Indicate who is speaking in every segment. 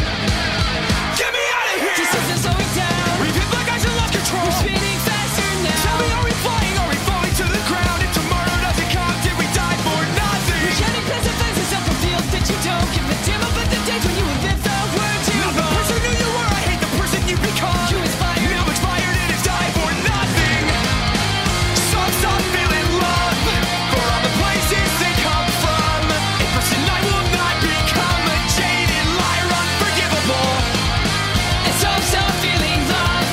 Speaker 1: Get me out of here! She says it's slowing down. We hit like I should lost control. We're spinning faster now. Tell me, are we flying? Are we falling to the ground? If tomorrow doesn't come, did we die for nothing? We're shouting past the fences up a field that you don't give a damn about the days when you and live the word you Not the person who you were, I hate the person you become. You inspired. Now expired and it's die for nothing. So stop feeling love for all the places they come from. A person I will not become a jaded liar, unforgivable. And so stop feeling love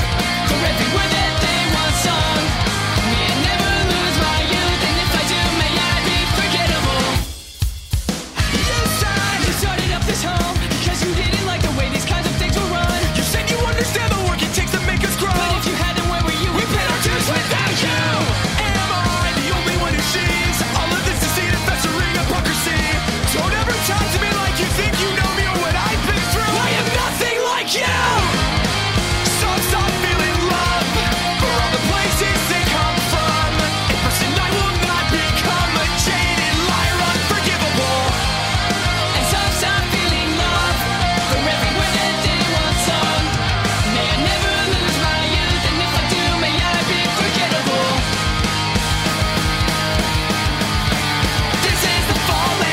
Speaker 1: for everywhere that they want sung. May I never lose my youth, and if I do, may I be forgettable. You said you started up this home because you didn't like the way these kinds of things were run. You said you understand the work it takes to make us grow. But if you hadn't, where were you? We paid our dues without you. Am I the only one who sees all of this deceit and festering hypocrisy? Don't ever talk to me like you think you know me or what I've been through. I am nothing like you. So stop feeling love for all the places they come from. A person I will not become a jaded liar, unforgivable. And so stop feeling love for everywhere that they want some. May I never lose my youth, and if I do, may I be forgettable. This is the fallen.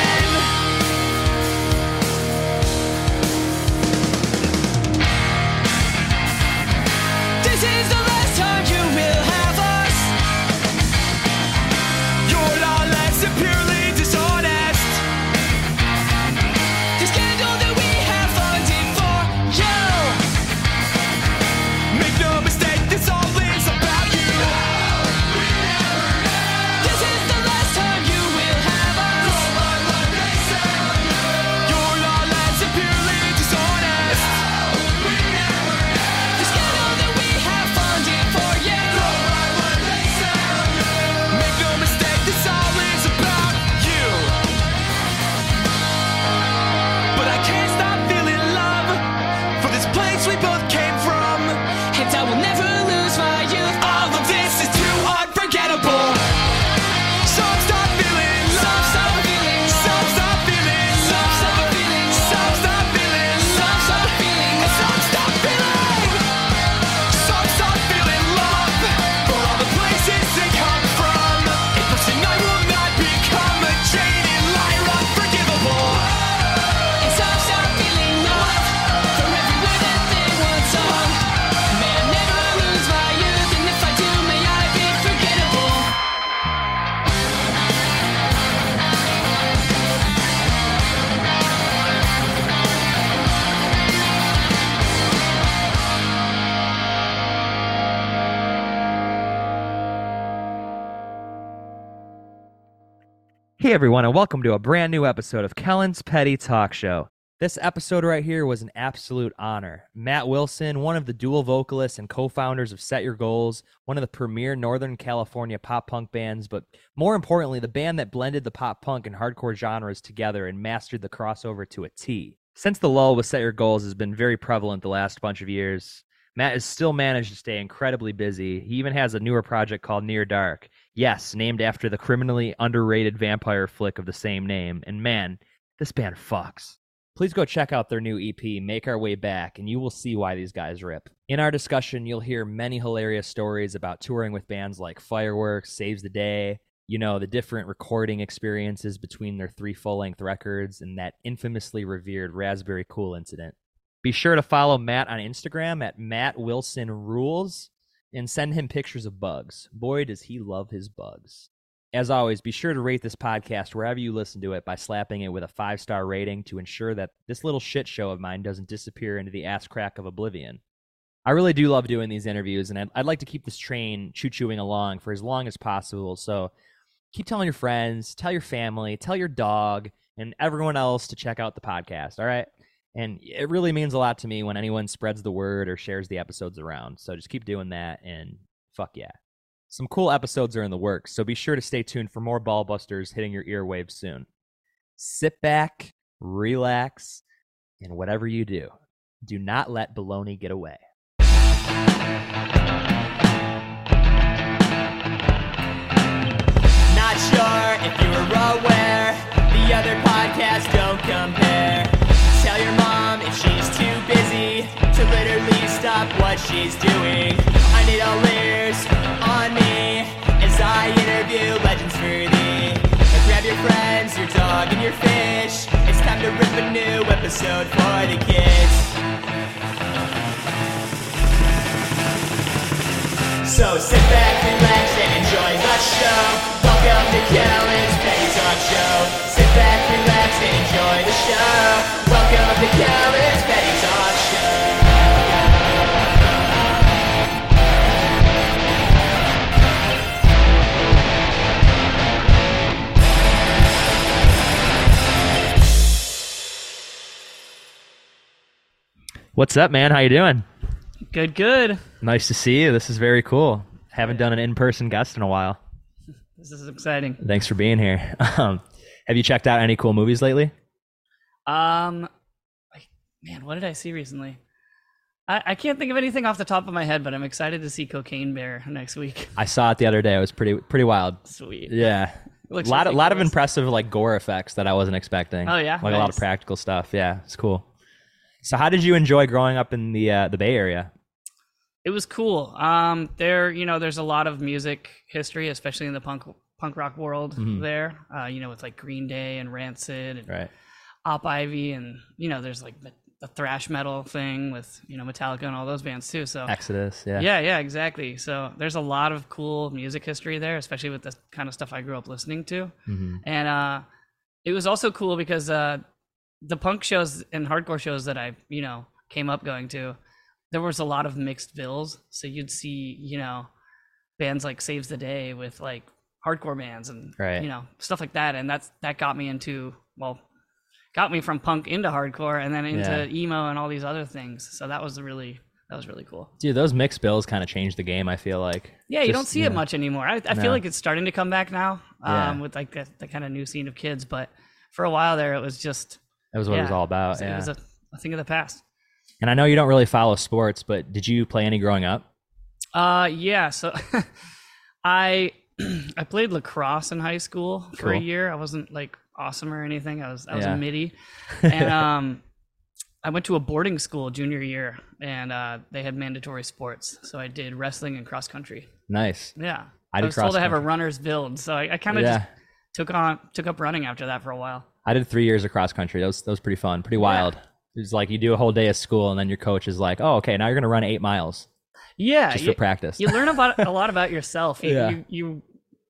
Speaker 1: This is the last time you will have us. You're lawless and purely dishonest. This candle that we have funded for you. Make no mistake, this all is about you. This is the last time you will have us. You're lawless and purely dishonest. The scandal that we have funded for you. Make no mistake, this all is about you. But I can't stop feeling love for this place we both came from. And I will never lose my youth. All of this is too unforgettable. So stop feeling love. Stop feeling love. Stop feeling love. Stop feeling love. Stop feeling love. Stop feeling love. Stop feeling. So stop feeling love for all the places they come from. A person I will not become a jaded liar, unforgivable. And so stop feeling love for everywhere that they want some. May I never lose my youth, and if I do, may I be forgettable.
Speaker 2: Hey everyone, and welcome to a brand new episode of Kellen's Petty Talk Show. This episode right here was an absolute honor. Matt Wilson, one of the dual vocalists and co founders of Set Your Goals, one of the premier Northern California pop punk bands, but more importantly, the band that blended the pop punk and hardcore genres together and mastered the crossover to a T. Since the lull with Set Your Goals has been very prevalent the last bunch of years, Matt has still managed to stay incredibly busy. He even has a newer project called Near Dark. Yes, named after the criminally underrated vampire flick of the same name. And man, this band fucks. Please go check out their new EP, Make Our Way Back, and you will see why these guys rip. In our discussion, you'll hear many hilarious stories about touring with bands like Fireworks, Saves the Day, you know, the different recording experiences between their three full length records, and that infamously revered Raspberry Cool incident. Be sure to follow Matt on Instagram at Matt Wilson Rules and send him pictures of bugs. Boy, does he love his bugs. As always, be sure to rate this podcast wherever you listen to it by slapping it with a five star rating to ensure that this little shit show of mine doesn't disappear into the ass crack of oblivion. I really do love doing these interviews, and I'd, I'd like to keep this train choo chooing along for as long as possible. So keep telling your friends, tell your family, tell your dog, and everyone else to check out the podcast. All right. And it really means a lot to me when anyone spreads the word or shares the episodes around. So just keep doing that and fuck yeah. Some cool episodes are in the works, so be sure to stay tuned for more ballbusters hitting your earwaves soon. Sit back, relax, and whatever you do, do not let baloney get away.
Speaker 3: sure if you were aware. The other podcasts don't compare. Tell your mom if she's too busy to literally stop what she's doing. I need all ears on me as I interview legends for thee. Now grab your friends, your dog, and your fish. It's time to rip a new episode for the kids. So sit back, relax, and enjoy the show. Welcome to Kellen's Petty Talk Show. Sit back, relax, and enjoy the show. Welcome to Kellen's Petty Talk Show.
Speaker 2: What's up, man? How you doing?
Speaker 4: Good, good.
Speaker 2: Nice to see you. This is very cool. Haven't done an in-person guest in a while.
Speaker 4: This is exciting.
Speaker 2: Thanks for being here. Um, have you checked out any cool movies lately?
Speaker 4: Um, I- man, what did I see recently? I, I can't think of anything off the top of my head, but I'm excited to see Cocaine Bear next week.
Speaker 2: I saw it the other day. It was pretty pretty wild.
Speaker 4: Sweet.
Speaker 2: Yeah. A
Speaker 4: looks
Speaker 2: lot, of, lot of
Speaker 4: ridiculous.
Speaker 2: impressive like gore effects that I wasn't expecting.
Speaker 4: Oh, yeah?
Speaker 2: like a lot of
Speaker 4: Nice.
Speaker 2: practical stuff. Yeah, it's cool. So, how did you enjoy growing up in the uh, the Bay Area?
Speaker 4: It was cool. Um, there, you know, there's a lot of music history, especially in the punk punk rock world.
Speaker 2: Mhm.
Speaker 4: There, uh, you know, with like Green Day and Rancid and
Speaker 2: Right.
Speaker 4: Op Ivy, and you know, there's like the- the thrash metal thing with you know Metallica and all those bands too. So
Speaker 2: Exodus. Yeah.
Speaker 4: Yeah, yeah, exactly. So there's a lot of cool music history there, especially with the kind of stuff I grew up listening to.
Speaker 2: hmm
Speaker 4: And uh, it was also cool because uh, the punk shows and hardcore shows that I, you know, came up going to, there was a lot of mixed bills. So you'd see, you know, bands like Saves the Day with like hardcore bands and
Speaker 2: Right.
Speaker 4: you know stuff like that. And that's that got me into well, got me from punk into hardcore and then into
Speaker 2: Yeah.
Speaker 4: emo and all these other things. So that was really that was really cool.
Speaker 2: Dude, those mixed bills kind of changed the game. I feel like.
Speaker 4: Yeah, you don't
Speaker 2: Just-
Speaker 4: see
Speaker 2: yeah.
Speaker 4: it much anymore. I, I
Speaker 2: No.
Speaker 4: feel like it's starting to come back now um,
Speaker 2: Yeah.
Speaker 4: with like the, the kind of new scene of kids. But for a while there, it was just
Speaker 2: That was what it was
Speaker 4: Yeah.
Speaker 2: all about.
Speaker 4: it
Speaker 2: yeah.
Speaker 4: was a, a thing of the past.
Speaker 2: and I know you don't really follow sports, but did you play any growing up?
Speaker 4: Uh, yeah. So I I played lacrosse in high school for a
Speaker 2: Cool.
Speaker 4: year. I wasn't like awesome or anything. I was I was
Speaker 2: Yeah.
Speaker 4: a midi, and um, I went to a boarding school junior year, and uh, they had mandatory sports. So I did wrestling and cross country.
Speaker 2: Nice.
Speaker 4: Yeah.
Speaker 2: I
Speaker 4: I,
Speaker 2: did
Speaker 4: was told I have a
Speaker 2: cross-country.
Speaker 4: runner's build, so I, I kind of just
Speaker 2: yeah.
Speaker 4: took on took up running after that for a while.
Speaker 2: I did three years of cross country. That was that was pretty fun, pretty wild. It was like you do a whole day of school, and then your coach is like, "Oh, okay, now you're gonna run eight miles
Speaker 4: Yeah,
Speaker 2: just
Speaker 4: Uh, you,
Speaker 2: for practice."
Speaker 4: you learn about a lot about yourself. You,
Speaker 2: Yeah.
Speaker 4: you you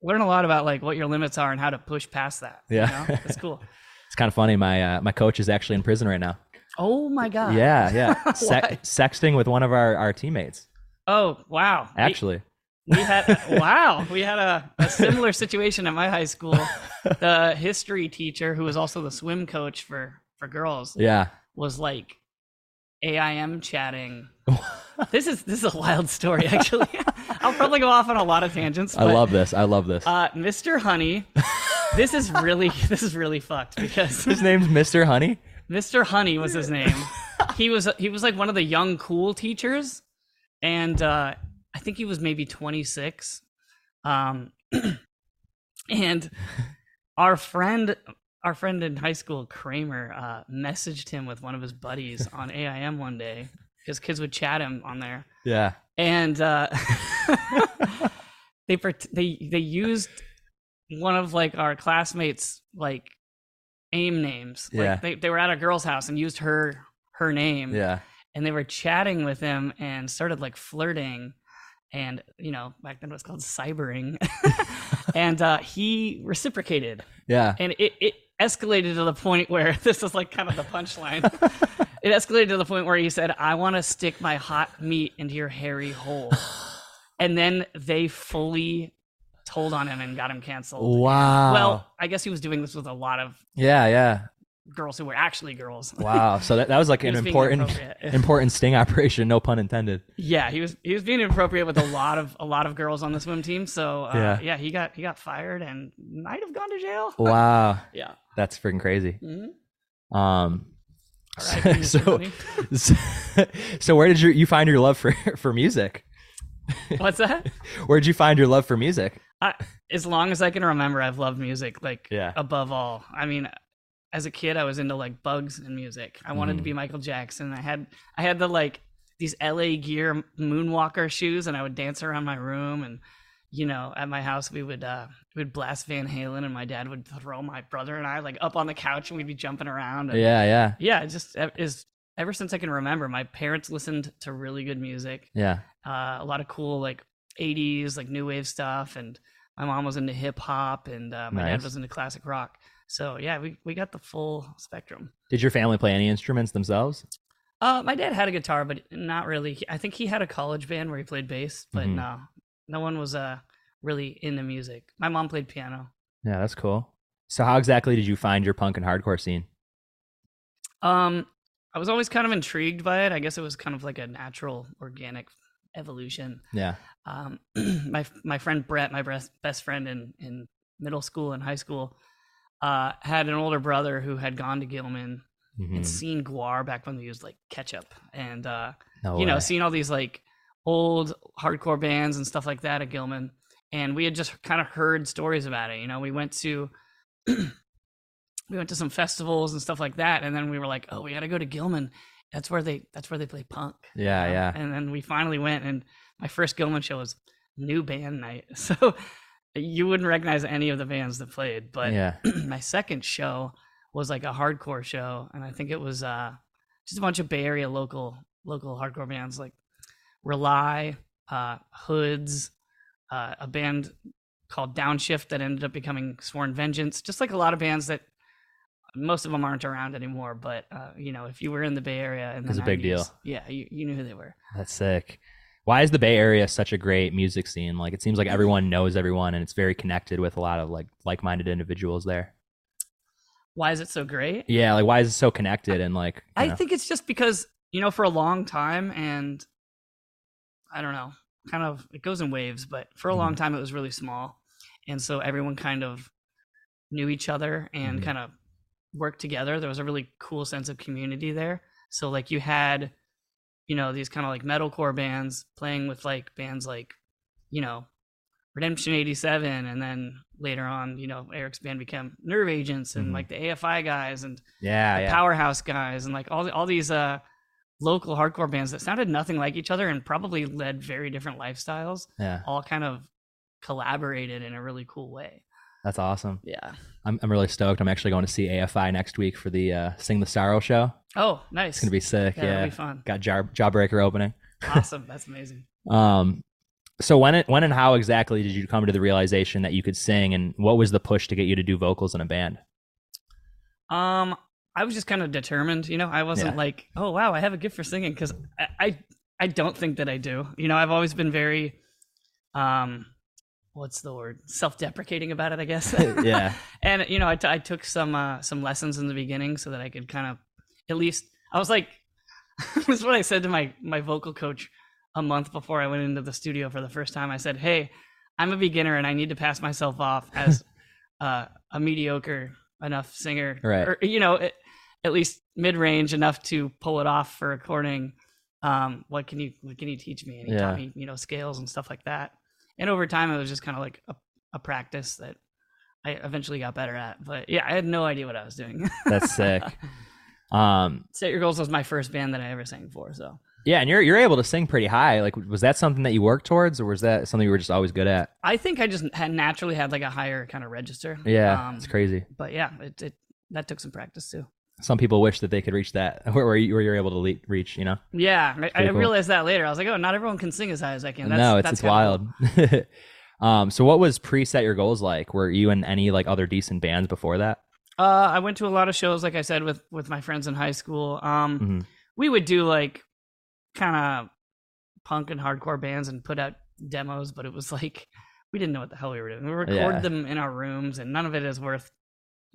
Speaker 4: learn a lot about like what your limits are and how to push past that. you
Speaker 2: Yeah.
Speaker 4: know? it's cool.
Speaker 2: it's kind of funny. My uh, my coach is actually in prison right now.
Speaker 4: Oh my god.
Speaker 2: Yeah, yeah. Se- sexting with one of our, our teammates,
Speaker 4: Oh wow. We-
Speaker 2: actually.
Speaker 4: we, had wow. We had a, a similar situation at my high school. The history teacher, who was also the swim coach for for girls,
Speaker 2: Yeah.
Speaker 4: was like AIM chatting. this is this is a wild story actually. I'll probably go off on a lot of tangents.
Speaker 2: I
Speaker 4: but-
Speaker 2: love this. I love this.
Speaker 4: Uh, Mr. Honey, this is really this is really fucked because
Speaker 2: His name's Mr. Honey.
Speaker 4: Mr. Honey was his name. He was he was like one of the young cool teachers, and uh, I think he was maybe 26. Um, and our friend our friend in high school Kramer uh, messaged him with one of his buddies on AIM one day. His kids would chat him on there
Speaker 2: Yeah.
Speaker 4: and uh, they pret- they they used one of like our classmates like aim names like
Speaker 2: Yeah.
Speaker 4: they, they were at a girl's house and used her her name
Speaker 2: Yeah.
Speaker 4: and they were chatting with him and started like flirting and you know back then it was called cybering and uh, he reciprocated
Speaker 2: Yeah.
Speaker 4: and it, it escalated to the point where this is like kind of the punchline. it escalated to the point where he said, I want to stick my hot meat into your hairy hole. And then they fully told on him and got him canceled.
Speaker 2: Wow.
Speaker 4: Well, I guess he was doing this with a lot of
Speaker 2: yeah, yeah.
Speaker 4: girls who were actually girls.
Speaker 2: Wow. So that, that was like
Speaker 4: He
Speaker 2: an
Speaker 4: was being
Speaker 2: important
Speaker 4: inappropriate.
Speaker 2: important sting operation, no pun intended.
Speaker 4: yeah, he was he was being inappropriate with a lot of a lot of girls on the swim team. So uh,
Speaker 2: Yeah. Oh.
Speaker 4: yeah. he got he got fired and might have gone to jail.
Speaker 2: Wow.
Speaker 4: Yeah.
Speaker 2: That's freaking crazy.
Speaker 4: Mhm.
Speaker 2: Um
Speaker 4: All right,
Speaker 2: so,
Speaker 4: Mr. Bunny.
Speaker 2: so so where did you you find your love for for music?
Speaker 4: what's that?
Speaker 2: Where did you find your love for music?
Speaker 4: I, as long as I can remember, I've loved music like
Speaker 2: Yeah.
Speaker 4: above all. I mean, as a kid, I was into like bugs and music. I wanted
Speaker 2: Mm.
Speaker 4: to be Michael Jackson. I had I had the like these LA Gear Moonwalker shoes, and I would dance around my room. And you know, at my house, we would uh, we would blast Van Halen, and my dad would throw my brother and I like up on the couch, and we'd be jumping around. And,
Speaker 2: Yeah, yeah,
Speaker 4: yeah, it just ev- is ever since I can remember, my parents listened to really good music
Speaker 2: yeah.
Speaker 4: uh, a lot of cool like 80s like new wave stuff and my mom was into hip hop and uh, my
Speaker 2: Nice.
Speaker 4: dad was into classic rock so yeah we, we got the full spectrum
Speaker 2: Did your family play any instruments themselves?
Speaker 4: uh, my dad had a guitar but not really i think he had a college band where he played bass but
Speaker 2: Mhm.
Speaker 4: no no one was uh, really into music my mom played piano
Speaker 2: Yeah, that's cool. So, how exactly did you find your punk and hardcore scene?
Speaker 4: Um, I was always kind of intrigued by it. I guess it was kind of like a natural, organic evolution.
Speaker 2: Yeah.
Speaker 4: Um, my my friend Brett, my best best friend in in middle school and high school, uh, had an older brother who had gone to Gilman
Speaker 2: Mhm.
Speaker 4: and seen Guar back when they used like ketchup and uh,
Speaker 2: No
Speaker 4: you know,
Speaker 2: way.
Speaker 4: seen all these like old hardcore bands and stuff like that at Gilman. And we had just kind of heard stories about it. You know, we went to we went to some festivals and stuff like that, and then we were like, oh, we got to go to Gilman. That's where they that's where they play punk.
Speaker 2: Yeah,
Speaker 4: you know?
Speaker 2: yeah.
Speaker 4: And then we finally went, and my first Gilman show was new band night, so you wouldn't recognize any of the bands that played. But
Speaker 2: yeah.
Speaker 4: my second show was like a hardcore show and i think it was uh just a bunch of bay area local local hardcore bands like rely uh hoods uh, a band called downshift that ended up becoming sworn vengeance just like a lot of bands that most of them aren't around anymore but uh you know if you were in the bay area and
Speaker 2: It was a big deal.
Speaker 4: yeah you, you knew who they were
Speaker 2: That's sick. Why is the Bay Area such a great music scene? Like, it seems like everyone knows everyone, and it's very connected with a lot of like like-minded individuals there.
Speaker 4: why is it so great
Speaker 2: Yeah, like why is it so connected and like? you
Speaker 4: I
Speaker 2: know-
Speaker 4: think it's just because you know for a long time, and I don't know, kind of it goes in waves, but for a long time it was really small, and so everyone kind of knew each other and
Speaker 2: Mhm.
Speaker 4: kind of worked together. There was a really cool sense of community there. So like you had, you know, these kind of like metalcore bands playing with like bands like, you know, Redemption '87, and then later on, you know, Eric's band became Nerve Agents and
Speaker 2: Mhm.
Speaker 4: like the AFI guys and
Speaker 2: yeah,
Speaker 4: the
Speaker 2: yeah,
Speaker 4: powerhouse guys and like all the, all these uh local hardcore bands that sounded nothing like each other and probably led very different lifestyles
Speaker 2: yeah.
Speaker 4: all kind of collaborated in a really cool way
Speaker 2: That's awesome.
Speaker 4: yeah
Speaker 2: I'm I'm really stoked. I'm actually going to see AFI next week for the uh, Sing the Sorrow show.
Speaker 4: oh nice
Speaker 2: It's gonna be sick.
Speaker 4: yeah,
Speaker 2: Yeah,
Speaker 4: that'll be fun
Speaker 2: got jar- Jawbreaker opening.
Speaker 4: awesome that's amazing
Speaker 2: Um, so when it, when and how exactly did you come to the realization that you could sing, and what was the push to get you to do vocals in a band?
Speaker 4: Um, I was just kind of determined, you know. I wasn't
Speaker 2: Yeah.
Speaker 4: like, oh wow, I have a gift for singing because I, I I don't think that I do. You know, I've always been very, um, what's the word? Self-deprecating about it, I guess.
Speaker 2: Yeah.
Speaker 4: and you know, I, t- I took some uh, some lessons in the beginning so that I could kind of, at least, I was like, this is what I said to my my vocal coach a month before I went into the studio for the first time. I said, hey, I'm a beginner and I need to pass myself off as uh, a mediocre enough singer,
Speaker 2: Right.
Speaker 4: Or you know, at, at least mid range enough to pull it off for recording. Um, what can you what can you teach me? And he
Speaker 2: Yeah.
Speaker 4: taught me you know scales and stuff like that. And over time, it was just kind of like a, a practice that I eventually got better at. But yeah, I had no idea what I was doing.
Speaker 2: That's sick. Um,
Speaker 4: Set Your Goals was my first band that I ever sang for. So
Speaker 2: yeah, and you're you're able to sing pretty high. Like, was that something that you worked towards, or was that something you were just always good at?
Speaker 4: I think I just had naturally had like a higher kind of register.
Speaker 2: Yeah,
Speaker 4: Um,
Speaker 2: it's crazy.
Speaker 4: But yeah, it, it that took some practice too.
Speaker 2: Some people wish that they could reach that where where, you, where you're able to le- reach. You know,
Speaker 4: Yeah, I, I
Speaker 2: pretty cool.
Speaker 4: realized that later. I was like, oh, not everyone can sing as high as I can. That's,
Speaker 2: no, it's it's
Speaker 4: that's kinda cool.
Speaker 2: wild. um, so what was preset your goals like? Were you in any like other decent bands before that?
Speaker 4: Uh, I went to a lot of shows, like I said, with with my friends in high school. Um,
Speaker 2: Mhm.
Speaker 4: we would do like kind of punk and hardcore bands and put out demos, but it was like we didn't know what the hell we were doing. We recorded
Speaker 2: Yeah.
Speaker 4: them in our rooms, and none of it is worth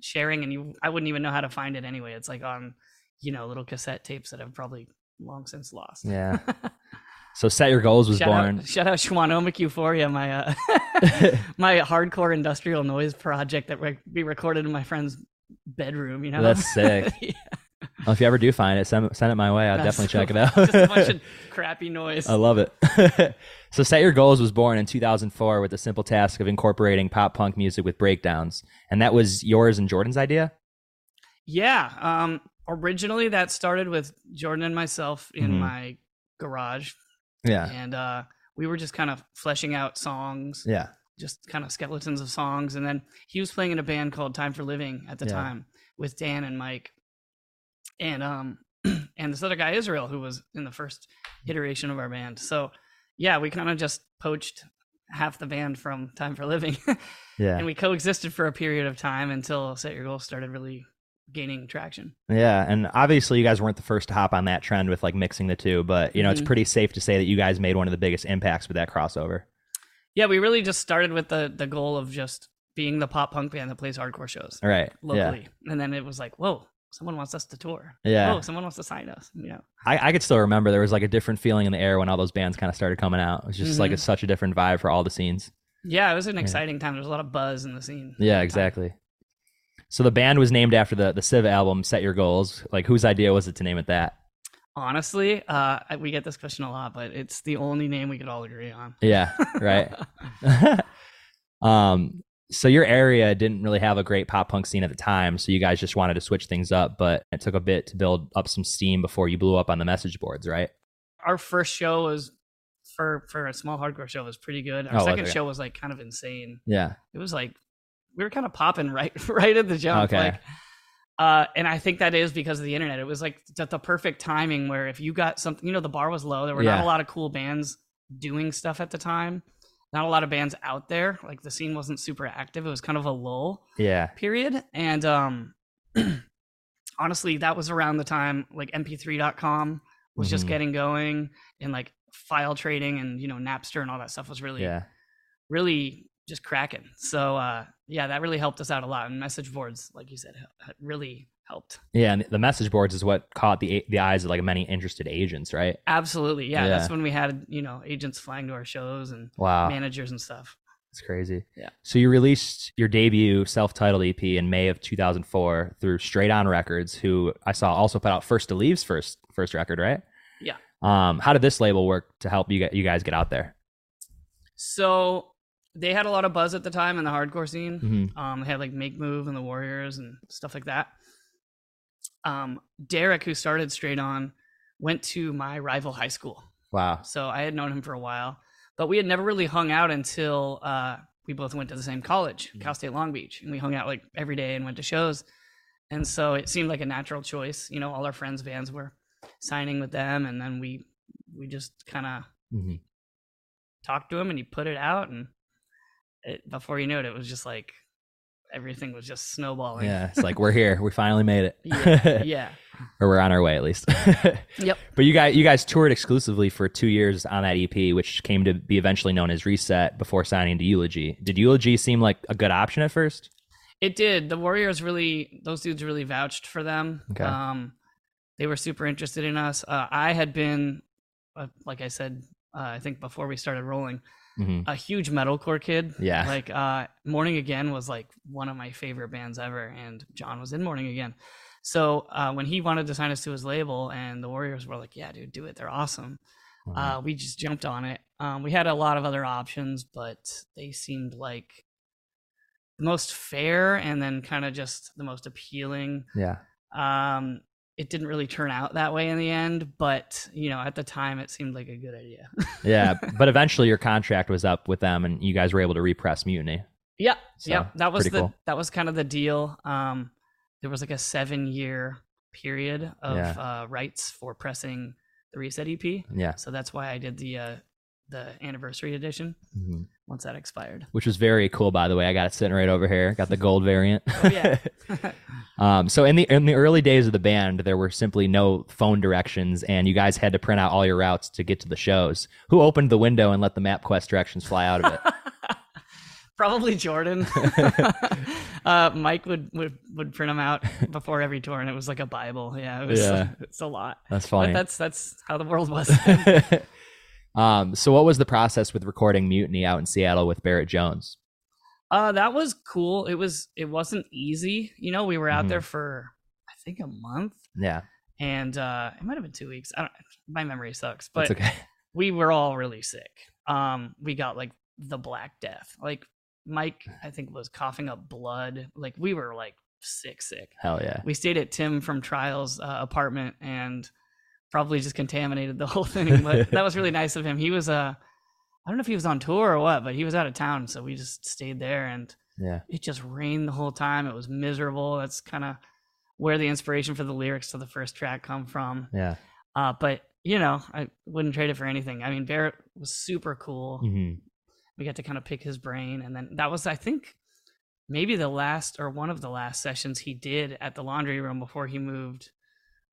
Speaker 4: sharing. And you, I wouldn't even know how to find it anyway. It's like on you know little cassette tapes that I've probably long since lost.
Speaker 2: Yeah. so set your goals was
Speaker 4: shout
Speaker 2: born.
Speaker 4: out, shout out Schwannomic Euphoria, my uh, my hardcore industrial noise project that re- we recorded in my friend's bedroom. You know,
Speaker 2: That's sick.
Speaker 4: Yeah.
Speaker 2: Well, if you ever do find it, send, send it my way. I'll definitely check it out.
Speaker 4: Just a bunch of crappy noise.
Speaker 2: I love it. so Set Your Goals was born in 2004 with the simple task of incorporating pop punk music with breakdowns. And that was yours and Jordan's idea?
Speaker 4: Yeah. Um, originally, that started with Jordan and myself in
Speaker 2: Mhm.
Speaker 4: my garage,
Speaker 2: Yeah.
Speaker 4: and uh, we were just kind of fleshing out songs,
Speaker 2: Yeah.
Speaker 4: just kind of skeletons of songs. And then he was playing in a band called Time for Living at the
Speaker 2: Yeah.
Speaker 4: time with Dan and Mike, and um, and this other guy Israel who was in the first
Speaker 2: Mm-hmm.
Speaker 4: iteration of our band. So yeah, we kind of just poached half the band from Time for Living.
Speaker 2: Yeah.
Speaker 4: and we coexisted for a period of time until set your goal started really gaining traction
Speaker 2: Yeah, and obviously you guys weren't the first to hop on that trend with like mixing the two, but you know it's
Speaker 4: Mhm.
Speaker 2: pretty safe to say that you guys made one of the biggest impacts with that crossover.
Speaker 4: yeah we really just started with the the goal of just being the pop punk band that plays hardcore shows
Speaker 2: All right, yeah,
Speaker 4: locally and then it was like whoa someone wants us to tour
Speaker 2: Yeah.
Speaker 4: oh someone wants to sign us you know
Speaker 2: I, I could still remember there was like a different feeling in the air when all those bands kind of started coming out. It was just
Speaker 4: Mm-hmm.
Speaker 2: like a, such a different vibe for all the scenes.
Speaker 4: yeah it was an exciting time there was a lot of buzz in the scene at the
Speaker 2: Yeah,
Speaker 4: time.
Speaker 2: exactly. So the band was named after the the Civ album "Set Your Goals." Like, whose idea was it to name it that?
Speaker 4: honestly uh I- we get this question a lot but it's the only name we could all agree on
Speaker 2: Yeah, right. um, so your area didn't really have a great pop punk scene at the time, so you guys just wanted to switch things up, but it took a bit to build up some steam before you blew up on the message boards, right?
Speaker 4: our first show was for for a small hardcore show was pretty good
Speaker 2: Oh,
Speaker 4: our
Speaker 2: was it?
Speaker 4: second
Speaker 2: Okay.
Speaker 4: show was like kind of insane
Speaker 2: Yeah.
Speaker 4: it was like we were kind of popping right right at the jump
Speaker 2: Okay.
Speaker 4: like uh and i think that is because of the internet it was like the, the perfect timing where if you got something you know the bar was low there were
Speaker 2: Yeah.
Speaker 4: not a lot of cool bands doing stuff at the time not a lot of bands out there like the scene wasn't super active it was kind of a lull
Speaker 2: Yeah.
Speaker 4: period and um honestly that was around the time like mp3.com was just
Speaker 2: Mhm.
Speaker 4: getting going and like file trading and you know napster and all that stuff was really
Speaker 2: Yeah.
Speaker 4: really just cracking. So uh, yeah, that really helped us out a lot. And message boards, like you said, h- really helped.
Speaker 2: Yeah. And the message boards is what caught the the eyes of like many interested agents, right?
Speaker 4: Absolutely, yeah, That's
Speaker 2: Yeah. Ah.
Speaker 4: when we had you know agents flying to our shows and
Speaker 2: Wow.
Speaker 4: managers and stuff.
Speaker 2: That's crazy.
Speaker 4: Yeah.
Speaker 2: So you released your debut self-titled EP in May of 2004 through Straight On Records, who I saw also put out First to Leave's first first record, right?
Speaker 4: Yeah.
Speaker 2: Um, how did this label work to help you get you guys get out there?
Speaker 4: So they had a lot of buzz at the time in the hardcore scene.
Speaker 2: Mm-hmm.
Speaker 4: Um, they had like Make Move and the Warriors and stuff like that. Um, Derek, who started Straight On, went to my rival high school.
Speaker 2: Wow.
Speaker 4: So I had known him for a while, but we had never really hung out until uh, we both went to the same college, Cal State Long Beach, and we hung out like every day and went to shows. And so it seemed like a natural choice. You know, all our friends' bands were signing with them, and then we we just kind of
Speaker 2: Mhm.
Speaker 4: talked to him, and he put it out, and it, before you knew it, it was just like everything was just snowballing.
Speaker 2: Yeah, it's like we're here. We finally made it.
Speaker 4: yeah, yeah.
Speaker 2: or we're on our way at least.
Speaker 4: Yep.
Speaker 2: But you guys you guys toured exclusively for 2 years on that EP which came to be eventually known as Reset before signing to Eulogy. Did Eulogy seem like a good option at first?
Speaker 4: It did. The Warriors really, those dudes really vouched for them.
Speaker 2: Okay.
Speaker 4: Um, they were super interested in us. Uh, I had been, uh, like I said, uh, I think before we started rolling,
Speaker 2: Mhm.
Speaker 4: a huge metalcore kid.
Speaker 2: Yeah.
Speaker 4: Like uh, Morning Again was like one of my favorite bands ever, and John was in Morning Again. So uh, when he wanted to sign us to his label, and the Warriors were like, "Yeah, dude, do it. They're awesome." Uh, we just jumped on it. Um, we had a lot of other options, but they seemed like the most fair and then kind of just the most appealing.
Speaker 2: yeah.
Speaker 4: Um, it didn't really turn out that way in the end, but you know, at the time, it seemed like a good idea.
Speaker 2: yeah, but eventually your contract was up with them, and you guys were able to repress mutiny.
Speaker 4: yeah,
Speaker 2: So,
Speaker 4: yeah, that was the
Speaker 2: pretty cool.
Speaker 4: that was kind of the deal. Um, there was like a seven year period of uh, rights for pressing the reset EP,
Speaker 2: Yeah,
Speaker 4: so that's why I did the uh, the anniversary edition
Speaker 2: Mhm.
Speaker 4: once that expired.
Speaker 2: which was very cool, by the way. I got it sitting right over here. Got the gold variant.
Speaker 4: yeah.
Speaker 2: um, so in the in the early days of the band, there were simply no phone directions, and you guys had to print out all your routes to get to the shows. Who opened the window and let the MapQuest directions fly out of it?
Speaker 4: Probably Jordan. uh, Mike would, would would print them out before every tour, and it was like a bible. Yeah, it was,
Speaker 2: Yeah.
Speaker 4: it's a lot.
Speaker 2: That's
Speaker 4: But
Speaker 2: funny.
Speaker 4: that's that's how the world was.
Speaker 2: um, so what was the process with recording mutiny out in Seattle with Barrett Jones?
Speaker 4: uh, that was cool. It was it wasn't easy. You know, we were out
Speaker 2: Mhm.
Speaker 4: there for I think a month,
Speaker 2: Yeah,
Speaker 4: and uh, it might have been two weeks. I don't. My memory sucks, but
Speaker 2: That's okay.
Speaker 4: we were all really sick. Um, we got like the Black Death. Like Mike, I think was coughing up blood. Like we were like sick, sick.
Speaker 2: Hell yeah.
Speaker 4: We stayed at Tim from Trials uh, apartment and probably just contaminated the whole thing. But that was really nice of him. He was uh, I don't know if he was on tour or what, but he was out of town, so we just stayed there and
Speaker 2: Yeah.
Speaker 4: it just rained the whole time. It was miserable. That's kind of where the inspiration for the lyrics to the first track come from.
Speaker 2: Yeah.
Speaker 4: Uh, but you know, I wouldn't trade it for anything. I mean, Barrett was super cool.
Speaker 2: hmm
Speaker 4: We got to kind of pick his brain, and then that was, I think, maybe the last or one of the last sessions he did at the laundry room before he moved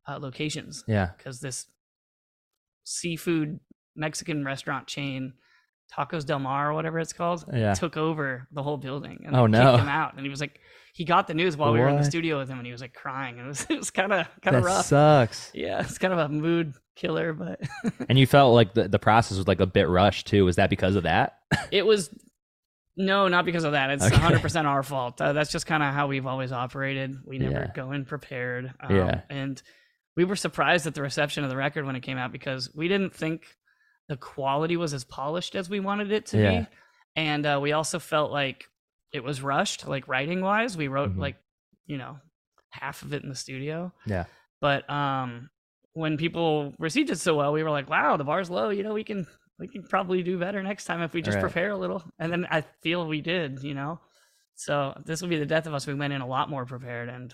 Speaker 4: uh, locations
Speaker 2: Yeah.
Speaker 4: because this seafood Mexican restaurant chain, Tacos Del Mar or whatever it's called,
Speaker 2: Uh, Yeah.
Speaker 4: took over the whole building and
Speaker 2: Oh,
Speaker 4: they
Speaker 2: no.
Speaker 4: kicked him out. And he was like, he got the news while we were in the
Speaker 2: What?
Speaker 4: studio with him, and he was like crying. It was it was kind of kind
Speaker 2: That
Speaker 4: of rough.
Speaker 2: sucks.
Speaker 4: Yeah, it's kind of a mood killer, but
Speaker 2: And you felt like the, the process was like a bit rushed too. Was that because of that?
Speaker 4: it was no, not because of that. It's
Speaker 2: Okay.
Speaker 4: 100% our fault. Uh, that's just kind of how we've always operated. We never
Speaker 2: Yeah.
Speaker 4: go in prepared. um,
Speaker 2: Yeah.
Speaker 4: And we were surprised at the reception of the record when it came out because we didn't think the quality was as polished as we wanted it to
Speaker 2: Yeah.
Speaker 4: be. And uh, we also felt like it was rushed, like writing wise. We wrote
Speaker 2: Mhm.
Speaker 4: like, you know, half of it in the studio.
Speaker 2: Yeah.
Speaker 4: But um, when people received it so well, we were like, "Wow, the bar's low. You know, we can we can probably do better next time if we just
Speaker 2: Right.
Speaker 4: prepare a little." And then I feel we did, you know. So this will be the death of us. We went in a lot more prepared, and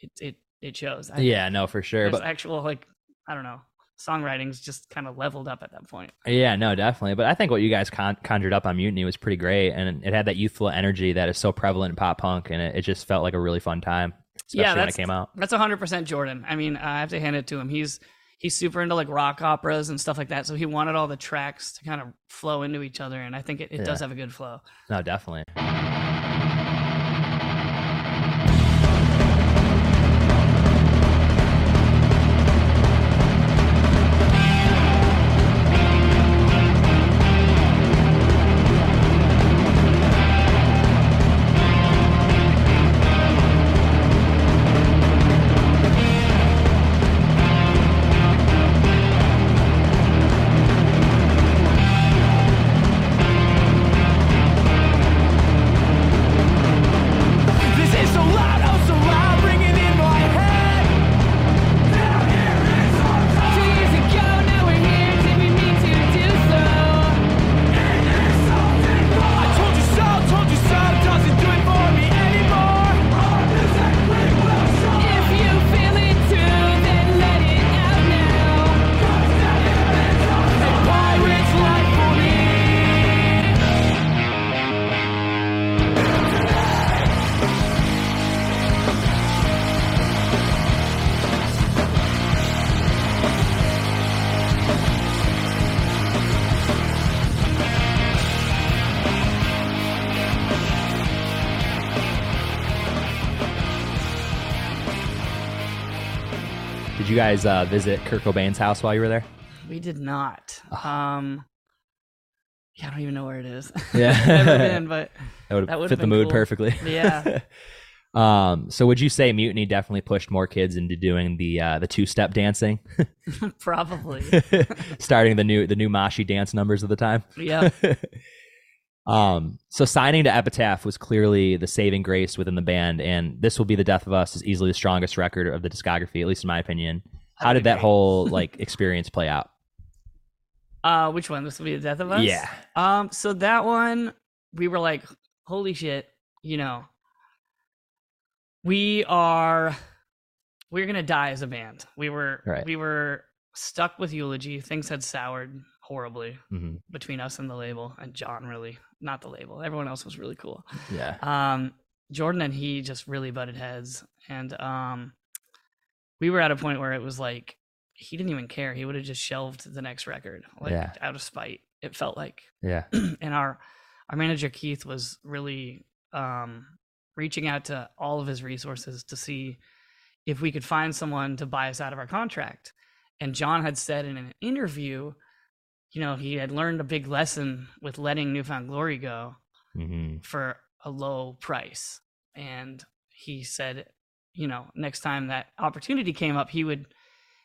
Speaker 4: it it it shows. I,
Speaker 2: Yeah, no, for sure.
Speaker 4: there's
Speaker 2: But
Speaker 4: actual like I don't know, songwriting's just kind of leveled up at that point.
Speaker 2: uh, yeah, no, definitely. But I think what you guys con- conjured up on Mutiny was pretty great, and it had that youthful energy that is so prevalent in pop punk, and it, it just felt like a really fun time, especially
Speaker 4: Yeah,
Speaker 2: when it
Speaker 4: that's-
Speaker 2: came out.
Speaker 4: That's 100% Jordan. I mean, I have to hand it to him. He's he's super into like rock operas and stuff like that. So he wanted all the tracks to kind of flow into each other, and I think it, it does
Speaker 2: Yeah.
Speaker 4: have a good flow.
Speaker 2: No, definitely.
Speaker 1: This is so loud, oh so loud, ringing in my head. Two years ago, now we're here. Did we mean to do so? Oh, I told you so, told you so. Doesn't do it for me anymore. If you feel it too, then let it out now. A pirate's life for me.
Speaker 2: Did you guys uh, visit Kurt Cobain's house while you were there?
Speaker 4: We did not. Um, yeah, I don't even know where it is.
Speaker 2: Ah. Yeah.
Speaker 4: Never been, but
Speaker 2: That would
Speaker 4: That
Speaker 2: have
Speaker 4: would've
Speaker 2: fit the
Speaker 4: been
Speaker 2: mood
Speaker 4: cool.
Speaker 2: perfectly.
Speaker 4: Yeah.
Speaker 2: um. So, would you say Mutiny definitely pushed more kids into doing the uh, the two step dancing,
Speaker 4: probably.
Speaker 2: starting the new the new Mashi dance numbers of the time?
Speaker 4: yeah,
Speaker 2: Um, so signing to Epitaph was clearly the saving grace within the band, and this will be the Death of Us is easily the strongest record of the discography, at least in my opinion. How
Speaker 4: would
Speaker 2: did that
Speaker 4: agree.
Speaker 2: whole like experience play out?
Speaker 4: Uh, which one? This will be the death of us.
Speaker 2: Yeah,
Speaker 4: Um. So that one, we were like, "Holy shit!" You know, we are, we're gonna die as a band. We were,
Speaker 2: Right.
Speaker 4: we were stuck with eulogy. Things had soured horribly
Speaker 2: hmm
Speaker 4: between us and the label, and John really, not the label. Everyone else was really cool.
Speaker 2: yeah,
Speaker 4: um, Jordan and he just really butted heads, and um, we were at a point where it was like he didn't even care. He would have just shelved the next record, like
Speaker 2: Yeah.
Speaker 4: out of spite. It felt like,
Speaker 2: yeah,
Speaker 4: and our our manager Keith was really um, reaching out to all of his resources to see if we could find someone to buy us out of our contract. And John had said in an interview, you know, he had learned a big lesson with letting Newfound Glory go
Speaker 2: hmm
Speaker 4: for a low price. And he said, you know, next time that opportunity came up, he would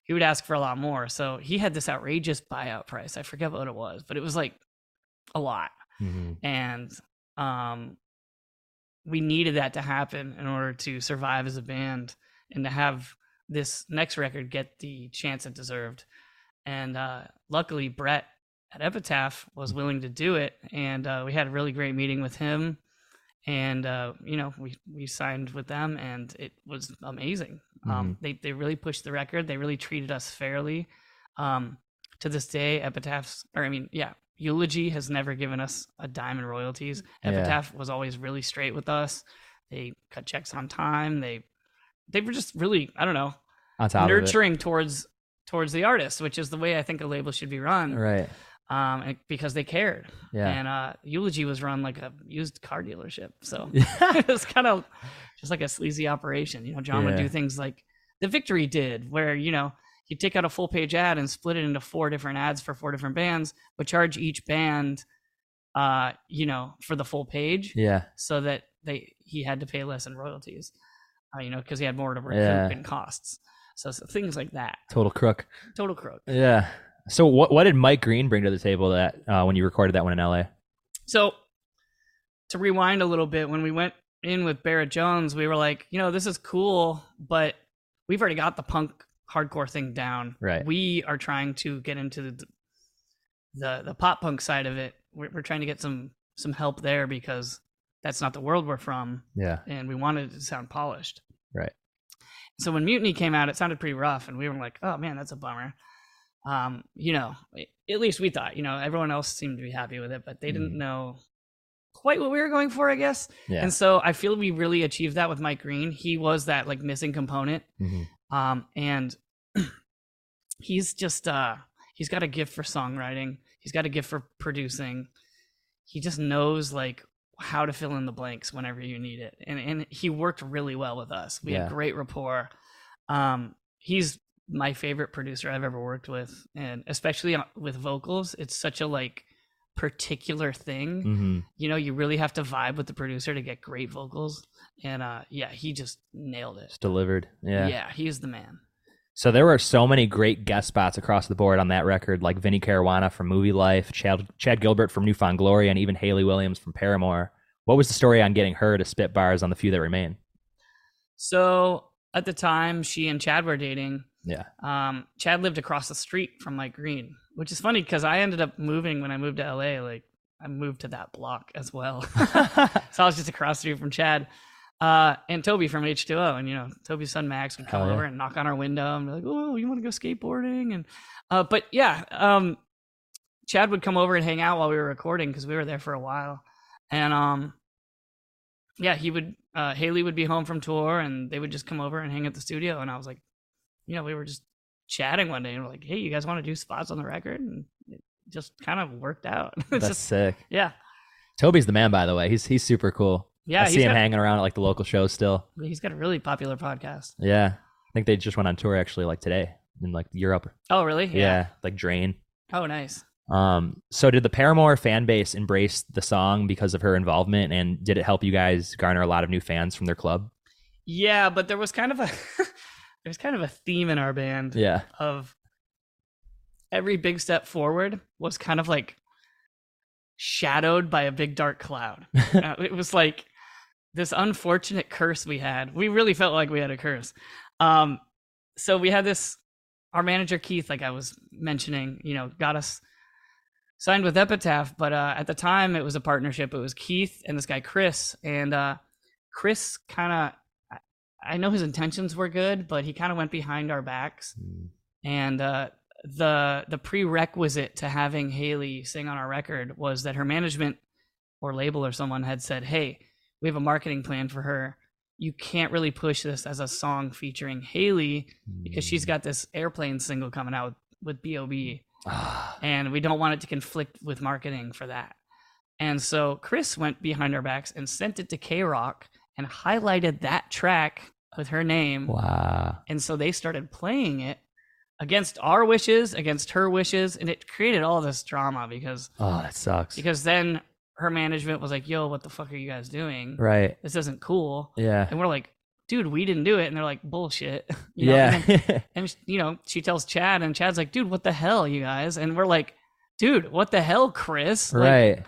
Speaker 4: he would ask for a lot more. So he had this outrageous buyout price. I forget what it was, but it was like a lot.
Speaker 2: Mhm.
Speaker 4: And um, we needed that to happen in order to survive as a band and to have this next record get the chance it deserved. And uh, luckily, Brett at Epitaph was willing to do it. And uh, we had a really great meeting with him. And, uh, you know, we, we signed with them and it was amazing. Um, they, they really pushed the record, they really treated us fairly. Um, to this day, Epitaph's, or I mean, yeah, Eulogy has never given us a dime in royalties.
Speaker 2: Yeah.
Speaker 4: Epitaph was always really straight with us. They cut checks on time. They they were just really, I don't know,
Speaker 2: On top
Speaker 4: nurturing towards towards the artist, which is the way I think a label should be run.
Speaker 2: of it. Right.
Speaker 4: Um, and- because they cared.
Speaker 2: Yeah.
Speaker 4: And uh, Eulogy was run like a used car dealership, so it was kind of just like a sleazy operation. You know, John would
Speaker 2: Yeah.
Speaker 4: do things like the Victory did, where you know he'd take out a full page ad and split it into four different ads for four different bands, but charge each band, uh, you know, for the full page
Speaker 2: yeah.
Speaker 4: so that they he had to pay less in royalties, uh, you know, because he had more to recoup
Speaker 2: Yeah.
Speaker 4: in costs. So, so things like that,
Speaker 2: Total crook.
Speaker 4: total crook.
Speaker 2: Yeah. So what what did Mike Green bring to the table that uh, when you recorded that one in LA?
Speaker 4: So to rewind a little bit, when we went in with Barrett Jones, we were like, you know, this is cool, but we've already got the punk hardcore thing down.
Speaker 2: Right.
Speaker 4: We are trying to get into the the, the pop punk side of it. We're, we're trying to get some some help there because that's not the world we're from.
Speaker 2: Yeah.
Speaker 4: and we wanted it to sound polished.
Speaker 2: Right.
Speaker 4: So when Mutiny came out, it sounded pretty rough, and we were like, "Oh man, that's a bummer." Um, you know, at least we thought. You know, everyone else seemed to be happy with it, but they
Speaker 2: Mhm.
Speaker 4: didn't know quite what we were going for, I guess.
Speaker 2: Yeah.
Speaker 4: And so I feel we really achieved that with Mike Green. He was that like missing component
Speaker 2: Mhm.
Speaker 4: um and he's just uh he's got a gift for songwriting he's got a gift for producing he just knows like how to fill in the blanks whenever you need it and and he worked really well with us we
Speaker 2: Yeah.
Speaker 4: had great rapport um he's my favorite producer i've ever worked with and especially on- with vocals it's such a like particular thing
Speaker 2: Mhm.
Speaker 4: you know you really have to vibe with the producer to get great vocals and uh yeah he just nailed it
Speaker 2: Just delivered. Yeah.
Speaker 4: yeah he is the man
Speaker 2: So there were so many great guest spots across the board on that record, like Vinnie Caruana from Movie Life, Chad Chad Gilbert from Newfound Glory, and even Haley Williams from Paramore. What was the story on getting her to spit bars on the few that remain?
Speaker 4: So at the time, she and Chad were dating.
Speaker 2: Yeah.
Speaker 4: Um, Chad lived across the street from Mike Green, which is funny because I ended up moving when I moved to LA. Like I moved to that block as well, so I was just across the street from Chad. Uh, and Toby from H2O, and you know Toby's son Max would come
Speaker 2: Hell yeah.
Speaker 4: over and knock on our window and be like, "Oh, you want to go skateboarding?" And uh, but yeah, um, Chad would come over and hang out while we were recording because we were there for a while, and um, yeah, he would uh Haley would be home from tour and they would just come over and hang at the studio and I was like, you know, we were just chatting one day and we're like, Hey, you guys want to do spots on the record? And it just kind of worked out. it's
Speaker 2: That's
Speaker 4: just
Speaker 2: sick.
Speaker 4: yeah.
Speaker 2: Toby's the man, by the way. He's he's super cool.
Speaker 4: Yeah,
Speaker 2: I
Speaker 4: he's
Speaker 2: see him
Speaker 4: got-
Speaker 2: hanging around at like the local shows still.
Speaker 4: He's got a really popular podcast.
Speaker 2: Yeah. I think they just went on tour actually like today in like Europe.
Speaker 4: Oh really?
Speaker 2: Yeah. Like Drain.
Speaker 4: Oh nice.
Speaker 2: Um so did the Paramore fan base embrace the song because of her involvement and did it help you guys garner a lot of new fans from their club?
Speaker 4: Yeah, but there was kind of a there was kind of a theme in our band
Speaker 2: Yeah.
Speaker 4: of every big step forward was kind of like shadowed by a big dark cloud. Uh, it was like this unfortunate curse we had. We really felt like we had a curse. Um, so we had this. Our manager Keith, like I was mentioning, you know, got us signed with Epitaph, but uh, at the time it was a partnership. It was Keith and this guy Chris, and uh, Chris kind of. I know his intentions were good, but he kind of went behind our backs and uh, the the prerequisite to having Haley sing on our record was that her management or label or someone had said, "Hey, we have a marketing plan for her. You can't really push this as a song featuring Haley because she's got this airplane single coming out with B.O.B. and we don't want it to conflict with marketing for that." And so Chris went behind our backs and sent it to K Rock and highlighted that track with her name.
Speaker 2: Wow.
Speaker 4: And so they started playing it against our wishes, against her wishes, and it created all this drama because
Speaker 2: Oh, that sucks.
Speaker 4: because then her management was like, "Yo, what the fuck are you guys doing?
Speaker 2: right.
Speaker 4: This isn't cool."
Speaker 2: Yeah.
Speaker 4: And we're like, dude, we didn't do it. And they're like, bullshit. You know? And
Speaker 2: yeah.
Speaker 4: then- and sh- you know she tells chad and chad's like dude what the hell you guys and we're like dude what the hell chris Like,
Speaker 2: right.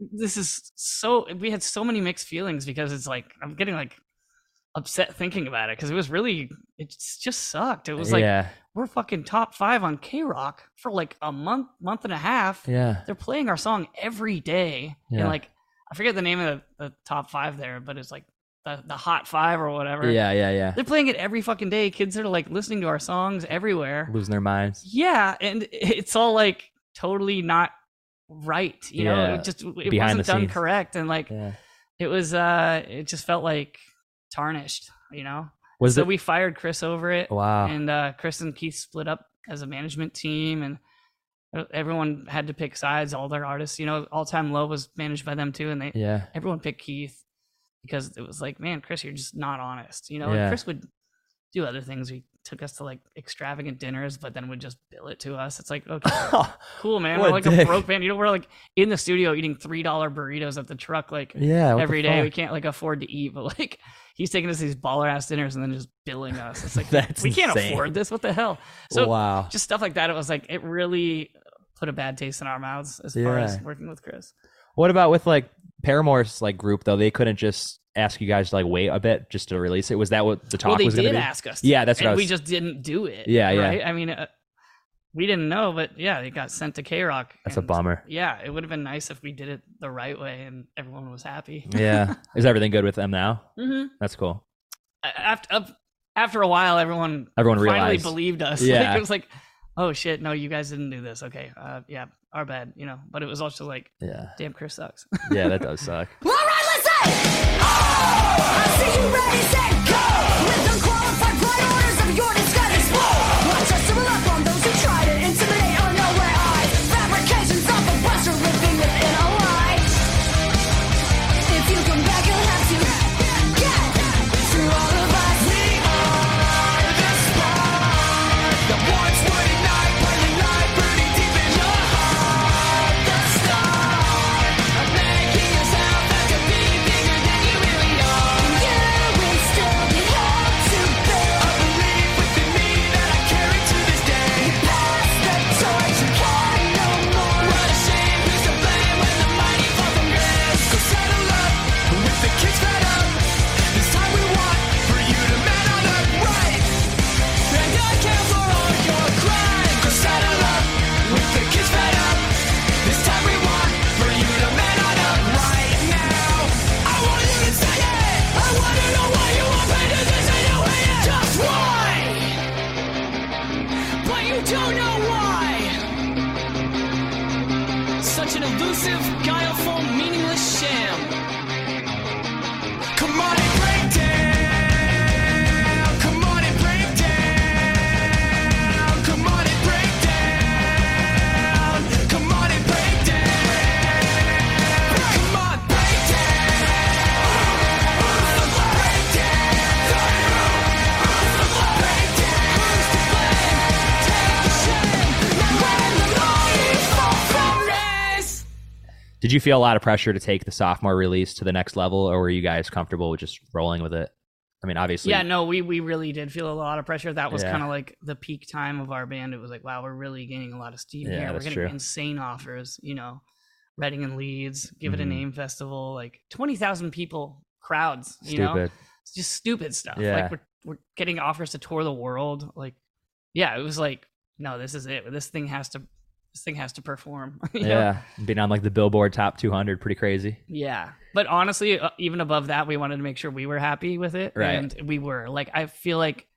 Speaker 4: this is so we had so many mixed feelings because it's like i'm getting like upset thinking about it because it was really it s- just sucked it was like
Speaker 2: yeah.
Speaker 4: we're fucking top five on k-rock for like a month month and a half
Speaker 2: Yeah.
Speaker 4: they're playing our song every day
Speaker 2: Yeah.
Speaker 4: and like i forget the name of the, the top five there but it's like the, the hot five or whatever
Speaker 2: Yeah. Yeah. Yeah.
Speaker 4: they're playing it every fucking day kids are like listening to our songs everywhere
Speaker 2: Losing their minds.
Speaker 4: yeah, and it's all like totally not right. You know,
Speaker 2: Yeah,
Speaker 4: it just it
Speaker 2: behind
Speaker 4: wasn't
Speaker 2: the
Speaker 4: done
Speaker 2: scenes.
Speaker 4: correct, and like
Speaker 2: Yeah.
Speaker 4: it was, uh it just felt like tarnished. You know,
Speaker 2: Was
Speaker 4: so
Speaker 2: it?
Speaker 4: we fired Chris over it,
Speaker 2: wow.
Speaker 4: and uh Chris and Keith split up as a management team, and uh, everyone had to pick sides. All their artists, you know, All Time Low was managed by them too, and they
Speaker 2: yeah.
Speaker 4: everyone picked Keith because it was like, man, Chris, you're just not honest. You know, and
Speaker 2: Yeah.
Speaker 4: Chris would do other things. He took us to like extravagant dinners, but then would just bill it to us. It's like, okay, cool, man. We're
Speaker 2: What
Speaker 4: like a
Speaker 2: dick.
Speaker 4: broke band. You know, we're like in the studio eating three dollar burritos at the truck like
Speaker 2: yeah. what the
Speaker 4: every day. We
Speaker 2: fuck?
Speaker 4: can't like afford to eat, but like he's taking us to these baller ass dinners and then just billing us. It's like
Speaker 2: That's
Speaker 4: we can't
Speaker 2: insane.
Speaker 4: afford this. What the hell? So
Speaker 2: wow.
Speaker 4: just stuff like that. It was like it really put a bad taste in our mouths as far as
Speaker 2: Yeah.
Speaker 4: working with Chris.
Speaker 2: What about with like Paramore's like group though? They couldn't just ask you guys to like wait a bit just to release it. Was that what the talk
Speaker 4: well, they
Speaker 2: was going to
Speaker 4: did
Speaker 2: be?
Speaker 4: ask us. to
Speaker 2: Yeah, that's what
Speaker 4: and
Speaker 2: I was.
Speaker 4: we just didn't do it.
Speaker 2: Yeah, yeah.
Speaker 4: right? I mean, uh, we didn't know, but yeah, it got sent to K Rock.
Speaker 2: that's a bummer.
Speaker 4: Yeah, it would have been nice if we did it the right way and everyone was happy.
Speaker 2: yeah. Is everything good with them now?
Speaker 4: hmm
Speaker 2: That's cool.
Speaker 4: After af- after a while, everyone
Speaker 2: Everyone
Speaker 4: finally
Speaker 2: realized.
Speaker 4: believed us.
Speaker 2: Yeah.
Speaker 4: like, it was like, oh shit, no, you guys didn't do this. Okay, uh, yeah, our bad, you know. But it was also like,
Speaker 2: yeah.
Speaker 4: damn, Chris sucks.
Speaker 2: Yeah, that does suck.
Speaker 5: Alright, listen! Oh! I see you ready, set, go! With unqualified blood orders of your disguises, whoa! Watch us double up on those who try to intimidate our nowhere eyes. Fabrications of a buster living within a lie. If you come back, you'll have to get through all of us. We are the
Speaker 1: The ones would ignite when you lie burning deep in your heart. The star of making yourself out to be bigger than you really are.
Speaker 5: You will still be held to
Speaker 1: I
Speaker 5: bear.
Speaker 1: believe within me that I carry to this day.
Speaker 5: Pass the torch, you can no more.
Speaker 1: What a shame, who's to blame when the mighty fall from grace? So settle up with the kids fed up. This time we want for you to man on up right. And I care for all your crime. So settle up with the kids fed up. This time we want for you to man on up right now. I want you to say it. I want to know why you won't pay attention to it. Just why? But you don't know why. Such an elusive, guileful, meaningless sham. Come on and break down. Come on and break down. Come on and break down. Come on and break down. Come on, break down. Break down. Break down. Who's to blame? Take the shame. Now when the mighty fall from grace.
Speaker 2: Did you feel a lot of pressure to take the sophomore release to the next level, or were you guys comfortable with just rolling with it? I mean, obviously,
Speaker 4: yeah, no, we we really did feel a lot of pressure. That was
Speaker 2: Yeah.
Speaker 4: kind of like the peak time of our band. It was like, wow, we're really gaining a lot of steam
Speaker 2: Yeah,
Speaker 4: here. We're
Speaker 2: that's
Speaker 4: getting
Speaker 2: true.
Speaker 4: insane offers, you know. Reading and Leeds, give it a
Speaker 2: Mhm.
Speaker 4: name festival, like twenty thousand people, crowds, you know,
Speaker 2: stupid.
Speaker 4: It's just stupid stuff.
Speaker 2: Yeah.
Speaker 4: Like we're we're getting offers to tour the world. Like, yeah, it was like, no, this is it. This thing has to, this thing has to perform. you know?
Speaker 2: Yeah, being on like the Billboard Top 200, pretty crazy.
Speaker 4: Yeah. But honestly, uh, even above that, we wanted to make sure we were happy with it.
Speaker 2: Right.
Speaker 4: And we were. Like, I feel like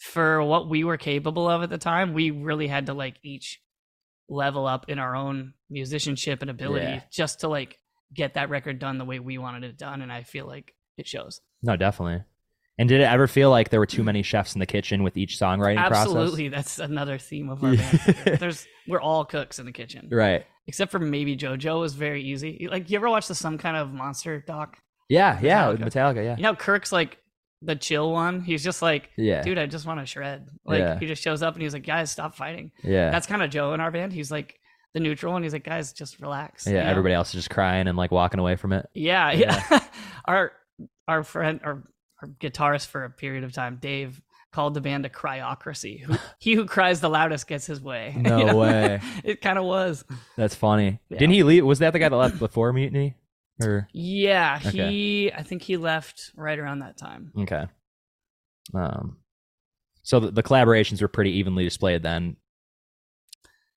Speaker 4: for what we were capable of at the time, we really had to, like, each level up in our own musicianship and ability
Speaker 2: Yeah.
Speaker 4: just to, like, get that record done the way we wanted it done. And I feel like it shows.
Speaker 2: No, definitely. And did it ever feel like there were too many chefs in the kitchen with each songwriting
Speaker 4: Absolutely. That's another theme of our
Speaker 2: Yeah.
Speaker 4: band. for sure. There's, we're all cooks in the kitchen,
Speaker 2: process? Right.
Speaker 4: except for maybe JoJo was very easy. Like, you ever watch the Some Kind of Monster doc?
Speaker 2: Yeah, yeah,
Speaker 4: Metallica.
Speaker 2: Metallica, yeah.
Speaker 4: You know, Kirk's like the chill one. He's just like,
Speaker 2: Yeah.
Speaker 4: dude, I just want to shred. Like,
Speaker 2: Yeah.
Speaker 4: he just shows up and he's like, guys, stop fighting.
Speaker 2: Yeah.
Speaker 4: That's kind of Joe in our band. He's like the neutral one. He's like, guys, just relax. you
Speaker 2: yeah,
Speaker 4: know?
Speaker 2: everybody else is just crying and like walking away from it.
Speaker 4: Yeah, yeah. our our friend, our her guitarist for a period of time, Dave, called the band a cryocracy. Who, he who cries the loudest gets his way. You
Speaker 2: No
Speaker 4: know?
Speaker 2: way.
Speaker 4: it kind of was.
Speaker 2: That's funny.
Speaker 4: Yeah.
Speaker 2: Didn't he leave? Was that the guy that left before Mutiny? Or
Speaker 4: Yeah,
Speaker 2: Okay.
Speaker 4: he. I think he left right around that time.
Speaker 2: okay. Um. So the, the collaborations were pretty evenly displayed then.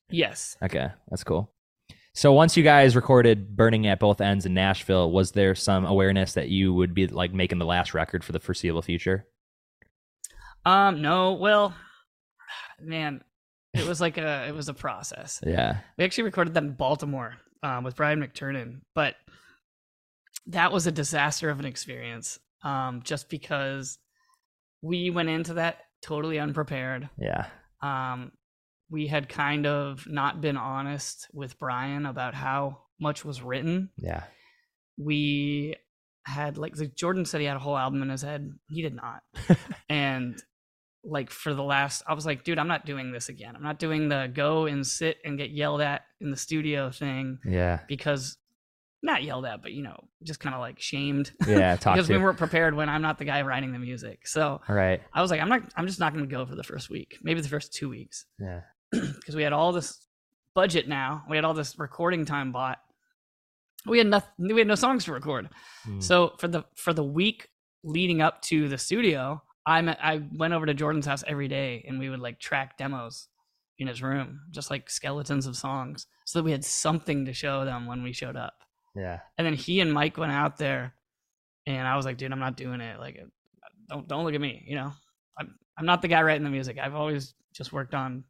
Speaker 4: Yes.
Speaker 2: Okay, that's cool. So once you guys recorded "Burning at Both Ends" in Nashville, was there some awareness that you would be like making the last record for the foreseeable future?
Speaker 4: Um. No. Well, man, it was like a. It was a process.
Speaker 2: Yeah.
Speaker 4: We actually recorded that in Baltimore um, with Brian McTurnan, but that was a disaster of an experience. Um, just because we went into that totally unprepared.
Speaker 2: Yeah.
Speaker 4: um, we had kind of not been honest with Brian about how much was written.
Speaker 2: Yeah.
Speaker 4: We had like the Jordan said he had a whole album in his head. He did not. and like for the last I was like, dude, I'm not doing this again. I'm not doing the go and sit and get yelled at in the studio thing
Speaker 2: Yeah.
Speaker 4: because not yelled at, but you know, just kind of like shamed
Speaker 2: Yeah. Talk
Speaker 4: because
Speaker 2: to.
Speaker 4: we weren't prepared when I'm not the guy writing the music. So
Speaker 2: All right.
Speaker 4: I was like, I'm not I'm just not gonna go for the first week, maybe the first two weeks
Speaker 2: Yeah.
Speaker 4: because we had all this budget now. We had all this recording time bought. We had nothing. We had no songs to record.
Speaker 2: Mm.
Speaker 4: So for the for the week leading up to the studio, I met, I went over to Jordan's house every day, and we would like track demos in his room, just like skeletons of songs, so that we had something to show them when we showed up.
Speaker 2: Yeah.
Speaker 4: And then he and Mike went out there, and I was like, dude, I'm not doing it. Like, don't don't look at me. You know, I'm I'm not the guy writing the music. I've always just worked on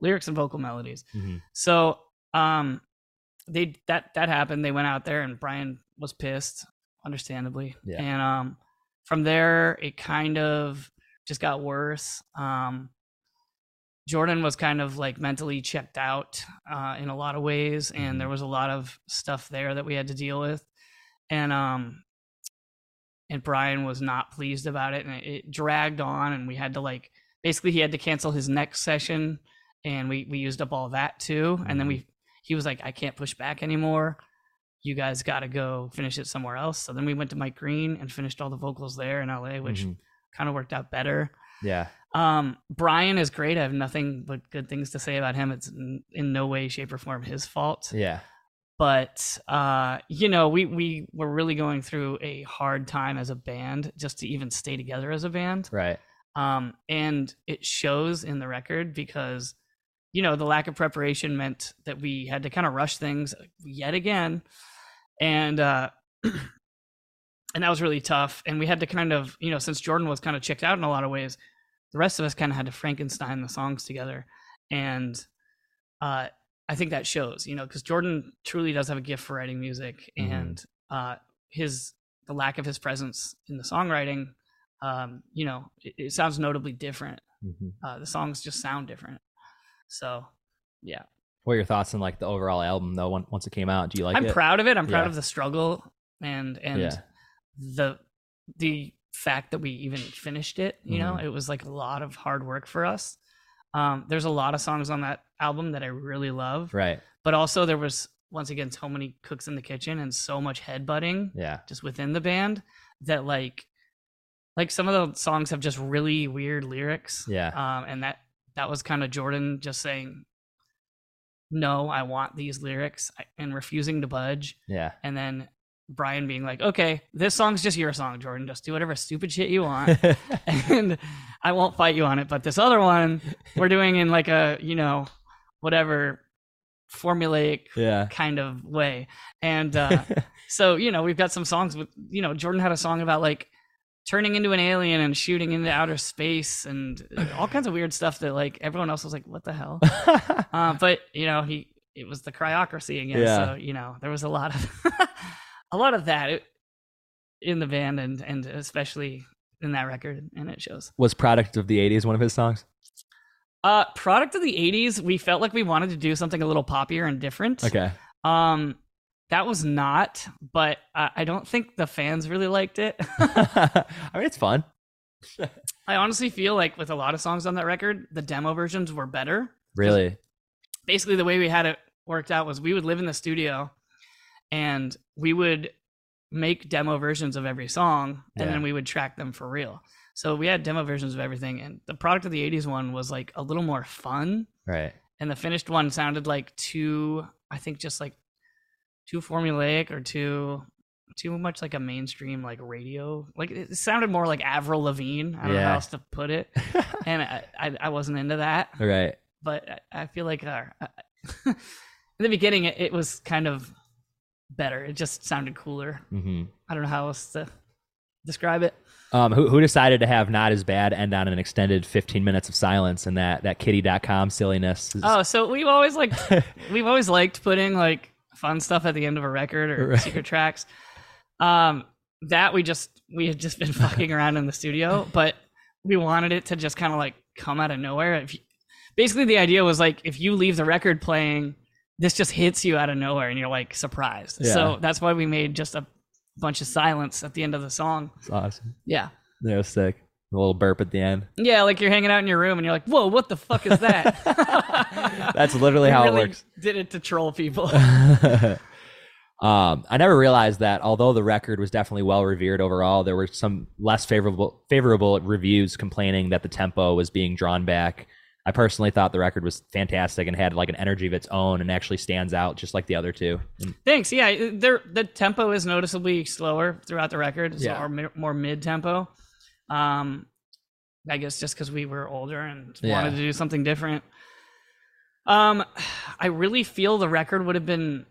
Speaker 4: lyrics and vocal melodies.
Speaker 2: Mhm.
Speaker 4: So um, they that that happened. They went out there, and Brian was pissed, understandably.
Speaker 2: Yeah.
Speaker 4: And um, from there, it kind of just got worse. Um, Jordan was kind of like mentally checked out uh, in a lot of ways, and
Speaker 2: Mhm.
Speaker 4: there was a lot of stuff there that we had to deal with, and um, and Brian was not pleased about it, and it, it dragged on, and we had to like basically he had to cancel his next session, and we we used up all that too, and then we he was like, I can't push back anymore. You guys got to go finish it somewhere else. So then we went to Mike Green and finished all the vocals there in LA, which
Speaker 2: Mhm.
Speaker 4: kind of worked out better.
Speaker 2: Yeah.
Speaker 4: Um, Brian is great. I have nothing but good things to say about him. It's in, in no way, shape, or form his fault.
Speaker 2: Yeah.
Speaker 4: But uh, you know, we we were really going through a hard time as a band just to even stay together as a band.
Speaker 2: Right.
Speaker 4: Um, and it shows in the record because you know the lack of preparation meant that we had to kind of rush things yet again, and uh, and that was really tough. And we had to kind of you know since Jordan was kind of checked out in a lot of ways, the rest of us kind of had to Frankenstein the songs together, and uh, I think that shows you know because Jordan truly does have a gift for writing music,
Speaker 2: Mhm.
Speaker 4: and uh, his the lack of his presence in the songwriting, um, you know, it, it sounds notably different.
Speaker 2: Mhm.
Speaker 4: Uh, the songs just sound different. So yeah,
Speaker 2: What were your thoughts on like the overall album though? on- Once it came out, do you like
Speaker 4: I'm
Speaker 2: it?
Speaker 4: proud of it. I'm proud
Speaker 2: Yeah.
Speaker 4: of the struggle and and
Speaker 2: Yeah.
Speaker 4: the the fact that we even finished it. You
Speaker 2: Mhm.
Speaker 4: know, it was like a lot of hard work for us. Um, there's a lot of songs on that album that I really love,
Speaker 2: Right.
Speaker 4: but also there was once again so many cooks in the kitchen and so much headbutting
Speaker 2: Yeah.
Speaker 4: just within the band that like like some of the songs have just really weird lyrics.
Speaker 2: Yeah.
Speaker 4: um, and that that was kind of Jordan just saying, "No, I want these lyrics," I- and refusing to budge.
Speaker 2: Yeah.
Speaker 4: And then Brian being like, "Okay, this song's just your song, Jordan. Just do whatever stupid shit you want, and I won't fight you on it. But this other one, we're doing in like a you know, whatever formulaic
Speaker 2: yeah.
Speaker 4: kind of way. And uh, so you know, we've got some songs with you know, Jordan had a song about like turning into an alien and shooting into outer space and all kinds of weird stuff that like everyone else was like, "What the hell?" uh, but you know, he it was the cryocracy again.
Speaker 2: Yeah.
Speaker 4: So you know, there was a lot of a lot of that in the band and and especially in that record, and it shows.
Speaker 2: Was "Product of the '80s" one of his songs?
Speaker 4: Uh, product of the '80s, we felt like we wanted to do something a little poppier and different.
Speaker 2: Okay.
Speaker 4: Um, that was not, but I, I don't think the fans really liked it.
Speaker 2: I mean, it's fun.
Speaker 4: I honestly feel like with a lot of songs on that record, the demo versions were better.
Speaker 2: Really.
Speaker 4: Basically, the way we had it worked out was we would live in the studio and we would make demo versions of every song and
Speaker 2: Yeah.
Speaker 4: then we would track them for real. So we had demo versions of everything and the product of the 80s one was like a little more fun
Speaker 2: Right.
Speaker 4: and the finished one sounded like too I think just like too formulaic or too too much like a mainstream like radio like it sounded more like Avril Lavigne I don't know
Speaker 2: Yeah.
Speaker 4: how else to put it and I, I I wasn't into that
Speaker 2: right.
Speaker 4: but I- I feel like our, in the beginning it, it was kind of better. It just sounded cooler.
Speaker 2: hmm
Speaker 4: I don't know how else to describe it.
Speaker 2: Um, who, who decided to have not as bad end on an extended 15 minutes of silence and that that kitty.com silliness? Is,
Speaker 4: Oh, so we've always like we've always liked putting like fun stuff at the end of a record or
Speaker 2: Right.
Speaker 4: secret tracks. Um, that we just we had just been fucking around in the studio, but we wanted it to just kind of like come out of nowhere. If you, basically, the idea was like if you leave the record playing, this just hits you out of nowhere, and you're like surprised.
Speaker 2: Yeah.
Speaker 4: So that's why we made just a bunch of silence at the end of the song.
Speaker 2: it's awesome.
Speaker 4: Yeah.
Speaker 2: That was sick. A little burp at the end.
Speaker 4: Yeah, like you're hanging out in your room and you're like, "Whoa, what the fuck is that?"
Speaker 2: That's literally
Speaker 4: We
Speaker 2: how
Speaker 4: really
Speaker 2: it works.
Speaker 4: Did it to troll people.
Speaker 2: Um, I never realized that although the record was definitely well revered overall, there were some less favorable favorable reviews complaining that the tempo was being drawn back. I personally thought the record was fantastic and had like an energy of its own and actually stands out just like the other two. And-
Speaker 4: Thanks. Yeah, uh, there the tempo is noticeably slower throughout the record, so
Speaker 2: Yeah.
Speaker 4: or mi- more mid tempo. Um, I guess just because we were older and
Speaker 2: Yeah.
Speaker 4: wanted to do something different. Um, I really feel the record would have been.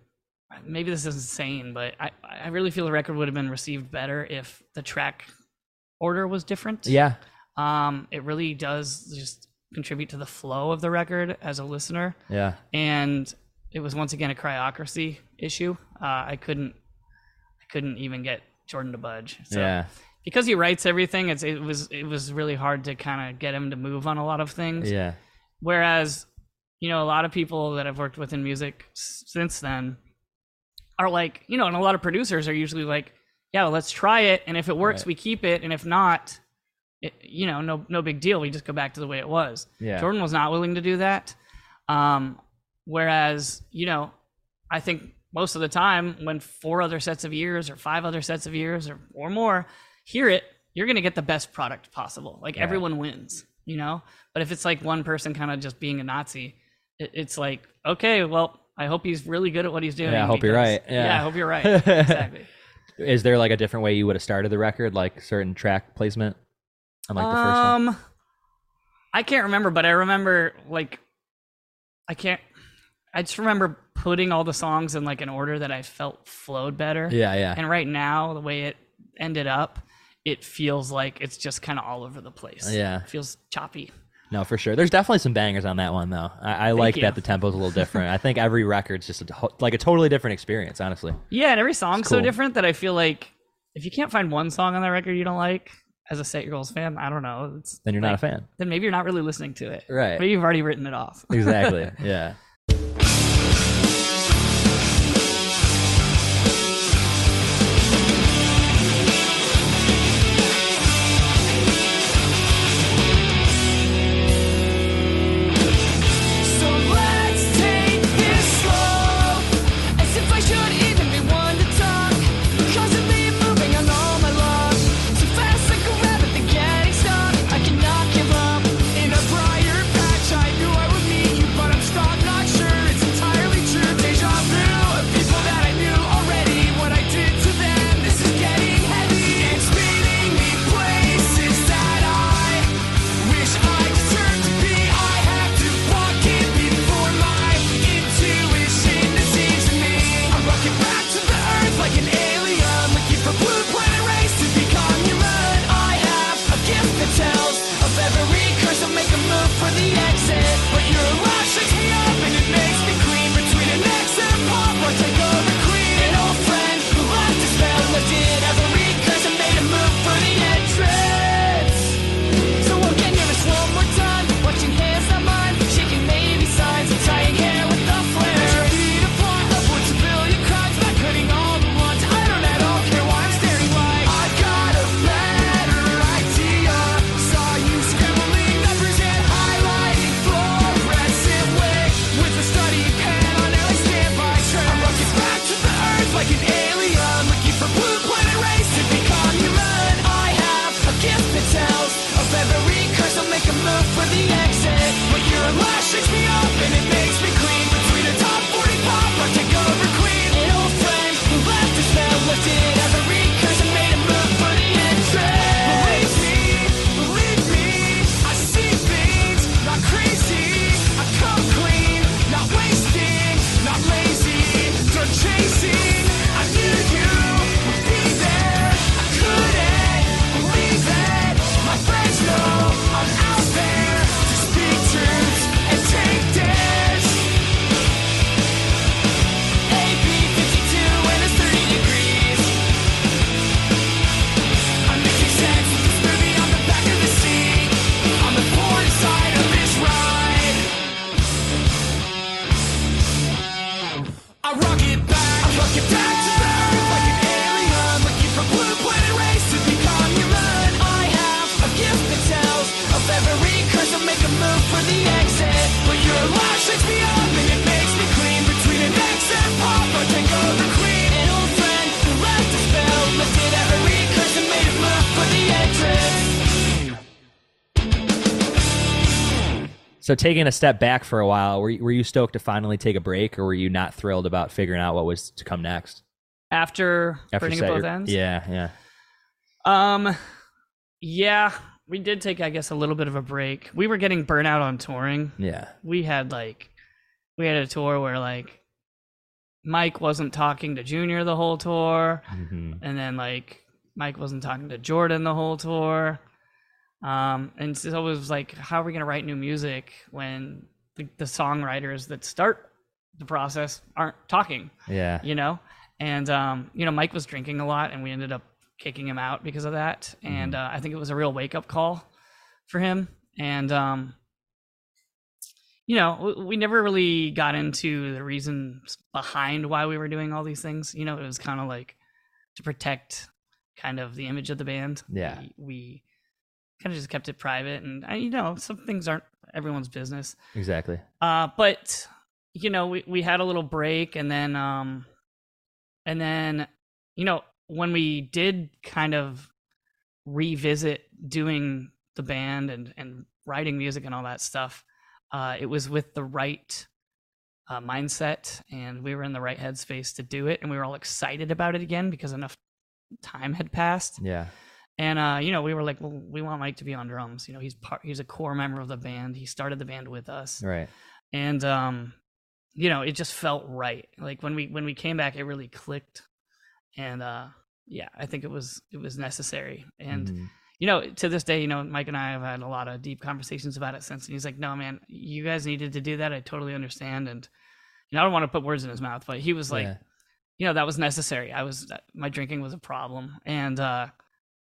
Speaker 4: Maybe this is insane, but I I really feel the record would have been received better if the track order was different.
Speaker 2: Yeah.
Speaker 4: Um, it really does just contribute to the flow of the record as a listener
Speaker 2: Yeah.
Speaker 4: and it was once again a cryocracy issue. Uh, I couldn't, I couldn't even get Jordan to budge. So
Speaker 2: yeah.
Speaker 4: because he writes everything, it's it was it was really hard to kind of get him to move on a lot of things.
Speaker 2: Yeah.
Speaker 4: Whereas, you know, a lot of people that I've worked with in music s- since then are like, you know, and a lot of producers are usually like, yeah, well, let's try it, and if it works,
Speaker 2: Right.
Speaker 4: we keep it, and if not, it, you know, no no big deal. We just go back to the way it was.
Speaker 2: Yeah.
Speaker 4: Jordan was not willing to do that. Um, whereas, you know, I think most of the time when four other sets of ears or five other sets of ears or, or more hear it, you're going to get the best product possible. Like everyone wins, you know? But if it's like one person kind of just being a Nazi, it, it's like, okay, well, I hope he's really good at what he's doing.
Speaker 2: I hope you're right.
Speaker 4: Yeah.
Speaker 2: Yeah.
Speaker 4: I hope you're right. exactly.
Speaker 2: Is there like a different way you would have started the record, like certain track placement? Unlike the first one.
Speaker 4: um, I can't remember, but I remember like I can't. I just remember putting all the songs in like an order that I felt flowed better.
Speaker 2: Yeah, yeah.
Speaker 4: And right now, the way it ended up, it feels like it's just kind of all over the place.
Speaker 2: Yeah.
Speaker 4: it feels choppy.
Speaker 2: No, for sure. There's definitely some bangers on that one though. I, I like
Speaker 4: you.
Speaker 2: that the tempo's a little different. I think every record's just a, to- like a totally different experience, honestly.
Speaker 4: Yeah, and every song's so
Speaker 2: cool.
Speaker 4: different that I feel like if you can't find one song on that record you don't like as a Set Your Goals fan, I don't know. It's,
Speaker 2: Then you're not
Speaker 4: like,
Speaker 2: a fan.
Speaker 4: Then maybe you're not really listening to it.
Speaker 2: Right.
Speaker 4: Maybe you've already written it off.
Speaker 2: Exactly. yeah.
Speaker 1: So let's take this slow, as if I should even be one to talk. Constantly moving on all my love, so fast like a rabbit that getting stuck. I cannot give up. In a brighter patch, I knew I would meet you, but I'm stuck, not
Speaker 2: So taking a step back for a while, were you, were you stoked to finally take a break, or were you not thrilled about figuring out what was to come next?
Speaker 4: after, burning at
Speaker 2: set
Speaker 4: both
Speaker 2: your-
Speaker 4: ends.
Speaker 2: Yeah, yeah.
Speaker 4: Um, yeah, we did take, I guess, a little bit of a break. We were getting burnout on touring.
Speaker 2: Yeah.
Speaker 4: We had like, we had a tour where like, Mike wasn't talking to Junior the whole tour,
Speaker 2: hmm
Speaker 4: and then like, Mike wasn't talking to Jordan the whole tour. Um, and so it was like, how are we gonna write new music when the, the songwriters that start the process aren't talking?
Speaker 2: Yeah.
Speaker 4: you know and um, you know mike was drinking a lot and we ended up kicking him out because of that
Speaker 2: Mm-hmm.
Speaker 4: and uh, i think it was a real wake-up call for him and um, you know w- we never really got into the reasons behind why we were doing all these things you know it was kind of like to protect kind of the image of the band
Speaker 2: Yeah.
Speaker 4: we, we kind of just kept it private and I, you know some things aren't everyone's business
Speaker 2: Exactly.
Speaker 4: uh, but you know, we, we had a little break and then um and then you know, when we did kind of revisit doing the band and and writing music and all that stuff, uh it was with the right uh, mindset and we were in the right headspace to do it and we were all excited about it again because enough time had passed
Speaker 2: Yeah.
Speaker 4: and uh, you know we were like well we want mike to be on drums you know he's part he's a core member of the band he started the band with us
Speaker 2: Right.
Speaker 4: and um you know it just felt right like when we when we came back it really clicked and uh yeah i think it was it was necessary and
Speaker 2: Mhm.
Speaker 4: you know to this day you know mike and i have had a lot of deep conversations about it since and he's like no man you guys needed to do that i totally understand and you know, i don't want to put words in his mouth but he was like
Speaker 2: Yeah.
Speaker 4: you know that was necessary i was uh, my drinking was a problem and uh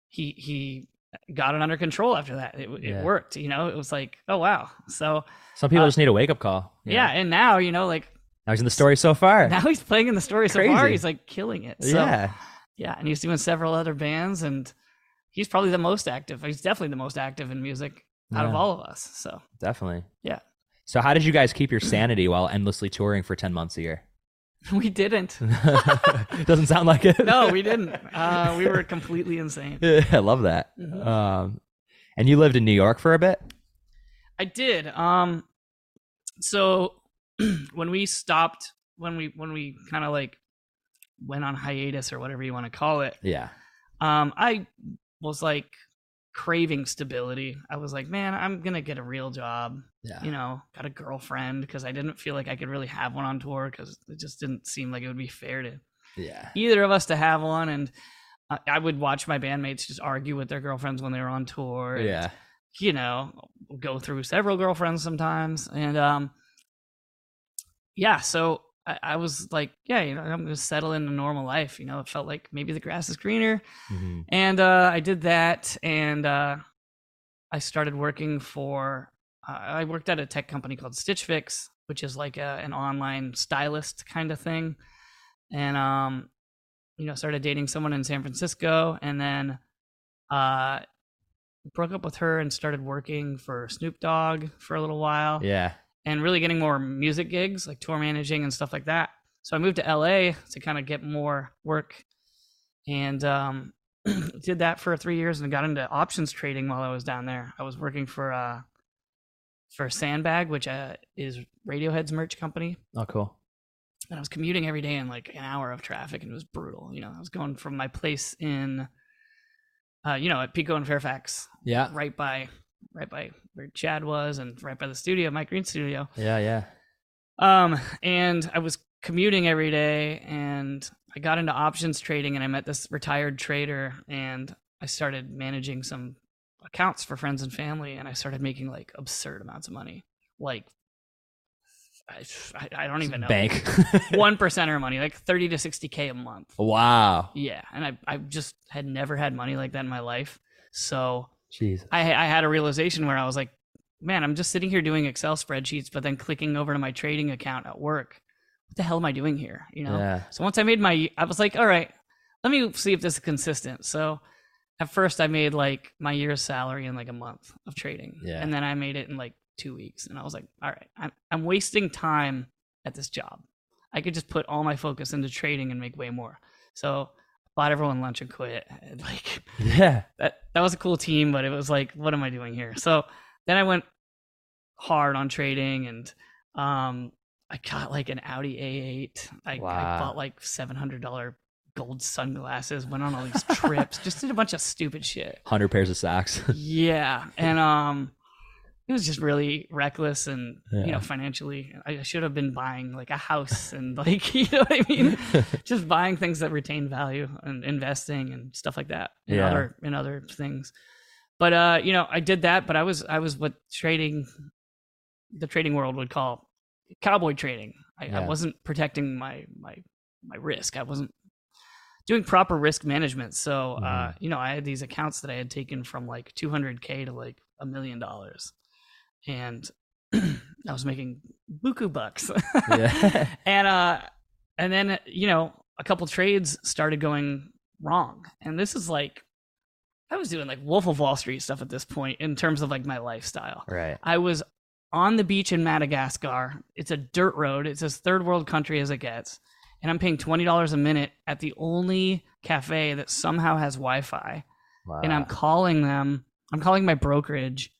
Speaker 4: he he got it under control after that it,
Speaker 2: Yeah.
Speaker 4: it worked you know it was like oh wow so
Speaker 2: Some people
Speaker 4: uh,
Speaker 2: just need a wake up call. you know?
Speaker 4: yeah and now you know like
Speaker 2: I was in the story so far.
Speaker 4: now he's playing in the story so far.
Speaker 2: Crazy.
Speaker 4: He's like killing it. So, yeah,
Speaker 2: yeah.
Speaker 4: yeah, and he's doing several other bands, and he's probably the most active. He's definitely the most active in music out of
Speaker 2: Yeah.
Speaker 4: all of us. So
Speaker 2: Definitely.
Speaker 4: Yeah.
Speaker 2: So how did you guys keep your sanity while endlessly touring for ten months a year?
Speaker 4: we didn't.
Speaker 2: Doesn't sound like it.
Speaker 4: No, we didn't. Uh, we were completely insane.
Speaker 2: I love that.
Speaker 4: Mhm.
Speaker 2: Um, and you lived in New York for a bit.
Speaker 4: I did. Um, so when we stopped, when we when we kind of like went on hiatus or whatever you want to call it,
Speaker 2: Yeah.
Speaker 4: um, I was like craving stability. I was like, man, I'm gonna get a real job.
Speaker 2: Yeah.
Speaker 4: you know, got a girlfriend because I didn't feel like I could really have one on tour because it just didn't seem like it would be fair to
Speaker 2: Yeah.
Speaker 4: either of us to have one. And I, I would watch my bandmates just argue with their girlfriends when they were on tour. and,
Speaker 2: Yeah.
Speaker 4: you know, go through several girlfriends sometimes. And um, yeah, so I, I was like, yeah, you know, I'm going to settle into normal life. You know, it felt like maybe the grass is greener
Speaker 2: Mhm.
Speaker 4: and uh, I did that, and uh, I started working for. Uh, I worked at a tech company called Stitch Fix, which is like a, an online stylist kind of thing, and um, you know, started dating someone in San Francisco, and then uh, broke up with her and started working for Snoop Dogg for a little while
Speaker 2: Yeah.
Speaker 4: and really getting more music gigs, like tour managing and stuff like that. So I moved to LA to kind of get more work and um, did that for three years and got into options trading while I was down there. I was working for uh, for Sandbag, which uh, is Radiohead's merch company.
Speaker 2: Oh, cool.
Speaker 4: And I was commuting every day in like an hour of traffic and it was brutal. You know, I was going from my place in, uh, you know, at Pico and Fairfax,
Speaker 2: Yeah.
Speaker 4: right by, right by where Chad was and right by the studio, my green studio.
Speaker 2: Yeah. Yeah.
Speaker 4: Um, and I was commuting every day and I got into options trading and I met this retired trader and I started managing some accounts for friends and family and I started making like absurd amounts of money. Like I, I- I don't even know.
Speaker 2: Bank.
Speaker 4: 1 percenter money, like 30 to 60k a month.
Speaker 2: wow.
Speaker 4: Yeah, and I I just had never had money like that in my life. So
Speaker 2: Jeez.
Speaker 4: I, I had a realization where I was like, man, I'm just sitting here doing Excel spreadsheets, but then clicking over to my trading account at work. What the hell am I doing here? You know?
Speaker 2: Yeah.
Speaker 4: So once I made my, I was like, all right, let me see if this is consistent. So at first I made like my year's salary in like a month of trading.
Speaker 2: Yeah.
Speaker 4: And then I made it in like two weeks. And I was like, all right, I'm, I'm wasting time at this job. I could just put all my focus into trading and make way more. So bought everyone lunch and quit. And like,
Speaker 2: Yeah.
Speaker 4: that that was a cool team, but it was like, what am I doing here? So then I went hard on trading and um I got like an Audi A8. I, I
Speaker 2: Wow.
Speaker 4: bought like $700 gold sunglasses, went on all these trips, just did a bunch of stupid shit.
Speaker 2: Hundred pairs of socks.
Speaker 4: Yeah. And um it was just really reckless and you
Speaker 2: Yeah.
Speaker 4: know financially I I should have been buying like a house and like you know what I mean just buying things that retain value and investing and stuff like that and
Speaker 2: Yeah.
Speaker 4: other and other things. But uh you know I did that but I was I was what trading the trading world would call cowboy trading. I,
Speaker 2: Yeah.
Speaker 4: I wasn't protecting my my my risk. I wasn't doing proper risk management. So, uh, you know, I had these accounts that I had taken from like 200K to like a million dollars. And I was making buku bucks.
Speaker 2: Yeah.
Speaker 4: and, uh, and then, you know, a couple trades started going wrong. And this is like, I was doing like Wolf of Wall Street stuff at this point in terms of like my lifestyle.
Speaker 2: right.
Speaker 4: I was on the beach in Madagascar. It's a dirt road. It's as third world country as it gets. And I'm paying $20 a minute at the only cafe that somehow has Wi Fi. And I'm
Speaker 2: Wow.
Speaker 4: calling them, I'm calling my brokerage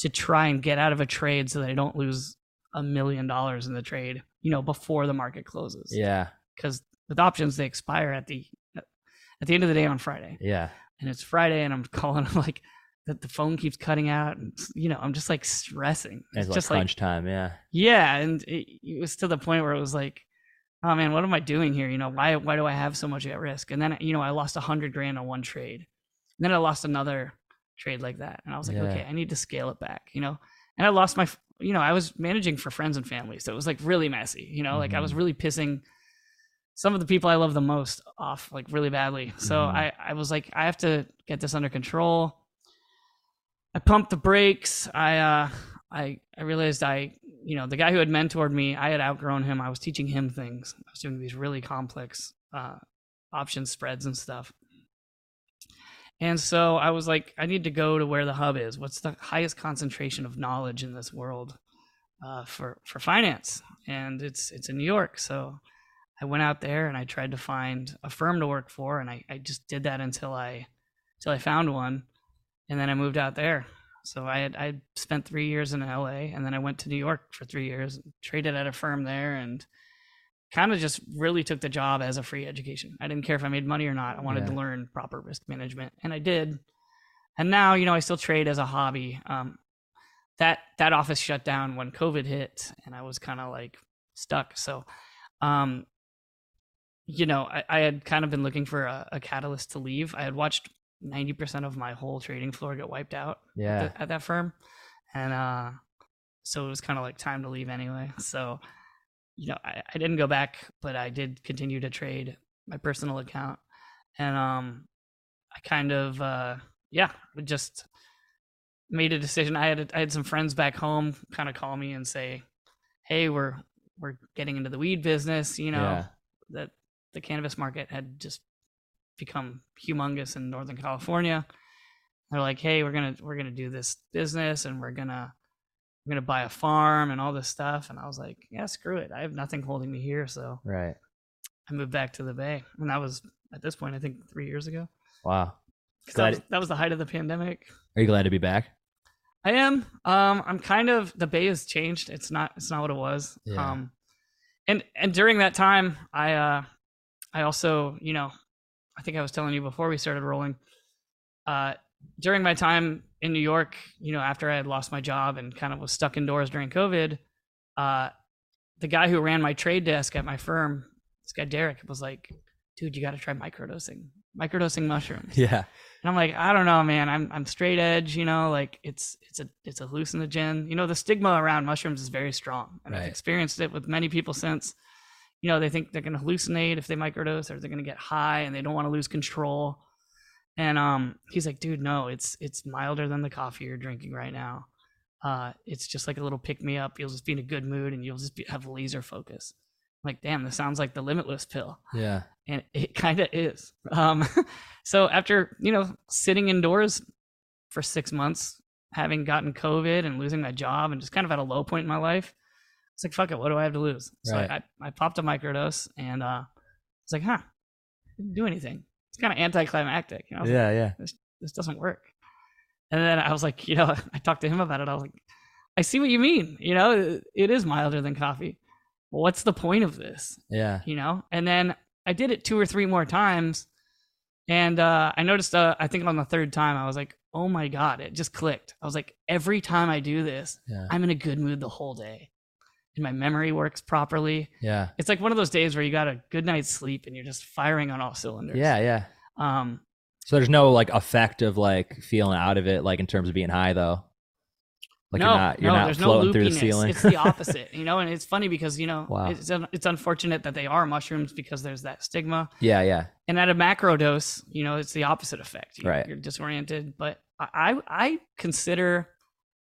Speaker 4: to try and get out of a trade so that I don't lose a million dollars in the trade, you know, before the market closes.
Speaker 2: Yeah.
Speaker 4: Because with options, they expire at the, at the end of the day on Friday
Speaker 2: Yeah.
Speaker 4: and it's Friday, and I'm calling. I'm like, the, the phone keeps cutting out, and you know, I'm just like stressing.
Speaker 2: It's
Speaker 4: It's
Speaker 2: like
Speaker 4: just like,
Speaker 2: crunch time. Yeah.
Speaker 4: yeah, and it, it was to the point where it was like, oh man, what am I doing here? You know, why why do I have so much at risk? And then you know, I lost a hundred grand on one trade, and then I lost another trade like that, and I was like,
Speaker 2: Yeah.
Speaker 4: okay, I need to scale it back, you know. And I lost my, f- you know, I was managing for friends and family, so it was like really messy, you know, like I was
Speaker 2: Mm-hmm.
Speaker 4: really pissing some of the people I love the most off like really badly. So
Speaker 2: Mhm.
Speaker 4: I I was like, I have to get this under control. I pumped the brakes. I uh I I realized I you know the guy who had mentored me I had outgrown him. I was teaching him things. I was doing these really complex uh, option spreads and stuff. And so I was like, I need to go to where the hub is. What's the highest concentration of knowledge in this world uh, for for finance? And it's it's in New York. So I went out there and I tried to find a firm to work for, and I, I just did that until I until I found one, and then I moved out there. So I had I had spent three years in L.A. and then I went to New York for three years, traded at a firm there, and kind of just really took the job as a free education. I didn't care if I made money or not. I wanted to
Speaker 2: Yeah.
Speaker 4: learn proper risk management, and I did. And now you know I still trade as a hobby. Um, that that office shut down when COVID hit, and I was kind of like stuck. So um, you know, I, I had kind of been looking for a, a catalyst to leave. I had watched 90% of my whole trading floor get wiped out at,
Speaker 2: Yeah.
Speaker 4: the- at that firm. And uh, so it was kind of like time to leave anyway. So, you know, I, I didn't go back, but I did continue to trade my personal account. And um, I kind of, uh, yeah, just made a decision. I had I had some friends back home kind of call me and say, "Hey, we're we're getting into the weed business, you know."
Speaker 2: Yeah.
Speaker 4: that the cannabis market had just become humongous in Northern California. They're like, "Hey, we're gonna we're gonna do this business, and we're gonna we're gonna buy a farm and all this stuff." And I was like, "Yeah, screw it. I have nothing holding me here." So
Speaker 2: Right.
Speaker 4: I moved back to the Bay, and that was at this point, I think, three years ago.
Speaker 2: Wow.
Speaker 4: 'Cause
Speaker 2: Glad-
Speaker 4: That was, that was the height of the pandemic.
Speaker 2: Are you glad to be back?
Speaker 4: I am. Um, I'm kind of the bay has changed. It's not. It's not what it was.
Speaker 2: Yeah.
Speaker 4: Um, and and during that time, I uh, I also you know, I think I was telling you before we started rolling. Uh, during my time in New York, you know, after I had lost my job and kind of was stuck indoors during COVID, uh, the guy who ran my trade desk at my firm, this guy Derek, was like, "Dude, you got to try microdosing. Microdosing mushrooms."
Speaker 2: Yeah.
Speaker 4: And I'm like, I don't know, man. I'm I'm straight edge, you know, like it's it's a it's a hallucinogen. You know, the stigma around mushrooms is very strong. And
Speaker 2: Right.
Speaker 4: I've experienced it with many people since. You know, they think they're gonna hallucinate if they microdose or they're gonna get high and they don't wanna lose control. And um he's like, dude, no, it's it's milder than the coffee you're drinking right now. Uh it's just like a little pick me up. You'll just be in a good mood and you'll just be, have laser focus. I'm like, damn, this sounds like the limitless pill
Speaker 2: Yeah.
Speaker 4: and it kind of is. Um, so after you know sitting indoors for six months, having gotten COVID and losing my job, and just kind of at a low point in my life, it's like fuck it, what do I have to lose? So
Speaker 2: Right.
Speaker 4: I, I, I popped a microdose, and uh, it's like, huh, didn't do anything. It's kind of anticlimactic. You know? I was like,
Speaker 2: Yeah. Yeah.
Speaker 4: this doesn't work. And then I was like, you know, I talked to him about it. I was like, I see what you mean. You know, it is milder than coffee. But what's the point of this?
Speaker 2: Yeah.
Speaker 4: you know and then i did it two or three more times and uh, i noticed uh, i think on the third time i was like oh my god it just clicked i was like every time i do this
Speaker 2: Yeah.
Speaker 4: i'm in a good mood the whole day and my memory works properly
Speaker 2: Yeah.
Speaker 4: it's like one of those days where you got a good night's sleep and you're just firing on all cylinders
Speaker 2: Yeah. Yeah.
Speaker 4: um
Speaker 2: So there's no like effect of like feeling out of it, like in terms of being high though. Like
Speaker 4: no,
Speaker 2: you're not you're
Speaker 4: no,
Speaker 2: not
Speaker 4: there's
Speaker 2: floating
Speaker 4: no
Speaker 2: through the
Speaker 4: loopiness.
Speaker 2: ceiling.
Speaker 4: It's the opposite, you know. And it's funny because you know
Speaker 2: Wow.
Speaker 4: it's un- it's unfortunate that they are mushrooms because there's that stigma.
Speaker 2: yeah, yeah.
Speaker 4: and at a macro dose, you know, it's the opposite effect. You're,
Speaker 2: Right.
Speaker 4: you're disoriented. But I, I, I consider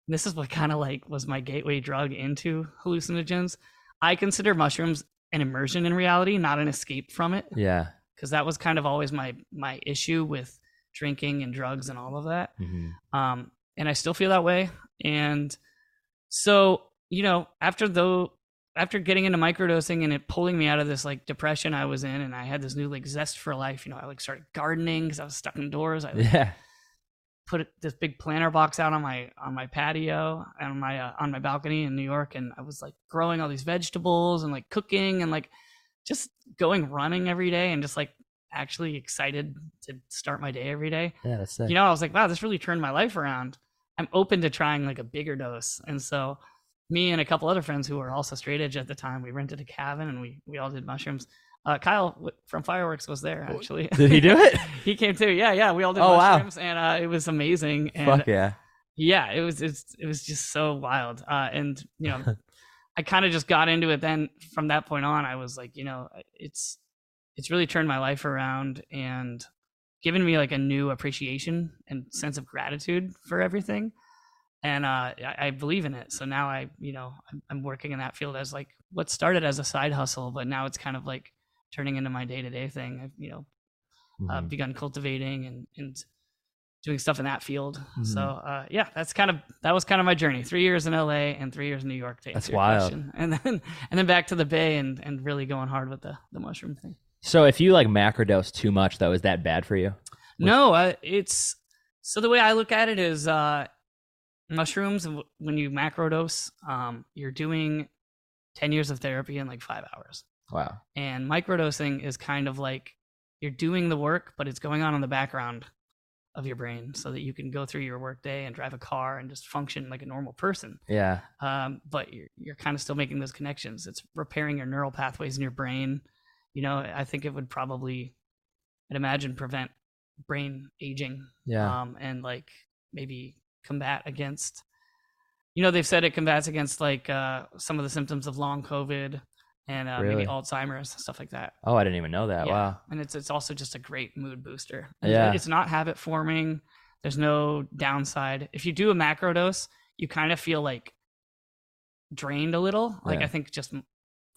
Speaker 4: this is what kind of like was my gateway drug into hallucinogens. I consider mushrooms an immersion in reality, not an escape from it,
Speaker 2: Yeah.
Speaker 4: because that was kind of always my my issue with drinking and drugs and all of that
Speaker 2: Mhm.
Speaker 4: um, and I still feel that way. And so, you know, after though, after getting into microdosing and it pulling me out of this like depression I was in, and I had this new like zest for life. You know, I like started gardening because I was stuck indoors. I like,
Speaker 2: Yeah.
Speaker 4: put this big planter box out on my on my patio on my uh, on my balcony in New York, and I was like growing all these vegetables and like cooking and like just going running every day and just like actually excited to start my day every day
Speaker 2: Yeah, that's it.
Speaker 4: you know, I was like, wow, this really turned my life around. I'm open to trying like a bigger dose. And so me and a couple other friends who were also straight edge at the time, we rented a cabin and we, we all did mushrooms. Uh, Kyle w- from Fireworks was there actually.
Speaker 2: Did he do it?
Speaker 4: he came too. Yeah. Yeah. We all did
Speaker 2: Oh, wow.
Speaker 4: mushrooms and uh, it was amazing. And
Speaker 2: Fuck yeah.
Speaker 4: yeah, it was, it's, it was just so wild. Uh, and you know, I kind of just got into it. Then from that point on, I was like, you know, it's, it's really turned my life around and given me like a new appreciation and sense of gratitude for everything and uh, I, I believe in it so now i you know I'm, I'm working in that field as like what started as a side hustle but now it's kind of like turning into my day-to-day thing i've you know uh,
Speaker 2: Mhm.
Speaker 4: begun cultivating and, and doing stuff in that field
Speaker 2: Mhm.
Speaker 4: so uh, yeah that's kind of that was kind of my journey three years in la and three years in new york to
Speaker 2: That's
Speaker 4: answer your
Speaker 2: wild.
Speaker 4: question. and then and then back to the bay and and really going hard with the the mushroom thing
Speaker 2: So if you like macrodose too much though, is that bad for you? Which-
Speaker 4: No, uh, it's so the way I look at it is uh, mushrooms. w- When you macrodose, um, you're doing ten years of therapy in like five hours,
Speaker 2: Wow.
Speaker 4: and microdosing is kind of like you're doing the work, but it's going on in the background of your brain, so that you can go through your workday and drive a car and just function like a normal person.
Speaker 2: Yeah.
Speaker 4: Um, but you're you're kind of still making those connections. It's repairing your neural pathways in your brain. You know, I think it would probably, I'd imagine, prevent brain aging
Speaker 2: Yeah.
Speaker 4: um, and like maybe combat against you know they've said it combats against like uh, some of the symptoms of long covid and uh,
Speaker 2: Really?
Speaker 4: maybe alzheimer's stuff like that
Speaker 2: oh, I didn't even know that.
Speaker 4: yeah.
Speaker 2: Wow.
Speaker 4: and it's it's also just a great mood booster And
Speaker 2: Yeah.
Speaker 4: it's not habit forming there's no downside if you do a macro dose you kind of feel like drained a little like
Speaker 2: Yeah.
Speaker 4: i think just m-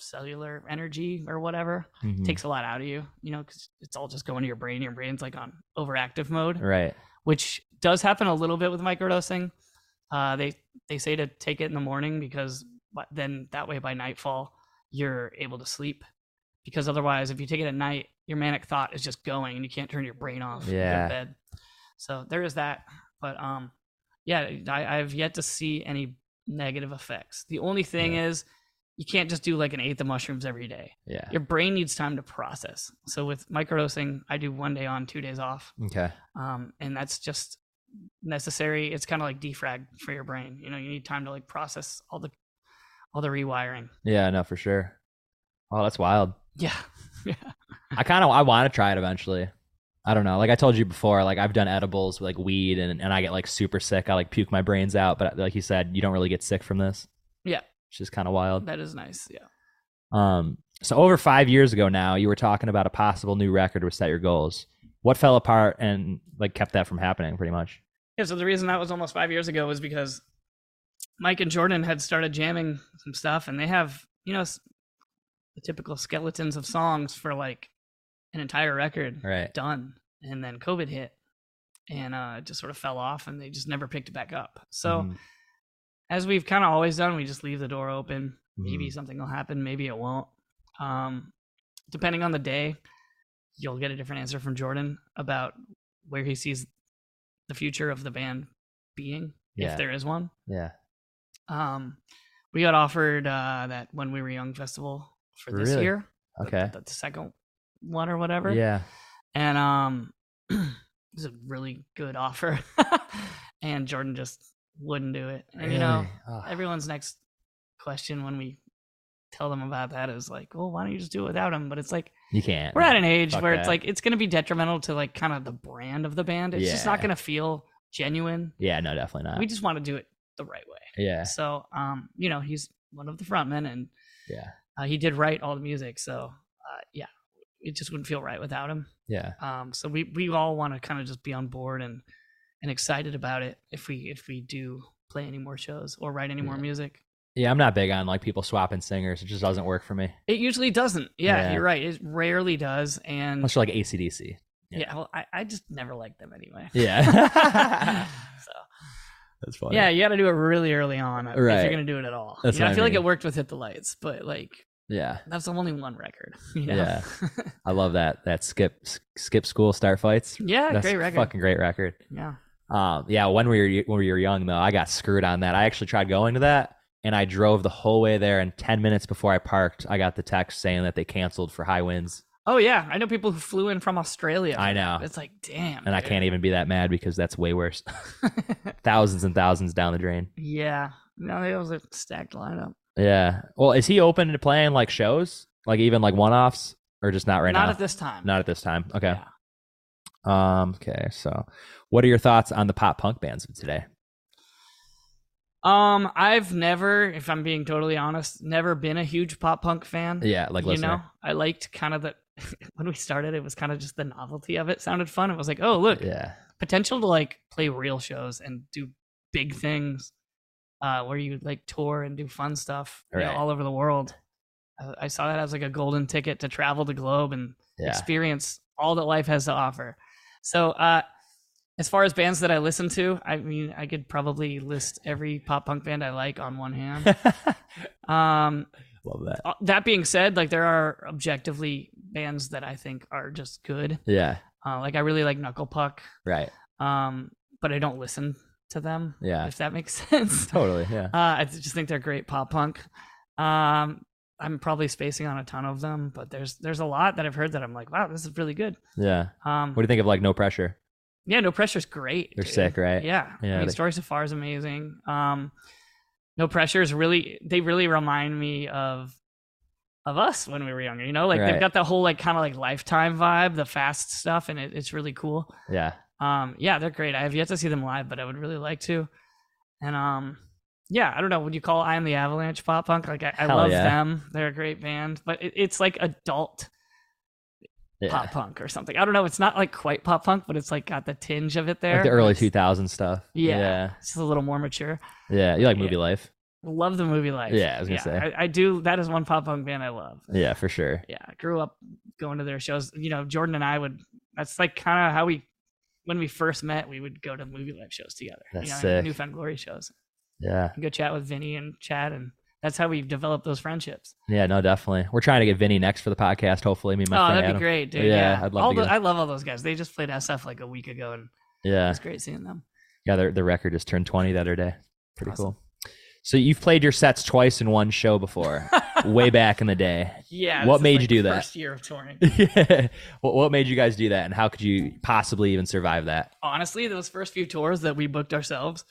Speaker 4: cellular energy or whatever
Speaker 2: Mhm.
Speaker 4: takes a lot out of you you know because it's all just going to your brain your brain's like on overactive mode
Speaker 2: right.
Speaker 4: which does happen a little bit with microdosing. Uh, they they say to take it in the morning because bu- then that way by nightfall you're able to sleep. Because otherwise, if you take it at night, your manic thought is just going and you can't turn your brain off. when you're in
Speaker 2: Yeah.
Speaker 4: bed. So there is that, but um, yeah, I, I've yet to see any negative effects. The only thing is, you can't just do like an eighth of mushrooms every day.
Speaker 2: Yeah.
Speaker 4: Your brain needs time to process. So with microdosing, I do one day on, two days off
Speaker 2: okay.
Speaker 4: um, and that's just necessary. It's kind of like defrag for your brain. You know, you need time to like process all the all the rewiring.
Speaker 2: Yeah, no, for sure. Oh, that's wild.
Speaker 4: Yeah, yeah,
Speaker 2: I kind of I want to try it eventually. I don't know. Like I told you before, like I've done edibles with like weed and and I get like super sick. I like puke my brains out, but like you said, you don't really get sick from this.
Speaker 4: Yeah.
Speaker 2: Which is kind of wild.
Speaker 4: that is nice. Yeah,
Speaker 2: Um so over 5 years ago now, you were talking about a possible new record to set your goals. What fell apart and like kept that from happening pretty much?
Speaker 4: yeah. So the reason that was almost five years ago was because Mike and Jordan had started jamming some stuff, and they have you know s- the typical skeletons of songs for like an entire record
Speaker 2: Right.
Speaker 4: done, and then COVID hit, and uh, it just sort of fell off, and they just never picked it back up. So.
Speaker 2: Mhm.
Speaker 4: as we've kind of always done, we just leave the door open. Maybe
Speaker 2: Mhm.
Speaker 4: something will happen, maybe it won't. Um, depending on the day, you'll get a different answer from Jordan about where he sees the future of the band being,
Speaker 2: Yeah.
Speaker 4: if there is one.
Speaker 2: Mm-hmm. Yeah.
Speaker 4: Um, we got offered uh, that when we were young festival for this
Speaker 2: Really?
Speaker 4: year,
Speaker 2: Okay.
Speaker 4: the, the second one or whatever.
Speaker 2: Yeah.
Speaker 4: and um, it was a really good offer, and Jordan just wouldn't do it. And you know,
Speaker 2: Really? Ugh.
Speaker 4: everyone's next question when we tell them about that is like, well, why don't you just do it without him? But it's like
Speaker 2: you can't.
Speaker 4: we're at an age
Speaker 2: fuck
Speaker 4: where it's
Speaker 2: that.
Speaker 4: like it's gonna be detrimental to like kind of the brand of the band. It's just not
Speaker 2: Yeah.
Speaker 4: gonna feel genuine.
Speaker 2: Yeah, no, definitely not.
Speaker 4: We just want to do it the right way.
Speaker 2: yeah,
Speaker 4: So, um, you know, he's one of the frontmen, and
Speaker 2: yeah,
Speaker 4: uh, he did write all the music. So, uh, yeah, it just wouldn't feel right without him.
Speaker 2: yeah.
Speaker 4: Um, so we we all want to kind of just be on board and and excited about it if we if we do play any more shows or write any more
Speaker 2: Yeah.
Speaker 4: music.
Speaker 2: Yeah, I'm not big on like people swapping singers. It just doesn't work for me.
Speaker 4: It usually doesn't. Yeah,
Speaker 2: Yeah.
Speaker 4: you're right. It rarely does. And
Speaker 2: Unless you're like ACDC. yeah.
Speaker 4: yeah, well, I, I just never liked them anyway.
Speaker 2: Yeah.
Speaker 4: so
Speaker 2: That's funny.
Speaker 4: yeah, you got to do it really early on if
Speaker 2: Right.
Speaker 4: you're gonna do it at all.
Speaker 2: That's
Speaker 4: You know,
Speaker 2: what
Speaker 4: I
Speaker 2: I
Speaker 4: feel like
Speaker 2: mean.
Speaker 4: it worked with Hit the Lights, but like
Speaker 2: Yeah.
Speaker 4: that's only one record. you know?
Speaker 2: Yeah. I love that. That skip s- skip school start fights.
Speaker 4: yeah,
Speaker 2: That's
Speaker 4: great record.
Speaker 2: Fucking great record.
Speaker 4: yeah,
Speaker 2: Um, yeah, when we were when we were young though, I got screwed on that. I actually tried going to that, and I drove the whole way there. And ten minutes before I parked, I got the text saying that they canceled for high winds,
Speaker 4: oh yeah, I know people who flew in from Australia.
Speaker 2: I
Speaker 4: for that.
Speaker 2: know.
Speaker 4: It's like damn,
Speaker 2: and I e-
Speaker 4: dude.
Speaker 2: can't even be that mad because that's way worse. thousands and thousands down the drain.
Speaker 4: Yeah. No, it was a stacked lineup.
Speaker 2: Yeah. Well, is he open to playing like shows, like even like one offs, or just not right
Speaker 4: Not
Speaker 2: now?
Speaker 4: at this time.
Speaker 2: not at this time. Okay. Um. Okay. So, what are your thoughts on the pop punk bands of today?
Speaker 4: Um, I've never, if I'm being totally honest, never been a huge pop punk fan.
Speaker 2: Yeah, like
Speaker 4: Mm. you
Speaker 2: listener.
Speaker 4: know, I liked kind of the when we started, it was kind of just the novelty of it sounded fun. It was like, oh look,
Speaker 2: Yeah.
Speaker 4: potential to like play real shows and do big things, uh, where you like tour and do fun stuff you know,
Speaker 2: Right.
Speaker 4: all over the world. I, I saw that as like a golden ticket to travel the globe and
Speaker 2: Yeah.
Speaker 4: experience all that life has to offer. So, uh, as far as bands that I listen to, I mean, I could probably list every pop punk band I like on one hand. um,
Speaker 2: love that.
Speaker 4: uh, that being said, like there are objectively bands that I think are just good.
Speaker 2: Yeah.
Speaker 4: Uh, like I really like Knuckle Puck,
Speaker 2: Right.
Speaker 4: um, but I don't listen to them.
Speaker 2: Yeah.
Speaker 4: if that makes sense.
Speaker 2: Totally. Yeah.
Speaker 4: Uh, I just think they're great pop punk. Um, I'm probably spacing on a ton of them, but there's there's a lot that I've heard that I'm like, wow, this is really good.
Speaker 2: Yeah.
Speaker 4: Um,
Speaker 2: What do you think of like No Pressure?
Speaker 4: Yeah, no pressure's great.
Speaker 2: They're
Speaker 4: dude.
Speaker 2: sick, right?
Speaker 4: Yeah.
Speaker 2: Yeah,
Speaker 4: I mean,
Speaker 2: they-
Speaker 4: Story so far is amazing. Um, no pressure is really they really remind me of of us when we were younger. You know, like
Speaker 2: Right.
Speaker 4: they've got the whole like kind of like lifetime vibe, the fast stuff, and it, it's really cool.
Speaker 2: Yeah.
Speaker 4: Um, yeah, they're great. I have yet to see them live, but I would really like to. And um, yeah, I don't know. Would you call I Am the Avalanche pop punk? Like I, I
Speaker 2: Hell
Speaker 4: love
Speaker 2: yeah.
Speaker 4: them. They're a great band, but it, it's like adult
Speaker 2: Yeah.
Speaker 4: pop punk or something. I don't know. It's not like quite pop punk, but it's like got the tinge of it there.
Speaker 2: Like the early
Speaker 4: It's-
Speaker 2: 2000 stuff.
Speaker 4: Yeah.
Speaker 2: Yeah.
Speaker 4: It's a little more mature.
Speaker 2: Yeah. You like
Speaker 4: Yeah.
Speaker 2: movie life?
Speaker 4: Love the movie life.
Speaker 2: Yeah, I was gonna say.
Speaker 4: I, I do. That is one pop punk band I love.
Speaker 2: Yeah, for sure.
Speaker 4: Yeah, I grew up going to their shows. You know, Jordan and I would. That's like kind of how we, when we first met, we would go to movie life shows together.
Speaker 2: That's
Speaker 4: you know, and
Speaker 2: sick.
Speaker 4: Newfound Glory shows.
Speaker 2: Yeah.
Speaker 4: And go chat with Vinny and Chad, and that's how we've developed those friendships.
Speaker 2: Yeah. No, definitely. We're trying to get Vinny next for the podcast. Hopefully, me and my
Speaker 4: oh,
Speaker 2: friend
Speaker 4: that'd
Speaker 2: Adam.
Speaker 4: be great, dude.
Speaker 2: Yeah,
Speaker 4: Yeah,
Speaker 2: I'd love
Speaker 4: all
Speaker 2: to go.
Speaker 4: tho- I love all those guys. They just played SF like a week ago, and
Speaker 2: Yeah.
Speaker 4: it's great seeing them.
Speaker 2: Yeah. The, the record just turned 20 the other day. Pretty
Speaker 4: Awesome.
Speaker 2: cool. So you've played your sets twice in one show before, way back in the day.
Speaker 4: Yeah.
Speaker 2: What
Speaker 4: this is,
Speaker 2: made you
Speaker 4: like,
Speaker 2: do
Speaker 4: the
Speaker 2: that?
Speaker 4: First year of touring.
Speaker 2: yeah. What, what made you guys do that, and how could you possibly even survive that?
Speaker 4: honestly, those first few tours that we booked ourselves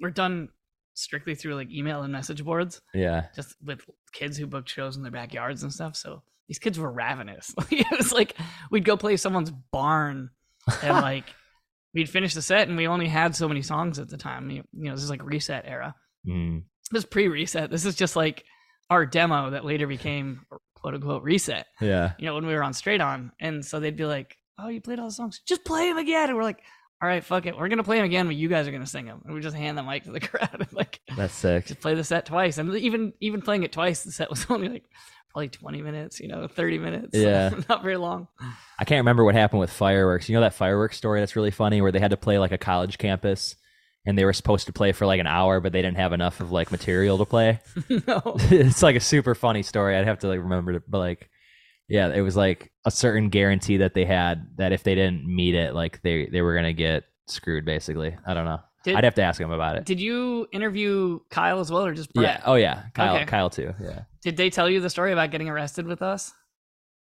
Speaker 4: were done strictly through like email and message boards,
Speaker 2: Yeah.
Speaker 4: just with kids who booked shows in their backyards and stuff. So these kids were ravenous. Like, it was like we'd go play someone's barn and like we'd finish the set and we only had so many songs at the time. You you know, this is like reset era.
Speaker 2: Mm.
Speaker 4: This is pre-reset. This is just like our demo that later became quote unquote reset
Speaker 2: Yeah.
Speaker 4: you know, when we were on Straight On. And so they'd be like, oh, you played all the songs. Just play them again. And we're like, all right, fuck it. We're going to play them again, but you guys are going to sing them. And we just hand the mic to the crowd and like,
Speaker 2: That's sick.
Speaker 4: just play the set twice. And even even playing it twice, the set was only like probably 20 minutes, you know, 30 minutes.
Speaker 2: Yeah.
Speaker 4: Not very long.
Speaker 2: I can't remember what happened with fireworks. You know that fireworks story that's really funny where they had to play like a college campus and they were supposed to play for like an hour but they didn't have enough of like material to play.
Speaker 4: no.
Speaker 2: it's like a super funny story. I'd have to like remember it but like yeah, it was like a certain guarantee that they had that if they didn't meet it like they they were going to get screwed basically. I don't know.
Speaker 4: Did-
Speaker 2: I'd have to ask him about it.
Speaker 4: Did you interview Kyle as well, or just Brett?
Speaker 2: Yeah. Oh yeah. Kyle.
Speaker 4: Okay.
Speaker 2: Kyle too. Yeah.
Speaker 4: Did they tell you the story about getting arrested with us?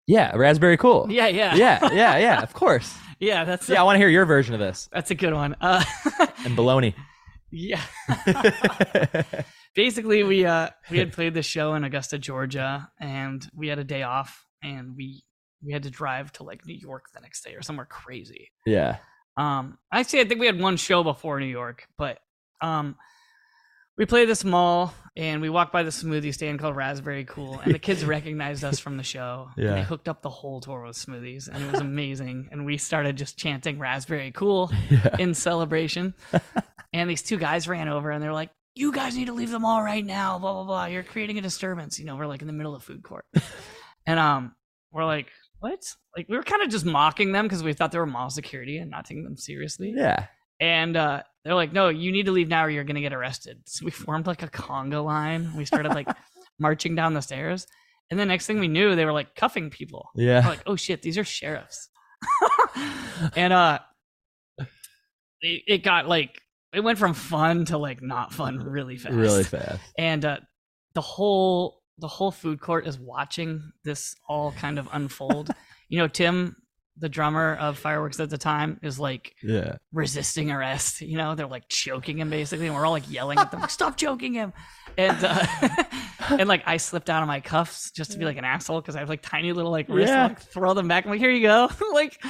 Speaker 2: Yeah. Raspberry cool.
Speaker 4: Yeah, yeah,
Speaker 2: Oh. Yeah. Yeah. Yeah. Of course.
Speaker 4: yeah. That's
Speaker 2: Yeah. I
Speaker 4: a,
Speaker 2: want to hear your version of this
Speaker 4: that's a good one. Uh,
Speaker 2: and baloney.
Speaker 4: yeah. Basically, we uh we had played this show in Augusta, Georgia, and we had a day off, and we we had to drive to like New York the next day or somewhere crazy.
Speaker 2: yeah.
Speaker 4: Um, actually, I think we had one show before New York, but um, we played this mall and we walked by the smoothie stand called Raspberry Cool, and the kids recognized us from the show. And
Speaker 2: Yeah.
Speaker 4: they hooked up the whole tour with smoothies, and it was amazing. and we started just chanting Raspberry Cool
Speaker 2: Yeah.
Speaker 4: in celebration. and these two guys ran over and they're like, "You guys need to leave the mall right now!" Blah blah blah. You're creating a disturbance. You know, we're like in the middle of food court, and um, we're like, "What?" Like we were kind of just mocking them because we thought they were mall security and not taking them seriously.
Speaker 2: Yeah.
Speaker 4: And uh, they're like, "No, you need to leave now, or you're gonna get arrested." So we formed like a conga line. We started like marching down the stairs, and the next thing we knew, they were like cuffing people. I'm
Speaker 2: Yeah.
Speaker 4: like, oh shit, these are sheriffs. and uh it, it got like it went from fun to like not fun really fast.
Speaker 2: Really fast.
Speaker 4: And uh the whole the whole food court is watching this all kind of unfold. you know, Tim, the drummer of fireworks at the time, is like
Speaker 2: Yeah.
Speaker 4: resisting arrest. You know, they're like choking him basically, and we're all like yelling at them, like, "Stop choking him!" And uh, and like I slipped out of my cuffs just to be like an asshole because I have like tiny little like wrists,
Speaker 2: Yeah.
Speaker 4: and, like, throw them back. I'm like, "Here you go!" like,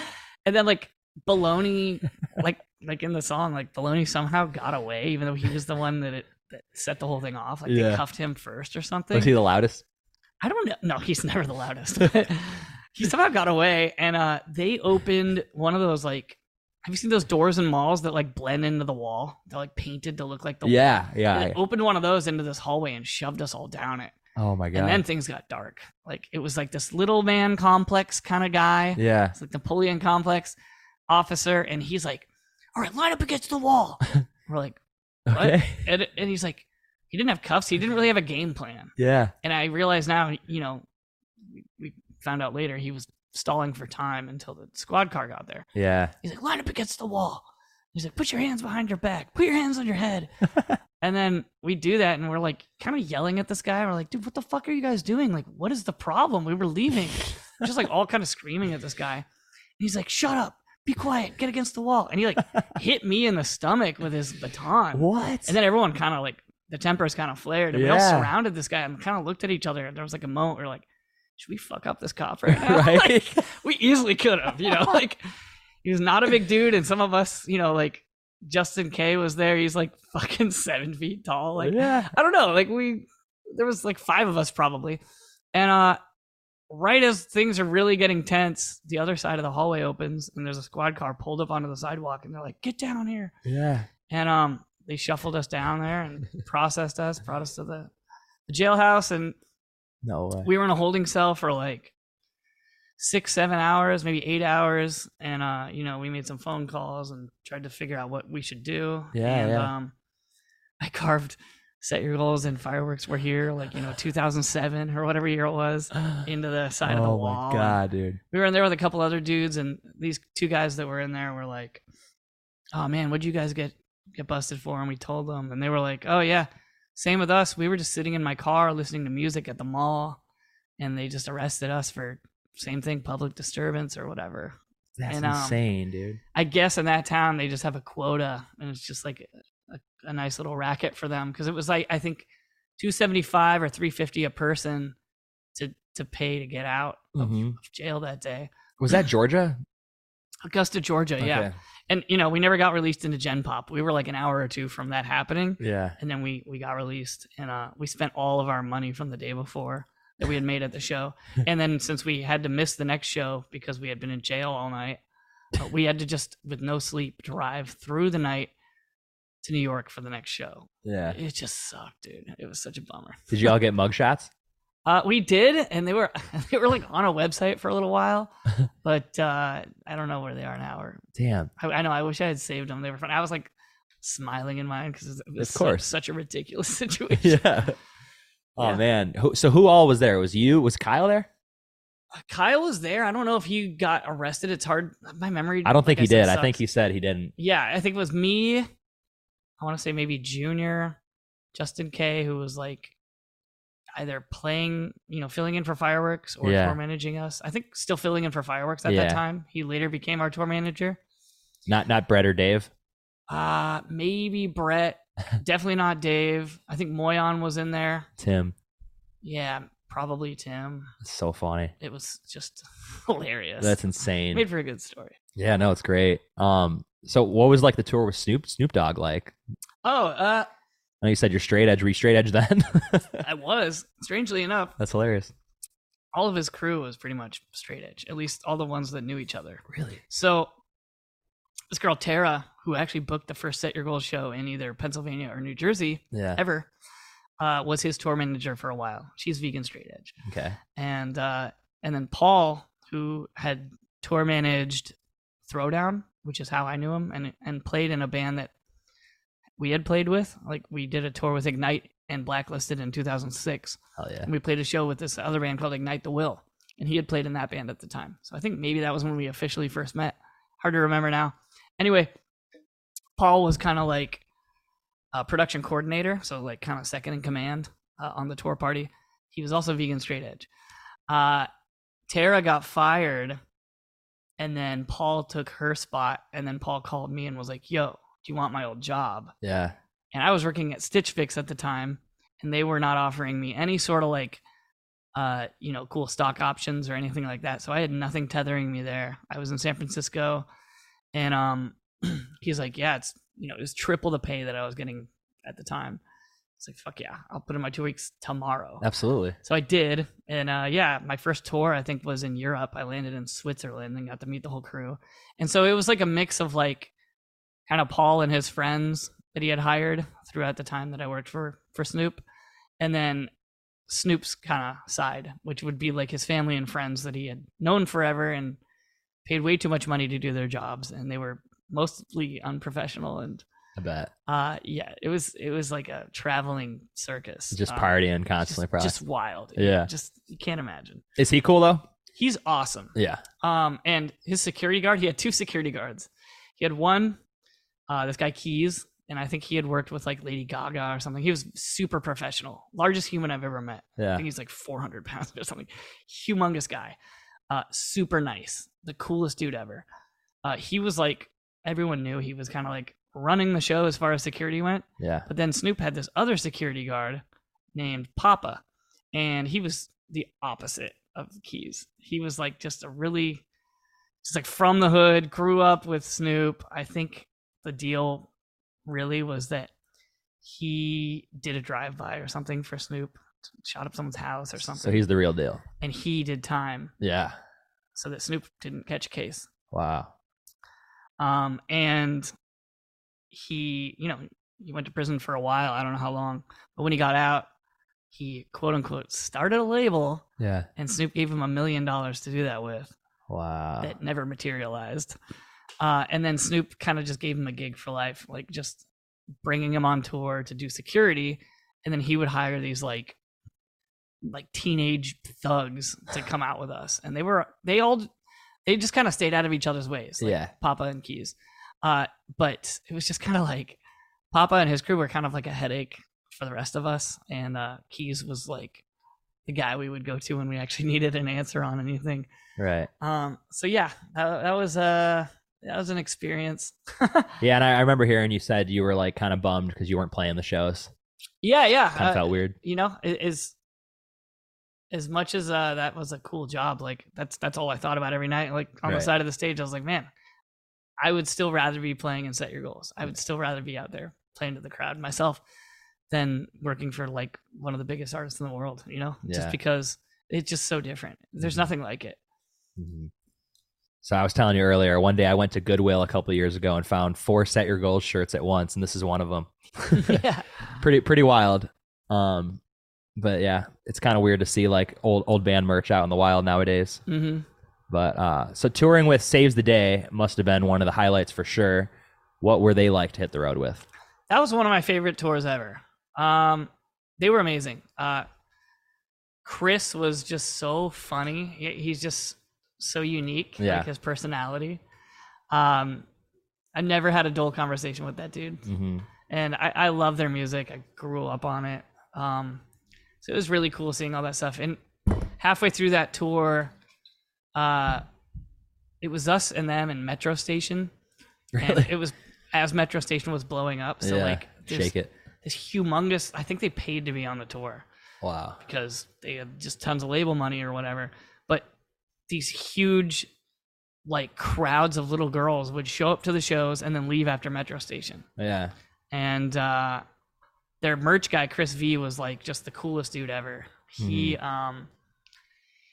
Speaker 4: and then like baloney, like like in the song, like baloney somehow got away, even though he was the one that it. That set the whole thing off. Like they
Speaker 2: Yeah.
Speaker 4: cuffed him first or something.
Speaker 2: Was he the loudest?
Speaker 4: I don't know. No, he's never the loudest. but he somehow got away, and uh, they opened one of those like. Have you seen those doors in malls that like blend into the wall? They're like painted to look like the wall.
Speaker 2: Yeah.
Speaker 4: And
Speaker 2: Yeah.
Speaker 4: They opened one of those into this hallway and shoved us all down it.
Speaker 2: Oh my god.
Speaker 4: And then things got dark. Like it was like this little man complex kind of guy.
Speaker 2: yeah.
Speaker 4: It's like Napoleon complex officer, and he's like, "All right, line up against the wall." We're like, "What?"
Speaker 2: Okay.
Speaker 4: And, and he's like, "He didn't have cuffs. He didn't really have a game plan."
Speaker 2: Yeah.
Speaker 4: and I realize now, you know, we- we found out later he was stalling for time until the squad car got there.
Speaker 2: Yeah.
Speaker 4: He's like, line up against the wall. He's like, put your hands behind your back, put your hands on your head. and then we do that, and we're like, kind of yelling at this guy. We're like, dude, what the fuck are you guys doing? Like, what is the problem? We were leaving, just like all kind of screaming at this guy. And he's like, shut up, be quiet, get against the wall. And he like hit me in the stomach with his baton.
Speaker 2: What?
Speaker 4: And then everyone kind of like the tempers kind of flared, and we all
Speaker 2: Yeah.
Speaker 4: surrounded this guy and kind of looked at each other. And there was like a moment where like, should we fuck up this cop right now?
Speaker 2: right.
Speaker 4: we easily could have, you know, like he was not a big dude, and some of us, you know, like Justin K was there. He's like fucking seven feet tall. Like "Ah."
Speaker 2: yeah.
Speaker 4: I don't know, like we there was like five of us probably, and uh. Right as things are really getting tense, the other side of the hallway opens and there's a squad car pulled up onto the sidewalk and they're like, "Get down here."
Speaker 2: Yeah.
Speaker 4: and um they shuffled us down there and processed us brought us to the, the jailhouse and
Speaker 2: No way.
Speaker 4: we were in a holding cell for like six seven hours maybe eight hours and uh you know we made some phone calls and tried to figure out what we should do
Speaker 2: Yeah,
Speaker 4: and
Speaker 2: yeah.
Speaker 4: um i carved set your goals and fireworks were here like you know 2007 or whatever year it was into the
Speaker 2: oh
Speaker 4: side of the
Speaker 2: my
Speaker 4: wall and-
Speaker 2: god, dude.
Speaker 4: we were in there with a couple other dudes, and these two guys that were in there were like, "Oh man, what'd you guys get get busted for?" And we told them, and they were like, "Oh yeah, same with us. We were just sitting in my car listening to music at the mall, and they just arrested us for same thing, public disturbance or whatever."
Speaker 2: That's
Speaker 4: and, um,
Speaker 2: insane, dude.
Speaker 4: I guess in that town they just have a quota, and it's just like a, a nice little racket for them because it was like I think two seventy five or three fifty a person to to pay to get out of,
Speaker 2: Mhm.
Speaker 4: of jail that day.
Speaker 2: Was that Georgia?
Speaker 4: Augusta, Georgia, yeah.
Speaker 2: Okay.
Speaker 4: And you know, we never got released into Gen Pop. We were like an hour or two from that happening,
Speaker 2: Yeah.
Speaker 4: and then we we got released, and uh, we spent all of our money from the day before that we had made at the show. And then since we had to miss the next show because we had been in jail all night, uh, we had to just with no sleep drive through the night to New York for the next show.
Speaker 2: Yeah.
Speaker 4: It just sucked, dude. It was such a bummer.
Speaker 2: Did you all get mugshots?
Speaker 4: Uh, we did, and they were they were like on a website for a little while, but uh, I don't know where they are now or
Speaker 2: Damn.
Speaker 4: I, I know. I wish I had saved them. They were fun. I was like smiling in mine because it was
Speaker 2: Of
Speaker 4: su-
Speaker 2: course.
Speaker 4: such a ridiculous situation.
Speaker 2: Yeah. Oh
Speaker 4: Yeah.
Speaker 2: man. Who, so who all was there? Was you? Was Kyle there?
Speaker 4: Kyle was there. I don't know if he got arrested. It's hard. My memory.
Speaker 2: I don't
Speaker 4: like
Speaker 2: think he
Speaker 4: said,
Speaker 2: did. I think
Speaker 4: sucks.
Speaker 2: he said he didn't.
Speaker 4: Yeah, I think it was me, I want to say maybe junior Justin K, who was like either playing, you know, filling in for fireworks or
Speaker 2: Yeah.
Speaker 4: tour managing us. I think still filling in for fireworks at
Speaker 2: Yeah.
Speaker 4: that time. He later became our tour manager.
Speaker 2: Not not Brett or Dave.
Speaker 4: Uh maybe Brett, definitely not Dave. I think Moyon was in there.
Speaker 2: Tim.
Speaker 4: Yeah, probably Tim.
Speaker 2: That's so funny.
Speaker 4: It was just hilarious.
Speaker 2: That's insane.
Speaker 4: made for a good story.
Speaker 2: Yeah, no, it's great. Um, so what was like the tour with Snoop Snoop Dogg like?
Speaker 4: Oh, uh,
Speaker 2: I know you said you're straight edge. Were you straight edge then?
Speaker 4: I was strangely enough,
Speaker 2: That's hilarious.
Speaker 4: all of his crew was pretty much straight edge. At least all the ones that knew each other.
Speaker 2: Really?
Speaker 4: So this girl Tara, who actually booked the first Set Your Goal show in either Pennsylvania or New Jersey
Speaker 2: Yeah.
Speaker 4: ever, uh, was his tour manager for a while. She's vegan straight edge,
Speaker 2: Okay.
Speaker 4: and uh, and then Paul, who had tour managed Throwdown, which is how I knew him, and and played in a band that we had played with. Like we did a tour with Ignite and Blacklisted in 2006
Speaker 2: Hell yeah.
Speaker 4: and we played a show with this other band called Ignite the Will, and he had played in that band at the time. So I think maybe that was when we officially first met. Hard to remember now. Anyway, Paul was kind of like a production coordinator, so like kind of second in command uh, on the tour party. He was also vegan straight edge. Uh, Tara got fired, and then Paul took her spot, and then Paul called me and was like, "Yo, do you want my old job?"
Speaker 2: Yeah.
Speaker 4: and I was working at Stitch Fix at the time, and they were not offering me any sort of like, uh, you know, cool stock options or anything like that. So I had nothing tethering me there. I was in San Francisco, and um, he's like, "Yeah, it's you know, it was triple the pay that I was getting at the time." It's like, "Fuck yeah, I'll put in my two weeks tomorrow."
Speaker 2: Absolutely.
Speaker 4: So I did, and uh, yeah, my first tour I think was in Europe. I landed in Switzerland and got to meet the whole crew, and so it was like a mix of like kind of Paul and his friends that he had hired throughout the time that I worked for for Snoop, and then Snoop's kind of side, which would be like his family and friends that he had known forever and paid way too much money to do their jobs, and they were mostly unprofessional and
Speaker 2: I bet.
Speaker 4: uh yeah it was it was like a traveling circus
Speaker 2: Just
Speaker 4: Um,
Speaker 2: partying constantly.
Speaker 4: just,
Speaker 2: probably.
Speaker 4: just wild.
Speaker 2: Yeah.
Speaker 4: Just you can't imagine.
Speaker 2: Is he cool though?
Speaker 4: He's awesome.
Speaker 2: Yeah.
Speaker 4: Um, and his security guard, he had two security guards. He had one, uh, this guy Keys, and I think he had worked with like Lady Gaga or something. He was super professional, largest human I've ever met. I
Speaker 2: Yeah.
Speaker 4: think he's like 400 pounds or something. Humongous guy. Uh, super nice. The coolest dude ever. Uh, he was like, everyone knew he was kind of like running the show as far as security went.
Speaker 2: Yeah.
Speaker 4: But then Snoop had this other security guard named Papa, and he was the opposite of Keys. He was like just a really, just like from the hood, grew up with Snoop. I think the deal really was that he did a drive by or something for Snoop, shot up someone's house or something,
Speaker 2: So he's the real deal.
Speaker 4: and he did time
Speaker 2: Yeah.
Speaker 4: so that Snoop didn't catch a case
Speaker 2: Wow.
Speaker 4: um, and he you know he went to prison for a while i don't know how long but when he got out he quote unquote started a label
Speaker 2: Yeah.
Speaker 4: and snoop gave him a million dollars to do that with
Speaker 2: Wow.
Speaker 4: that never materialized uh, and then snoop kind of just gave him a gig for life like just bringing him on tour to do security and then he would hire these like like teenage thugs to come out with us and they were they all they just kind of stayed out of each other's ways like,
Speaker 2: yeah.
Speaker 4: Papa and Keys. Uh, but it was just kind of like Papa and his crew were kind of like a headache for the rest of us, and uh, Keys was like the guy we would go to when we actually needed an answer on anything.
Speaker 2: Right.
Speaker 4: Um, so yeah, that, that was uh, that was an experience.
Speaker 2: Yeah. And I, I remember hearing you said you were like kind of bummed because you weren't playing the shows.
Speaker 4: yeah, yeah.
Speaker 2: Kind of
Speaker 4: uh,
Speaker 2: felt weird.
Speaker 4: you know, it is as much as uh, that was a cool job. Like that's that's all I thought about every night. Like on
Speaker 2: Right.
Speaker 4: the side of the stage, I was like, man, I would still rather be playing and set your goals. I
Speaker 2: Mm.
Speaker 4: would still rather be out there playing to the crowd myself than working for like one of the biggest artists in the world. You know,
Speaker 2: Yeah.
Speaker 4: just because it's just so different. There's
Speaker 2: Mhm.
Speaker 4: nothing like it.
Speaker 2: Mhm. So I was telling you earlier, one day I went to Goodwill a couple of years ago and found four Set Your Goals shirts at once, and this is one of them.
Speaker 4: yeah,
Speaker 2: pretty pretty wild. Um, but yeah, it's kind of weird to see like old old band merch out in the wild nowadays.
Speaker 4: hmm
Speaker 2: But uh, so touring with Saves the Day must have been one of the highlights for sure. What were they like to hit the road with?
Speaker 4: that was one of my favorite tours ever. Um, they were amazing. Uh, Chris was just so funny. He, he's just so unique.
Speaker 2: Yeah.
Speaker 4: Like his personality. Um, I never had a dull conversation with that dude.
Speaker 2: Mm-hmm.
Speaker 4: and I, I love their music. I grew up on it. Um, so it was really cool seeing all that stuff. And halfway through that tour, uh, it was us and them and Metro Station. And it was as Metro Station was blowing up. So
Speaker 2: yeah.
Speaker 4: like this,
Speaker 2: shake it.
Speaker 4: this humongous. I think they paid to be on the tour
Speaker 2: Wow.
Speaker 4: because they had just tons of label money or whatever. But these huge, like crowds of little girls would show up to the shows and then leave after Metro Station
Speaker 2: Yeah.
Speaker 4: and uh, their merch guy Chris V was like just the coolest dude ever. He um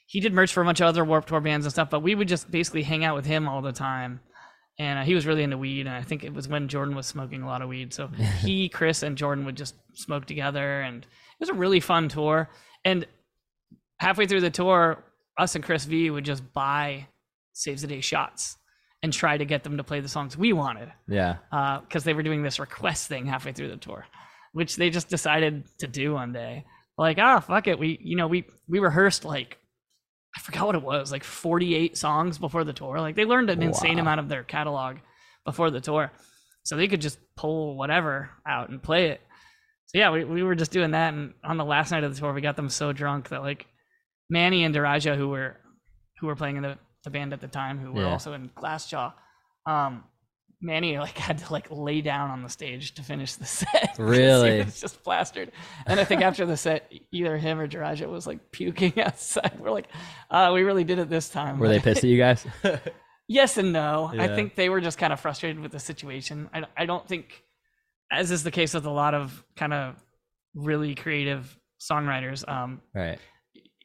Speaker 4: he did merch for a bunch of other Warp Tour bands and stuff, but we would just basically hang out with him all the time. And uh, he was really into weed, and I think it was when Jordan was smoking a lot of weed. So he, Chris, and Jordan would just smoke together, and it was a really fun tour. And halfway through the tour, us and Chris V would just buy Saves the Day shots and try to get them to play the songs we wanted
Speaker 2: Yeah.
Speaker 4: because uh, they were doing this request thing halfway through the tour, which they just decided to do one day. Like, ah, fuck it. We, you know, we we rehearsed like I forgot what it was, like 48 songs before the tour. Like they learned an insane amount of their catalog before the tour, so they could just pull whatever out and play it. So yeah, we we were just doing that, and on the last night of the tour, we got them so drunk that like Manny and Diraja, who were who were playing in the, the band at the time, who were
Speaker 2: Yeah.
Speaker 4: also in Glassjaw, um, Manny like had to like lay down on the stage to finish the set. 'cause
Speaker 2: Really?
Speaker 4: he was just plastered. And I think after the set, either him or Jiraja was like puking outside. We're like, uh, we really did it this time.
Speaker 2: Were they pissed at you guys?
Speaker 4: Yes and no. I
Speaker 2: Yeah.
Speaker 4: think they were just kind of frustrated with the situation. I, I don't think, as is the case with a lot of kind of really creative songwriters, um,
Speaker 2: right.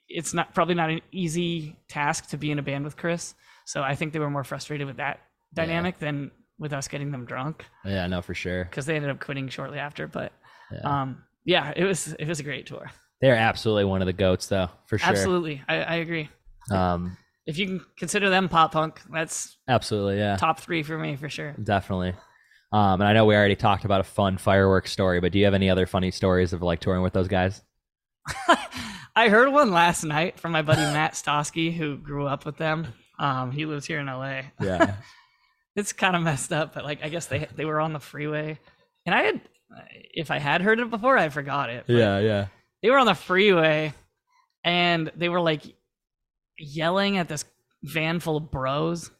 Speaker 4: it's not probably not an easy task to be in a band with Chris. So I think they were more frustrated with that dynamic than with us getting them drunk
Speaker 2: Yeah, no, for sure.
Speaker 4: because they ended up quitting shortly after. But
Speaker 2: Yeah.
Speaker 4: um, yeah, it was it was a great tour.
Speaker 2: They're absolutely one of the goats, though, for sure.
Speaker 4: Absolutely, I, I agree.
Speaker 2: Um,
Speaker 4: If you can consider them pop punk, that's
Speaker 2: absolutely. Yeah.
Speaker 4: top three for me for sure.
Speaker 2: Definitely. Um, and I know we already talked about a fun fireworks story, but do you have any other funny stories of like touring with those guys?
Speaker 4: I heard one last night from my buddy Matt Stosky, who grew up with them. Um, he lives here in LA.
Speaker 2: Yeah.
Speaker 4: It's kind of messed up, but like I guess they they were on the freeway, and I had if I had heard it before, I forgot it. but
Speaker 2: yeah. Yeah.
Speaker 4: they were on the freeway and they were like yelling at this van full of bros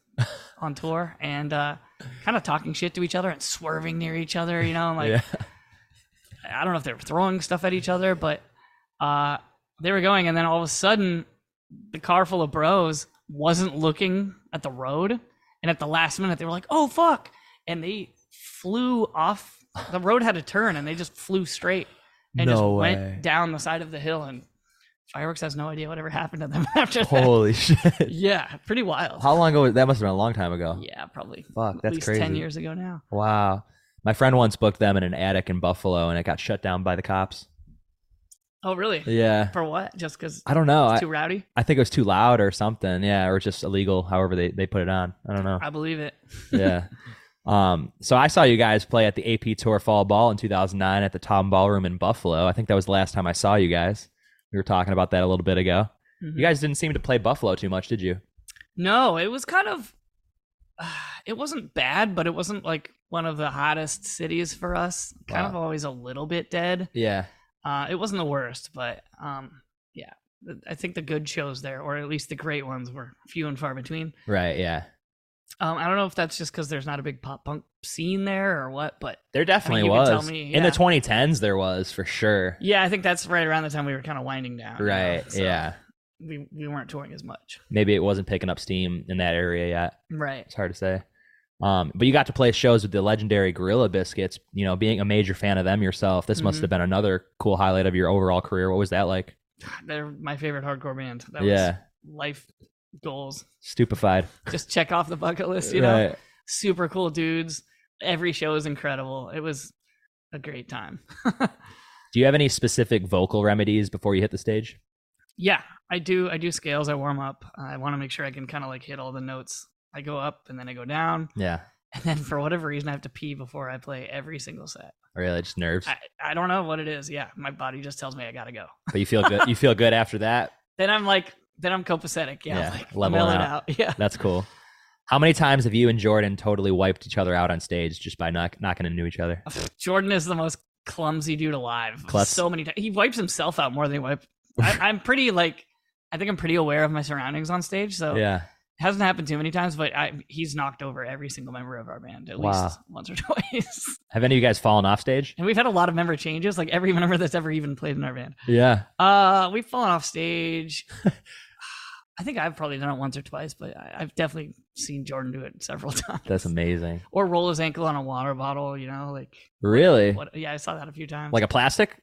Speaker 4: on tour and uh, kind of talking shit to each other and swerving near each other, you know, and, like
Speaker 2: yeah.
Speaker 4: I don't know if they were throwing stuff at each other, but uh, they were going, and then all of a sudden, the car full of bros wasn't looking at the road, and at the last minute, they were like, "Oh fuck!" and they flew off. The road had a turn, and they just flew straight and just
Speaker 2: No way.
Speaker 4: went down the side of the hill. And fireworks has no idea whatever happened to them after that.
Speaker 2: Holy shit.
Speaker 4: Yeah, pretty wild.
Speaker 2: How long ago? was- That must have been a long time ago.
Speaker 4: yeah, probably.
Speaker 2: Fuck,
Speaker 4: at
Speaker 2: that's
Speaker 4: least
Speaker 2: crazy.
Speaker 4: ten years ago now.
Speaker 2: Wow. My friend once booked them in an attic in Buffalo and it got shut down by the cops.
Speaker 4: Oh, really?
Speaker 2: Yeah.
Speaker 4: For what? Just because
Speaker 2: I don't know. I,
Speaker 4: too rowdy?
Speaker 2: I think it was too loud or something. Yeah. Or just illegal, however they, they put it on. I don't know.
Speaker 4: I believe it.
Speaker 2: yeah. Um, so I saw you guys play at the AP Tour Fall Ball in 2009 at the Tom Ballroom in Buffalo. I think that was the last time I saw you guys. We were talking about that a little bit ago. You guys didn't seem to play Buffalo too much, did you?
Speaker 4: No, it was kind of. It wasn't bad, but it wasn't like one of the hottest cities for us. Kind of
Speaker 2: Wow.
Speaker 4: always a little bit dead.
Speaker 2: Yeah.
Speaker 4: Uh, it wasn't the worst, but um, yeah, Th- I think the good shows there, or at least the great ones, were few and far between.
Speaker 2: Right. Yeah.
Speaker 4: Um, I don't know if that's just because there's not a big pop punk scene there or what, but
Speaker 2: There definitely
Speaker 4: you can
Speaker 2: was.
Speaker 4: tell me,
Speaker 2: In the
Speaker 4: yeah.
Speaker 2: 2010s, there was for sure.
Speaker 4: yeah, I think that's right around the time we were kind of winding down. you know,
Speaker 2: Right.
Speaker 4: so
Speaker 2: Yeah.
Speaker 4: we we weren't touring as much.
Speaker 2: Maybe it wasn't picking up steam in that area yet.
Speaker 4: Right.
Speaker 2: It's hard to say. Um, but you got to play shows with the legendary Gorilla Biscuits. You know, being a major fan of them yourself, this must
Speaker 4: Mhm.
Speaker 2: have been another cool highlight of your overall career. What was that like?
Speaker 4: They're my favorite hardcore band. That
Speaker 2: yeah,
Speaker 4: was life goals.
Speaker 2: stupefied.
Speaker 4: Just check off the bucket list, you know.
Speaker 2: Right.
Speaker 4: super cool dudes. Every show is incredible. It was a great time.
Speaker 2: Do you have any specific vocal remedies before you hit the stage?
Speaker 4: yeah, I do. I do scales. I warm up. I want to make sure I can kind of like hit all the notes. I go up and then I go down,
Speaker 2: Yeah.
Speaker 4: and then for whatever reason, I have to pee before I play every single set.
Speaker 2: Really, just nerves.
Speaker 4: I, I don't know what it is. Yeah, my body just tells me I gotta go.
Speaker 2: but you feel good. You feel good after that.
Speaker 4: Then I'm like, then I'm copacetic. Yeah, I'm
Speaker 2: Yeah,
Speaker 4: like
Speaker 2: leveling
Speaker 4: mellow
Speaker 2: out.
Speaker 4: Yeah,
Speaker 2: That's cool. How many times have you and Jordan totally wiped each other out on stage just by not knocking into each other?
Speaker 4: Jordan is the most clumsy dude alive.
Speaker 2: Klutz.
Speaker 4: So many times he wipes himself out more than he wipes. I, I'm pretty like, I think I'm pretty aware of my surroundings on stage, so it
Speaker 2: Yeah.
Speaker 4: hasn't happened too many times. But I, he's knocked over every single member of our band at
Speaker 2: Wow.
Speaker 4: least once or twice,
Speaker 2: Have any of you guys fallen off stage?
Speaker 4: and we've had a lot of member changes. Like every member that's ever even played in our band.
Speaker 2: Yeah.
Speaker 4: Uh, we've fallen off stage. I think I've probably done it once or twice, but I, I've definitely seen Jordan do it several times.
Speaker 2: That's amazing.
Speaker 4: or roll his ankle on a water bottle. You know, like
Speaker 2: Really?
Speaker 4: what? Yeah, I saw that a few times.
Speaker 2: Like a plastic?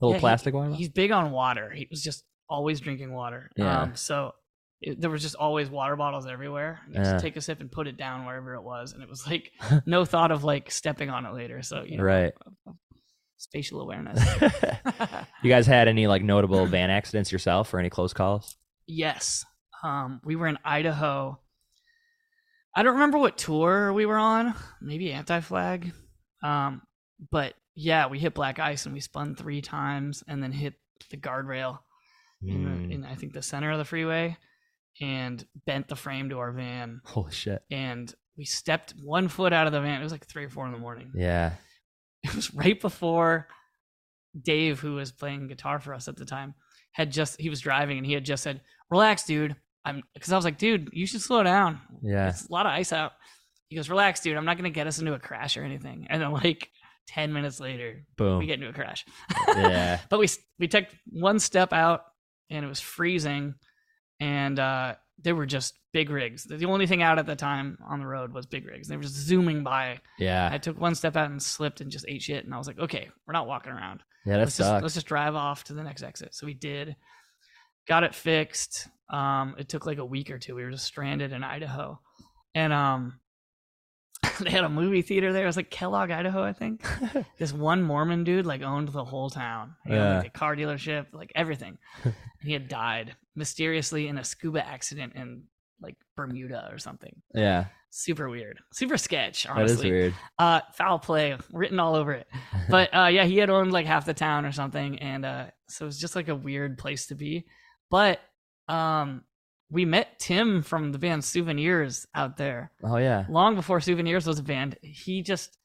Speaker 2: little
Speaker 4: Yeah, he-
Speaker 2: plastic one?
Speaker 4: he's big on water. He was just always drinking water.
Speaker 2: Yeah.
Speaker 4: Um, so it, there was just always water bottles everywhere. And He used
Speaker 2: Yeah.
Speaker 4: to take a sip and put it down wherever it was, and it was like no thought of like stepping on it later. So you know,
Speaker 2: Right.
Speaker 4: spatial awareness.
Speaker 2: you guys had any like notable van accidents yourself or any close calls?
Speaker 4: Yes. Um, we were in Idaho. I don't remember what tour we were on, maybe Anti Flag. Um, but yeah, we hit black ice and we spun three times and then hit the guardrail in,
Speaker 2: Mm.
Speaker 4: the, in I think the center of the freeway and bent the frame to our van.
Speaker 2: Holy shit.
Speaker 4: And we stepped one foot out of the van. It was like three or four in the morning.
Speaker 2: Yeah.
Speaker 4: It was right before Dave, who was playing guitar for us at the time, had just he was driving and he had just said, "Relax, dude." I'm because I was like, "Dude, you should slow down.
Speaker 2: Yeah.
Speaker 4: It's a lot of ice out." He goes, "Relax, dude. I'm not gonna get us into a crash or anything." And then like ten minutes later, we
Speaker 2: Boom.
Speaker 4: get into a crash.
Speaker 2: yeah.
Speaker 4: But we s- we took one step out and it was freezing, and uh, they were just big rigs. The only thing out at the time on the road was big rigs. They were just zooming by. I
Speaker 2: Yeah.
Speaker 4: took one step out and slipped and just ate shit. And I was like, okay, we're not walking around.
Speaker 2: Yeah, that
Speaker 4: let's just
Speaker 2: sucks.
Speaker 4: let's just drive off to the next exit. So we did. Got it fixed. Um, it took like a week or two. We were just stranded in Idaho, and um, they had a movie theater there. It was like Kellogg, Idaho, I think. this one Mormon dude like owned the whole town. He owned, like, a car dealership, like everything. And he had died mysteriously in a scuba accident in like Bermuda or something.
Speaker 2: Yeah.
Speaker 4: Super weird. Super sketch.
Speaker 2: That is
Speaker 4: Honestly,
Speaker 2: weird.
Speaker 4: uh foul play written all over it but uh yeah he had owned like half the town or something and uh so it was just like a weird place to be but um we met tim from the band souvenirs out there
Speaker 2: Oh yeah.
Speaker 4: long before souvenirs was a band he just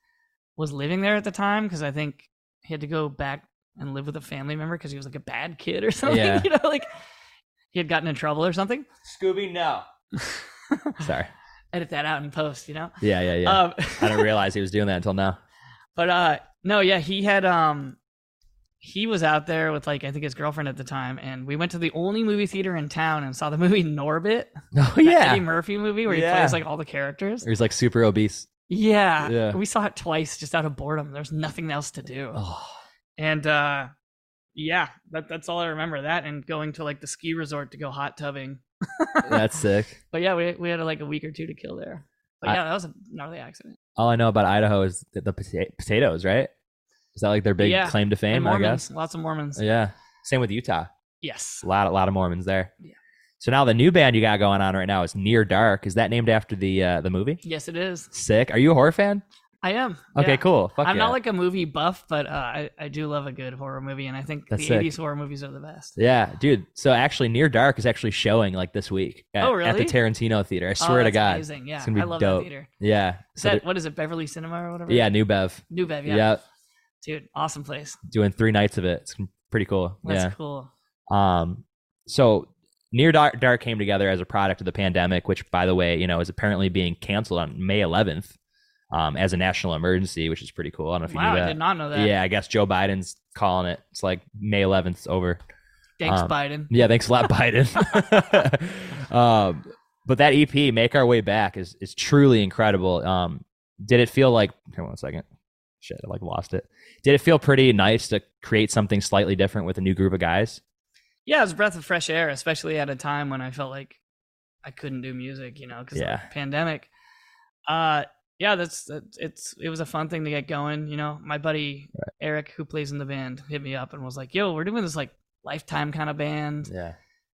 Speaker 4: was living there at the time because i think he had to go back and live with a family member because he was like a bad kid or something
Speaker 2: Yeah.
Speaker 4: you know like he had gotten in trouble or something
Speaker 2: Scooby no. Sorry.
Speaker 4: edit that out in post you know
Speaker 2: Yeah, yeah, yeah.
Speaker 4: um
Speaker 2: I didn't realize he was doing that until now.
Speaker 4: But uh no, yeah, he had um he was out there with like I think his girlfriend at the time, and we went to the only movie theater in town and saw the movie Norbit,
Speaker 2: Oh
Speaker 4: the
Speaker 2: yeah.
Speaker 4: Eddie Murphy movie where he
Speaker 2: Yeah.
Speaker 4: plays like all the characters.
Speaker 2: He's like super obese.
Speaker 4: Yeah,
Speaker 2: Yeah.
Speaker 4: we saw it twice just out of boredom. There's nothing else to do,
Speaker 2: Oh,
Speaker 4: and uh yeah, that, that's all I remember. That and going to like the ski resort to go hot tubbing.
Speaker 2: that's sick.
Speaker 4: But yeah, we we had like a week or two to kill there. But
Speaker 2: I-
Speaker 4: yeah, that was a gnarly accident.
Speaker 2: All I know about Idaho is the, the pota- potatoes, right? Is that like their big
Speaker 4: Yeah.
Speaker 2: claim to
Speaker 4: And
Speaker 2: fame? I
Speaker 4: Mormons,
Speaker 2: guess.
Speaker 4: lots of Mormons.
Speaker 2: Yeah. Same with Utah.
Speaker 4: Yes.
Speaker 2: A lot, a lot of Mormons there.
Speaker 4: Yeah.
Speaker 2: So now the new band you got going on right now is Near Dark. Is that named after the uh, the movie?
Speaker 4: Yes, it is.
Speaker 2: Sick. Are you a horror fan?
Speaker 4: I am.
Speaker 2: Okay,
Speaker 4: yeah.
Speaker 2: cool. Fuck
Speaker 4: I'm
Speaker 2: yeah.
Speaker 4: not like a movie buff, but uh, I, I do love a good horror movie, and I think
Speaker 2: That's
Speaker 4: the
Speaker 2: sick.
Speaker 4: 80s horror movies are the best.
Speaker 2: yeah, dude. So actually, Near Dark is actually showing like this week at,
Speaker 4: Oh,
Speaker 2: at the
Speaker 4: really?
Speaker 2: Tarantino Theater. I
Speaker 4: Oh,
Speaker 2: swear to
Speaker 4: that's
Speaker 2: God.
Speaker 4: amazing. Yeah,
Speaker 2: It's gonna be
Speaker 4: I love
Speaker 2: dope.
Speaker 4: that theater.
Speaker 2: Yeah.
Speaker 4: Is
Speaker 2: So
Speaker 4: that, what is it, Beverly Cinema or whatever?
Speaker 2: they're- yeah, New Bev.
Speaker 4: New Bev, yeah.
Speaker 2: Yeah.
Speaker 4: Dude, awesome place.
Speaker 2: doing three nights of it. It's pretty cool.
Speaker 4: That's
Speaker 2: yeah.
Speaker 4: cool.
Speaker 2: Um, so Near Dark, Dark came together as a product of the pandemic, which, by the way, you know, is apparently being canceled on May 11th um, as a national emergency, which is pretty cool. I don't know if you
Speaker 4: Wow,
Speaker 2: knew
Speaker 4: I
Speaker 2: that.
Speaker 4: did not know that.
Speaker 2: Yeah, I guess Joe Biden's calling it. It's like May 11th 's over.
Speaker 4: Thanks,
Speaker 2: um,
Speaker 4: Biden.
Speaker 2: Yeah, thanks a lot, Biden. um, but that EP, "Make Our Way Back," is is truly incredible. Um, did it feel like? Here, one second. Shit, I like lost it. Did it feel pretty nice to create something slightly different with a new group of guys?
Speaker 4: Yeah, it was a breath of fresh air, especially at a time when I felt like I couldn't do music, you know, because of
Speaker 2: Yeah.
Speaker 4: the pandemic. Uh, yeah, that's, that's it's it was a fun thing to get going. You know, my buddy Eric, who plays in the band, hit me up and was like, "Yo, we're doing this like lifetime kind of band,
Speaker 2: Yeah.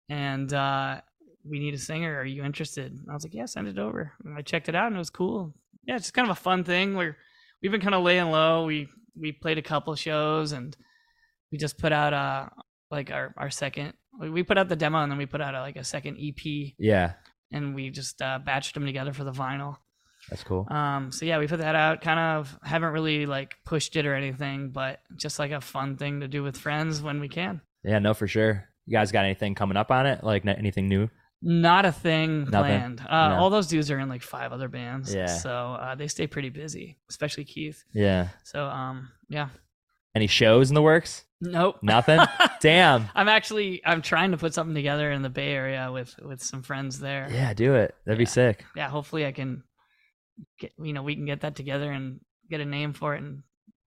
Speaker 4: and uh, we need a singer. Are you interested?" And I was like, "Yeah, send it over." And I checked it out, and it was cool. Yeah, it's just kind of a fun thing. We're we've been kind of laying low. We we played a couple shows, and we just put out uh like our our second. We we put out the demo, and then we put out uh like a second EP
Speaker 2: Yeah.
Speaker 4: and we just uh, batched them together for the vinyl.
Speaker 2: That's cool.
Speaker 4: Um, so yeah, we put that out. Kind of haven't really like pushed it or anything, but just like a fun thing to do with friends when we can.
Speaker 2: Yeah, no, for sure. You guys got anything coming up on it? Like n- anything new?
Speaker 4: Not a thing
Speaker 2: Nothing.
Speaker 4: planned. Uh,
Speaker 2: No.
Speaker 4: All those dudes are in like five other bands,
Speaker 2: Yeah.
Speaker 4: so uh, they stay pretty busy, especially Keith.
Speaker 2: Yeah.
Speaker 4: So um, yeah,
Speaker 2: Any shows in the works?
Speaker 4: nope.
Speaker 2: Nothing. Damn.
Speaker 4: I'm actually I'm trying to put something together in the Bay Area with with some friends there.
Speaker 2: Yeah, do it. That'd be
Speaker 4: Yeah.
Speaker 2: sick.
Speaker 4: yeah, hopefully I can get you know we can get that together and get a name for it and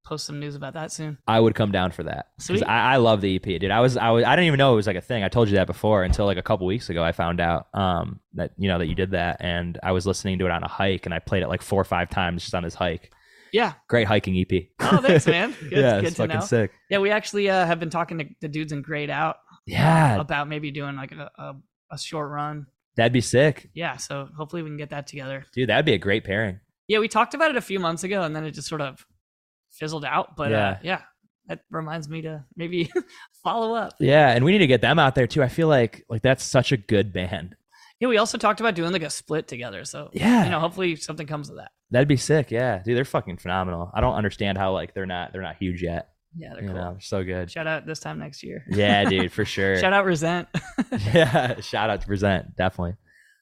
Speaker 4: post some news about that soon.
Speaker 2: I would come down for that. 'Cause
Speaker 4: Sweet.
Speaker 2: I, I love the EP, dude. I was, I was, I didn't even know it was like a thing. I told you that before until like a couple weeks ago. I found out um, that you know that you did that, and I was listening to it on a hike, and I played it like four or five times just on his hike.
Speaker 4: Yeah.
Speaker 2: Great hiking EP.
Speaker 4: Oh, thanks, man. Good,
Speaker 2: yeah,
Speaker 4: good
Speaker 2: it's
Speaker 4: to
Speaker 2: fucking
Speaker 4: know.
Speaker 2: sick.
Speaker 4: Yeah, we actually uh, have been talking to the dudes in Grade Out uh,
Speaker 2: Yeah,
Speaker 4: about maybe doing like a, a a short run.
Speaker 2: that'd be sick,
Speaker 4: Yeah, so hopefully we can get that together.
Speaker 2: dude. That'd be a great pairing.
Speaker 4: Yeah, we talked about it a few months ago and then it just sort of fizzled out. But yeah,
Speaker 2: Yeah.
Speaker 4: uh, yeah that reminds me to maybe follow up.
Speaker 2: Yeah, and we need to get them out there too. I feel like like that's such a good band.
Speaker 4: Yeah, we also talked about doing like a split together. So
Speaker 2: Yeah,
Speaker 4: you know, hopefully something comes of that.
Speaker 2: that'd be sick. Yeah, dude, they're fucking phenomenal. I don't understand how like they're not they're not huge yet.
Speaker 4: Yeah, they're
Speaker 2: You
Speaker 4: cool.
Speaker 2: know, they're so good.
Speaker 4: Shout out this time next year.
Speaker 2: Yeah, dude, for sure.
Speaker 4: Shout out Resent.
Speaker 2: yeah, shout out to Present, definitely.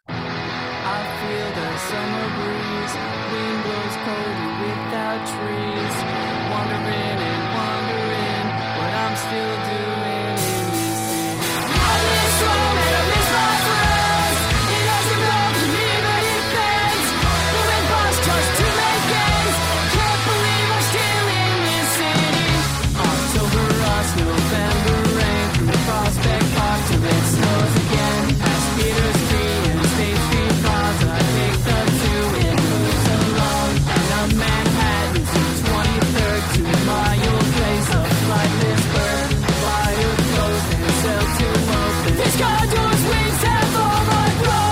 Speaker 6: I feel the summer breeze, wind blows colder without trees. Wandering and wondering what I'm still doing in this city. I miss home and I miss my friends. It doesn't belong to me, but it bends. Moving parts just to make ends. Can't believe I'm still in this city. October rust, November rain, from the Prospect Park till it snows again. Past Peter Street and State Street Plaza, I take the two and moves along. Down Manhattan to 23rd to my old place, a flightless bird. Wire closed and sell to open. This condor's wings have all unbroken.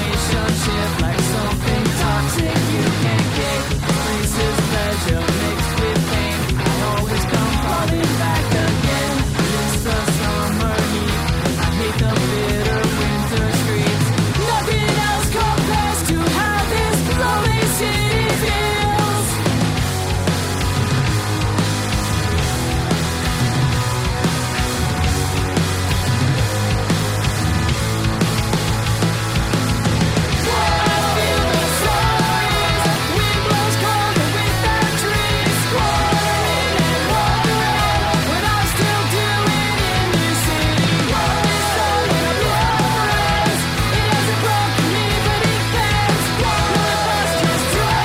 Speaker 6: Like something toxic you can't kick. Increases pleasure mixed with pain. I always come falling back again. It's the summer heat. I hate the bitter winter streets. Nothing else compares to how this lonely city feels.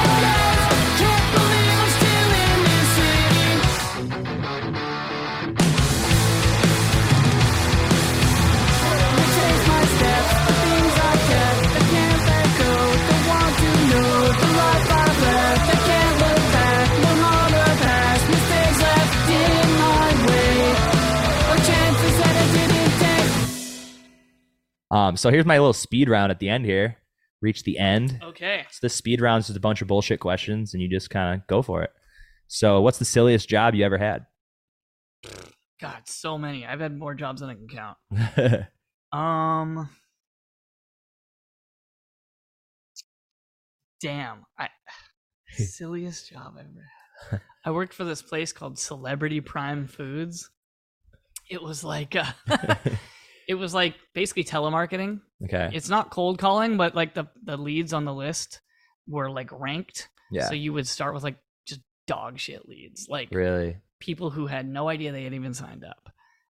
Speaker 6: Can't believe I'm still in this city.
Speaker 2: Um, so here's my little speed round at the end here. Reach the end.
Speaker 4: Okay.
Speaker 2: So this speed round is just a bunch of bullshit questions, and you just kind of go for it. So, what's the silliest job you ever had?
Speaker 4: God, so many. I've had more jobs than I can count. Um. Damn. I silliest job I ever had. I worked for this place called Celebrity Prime Foods. It was like uh, it was like basically telemarketing.
Speaker 2: okay.
Speaker 4: It's not cold calling, but like the the leads on the list were like ranked.
Speaker 2: Yeah.
Speaker 4: So you would start with like just dog shit leads. Like
Speaker 2: really.
Speaker 4: people who had no idea they had even signed up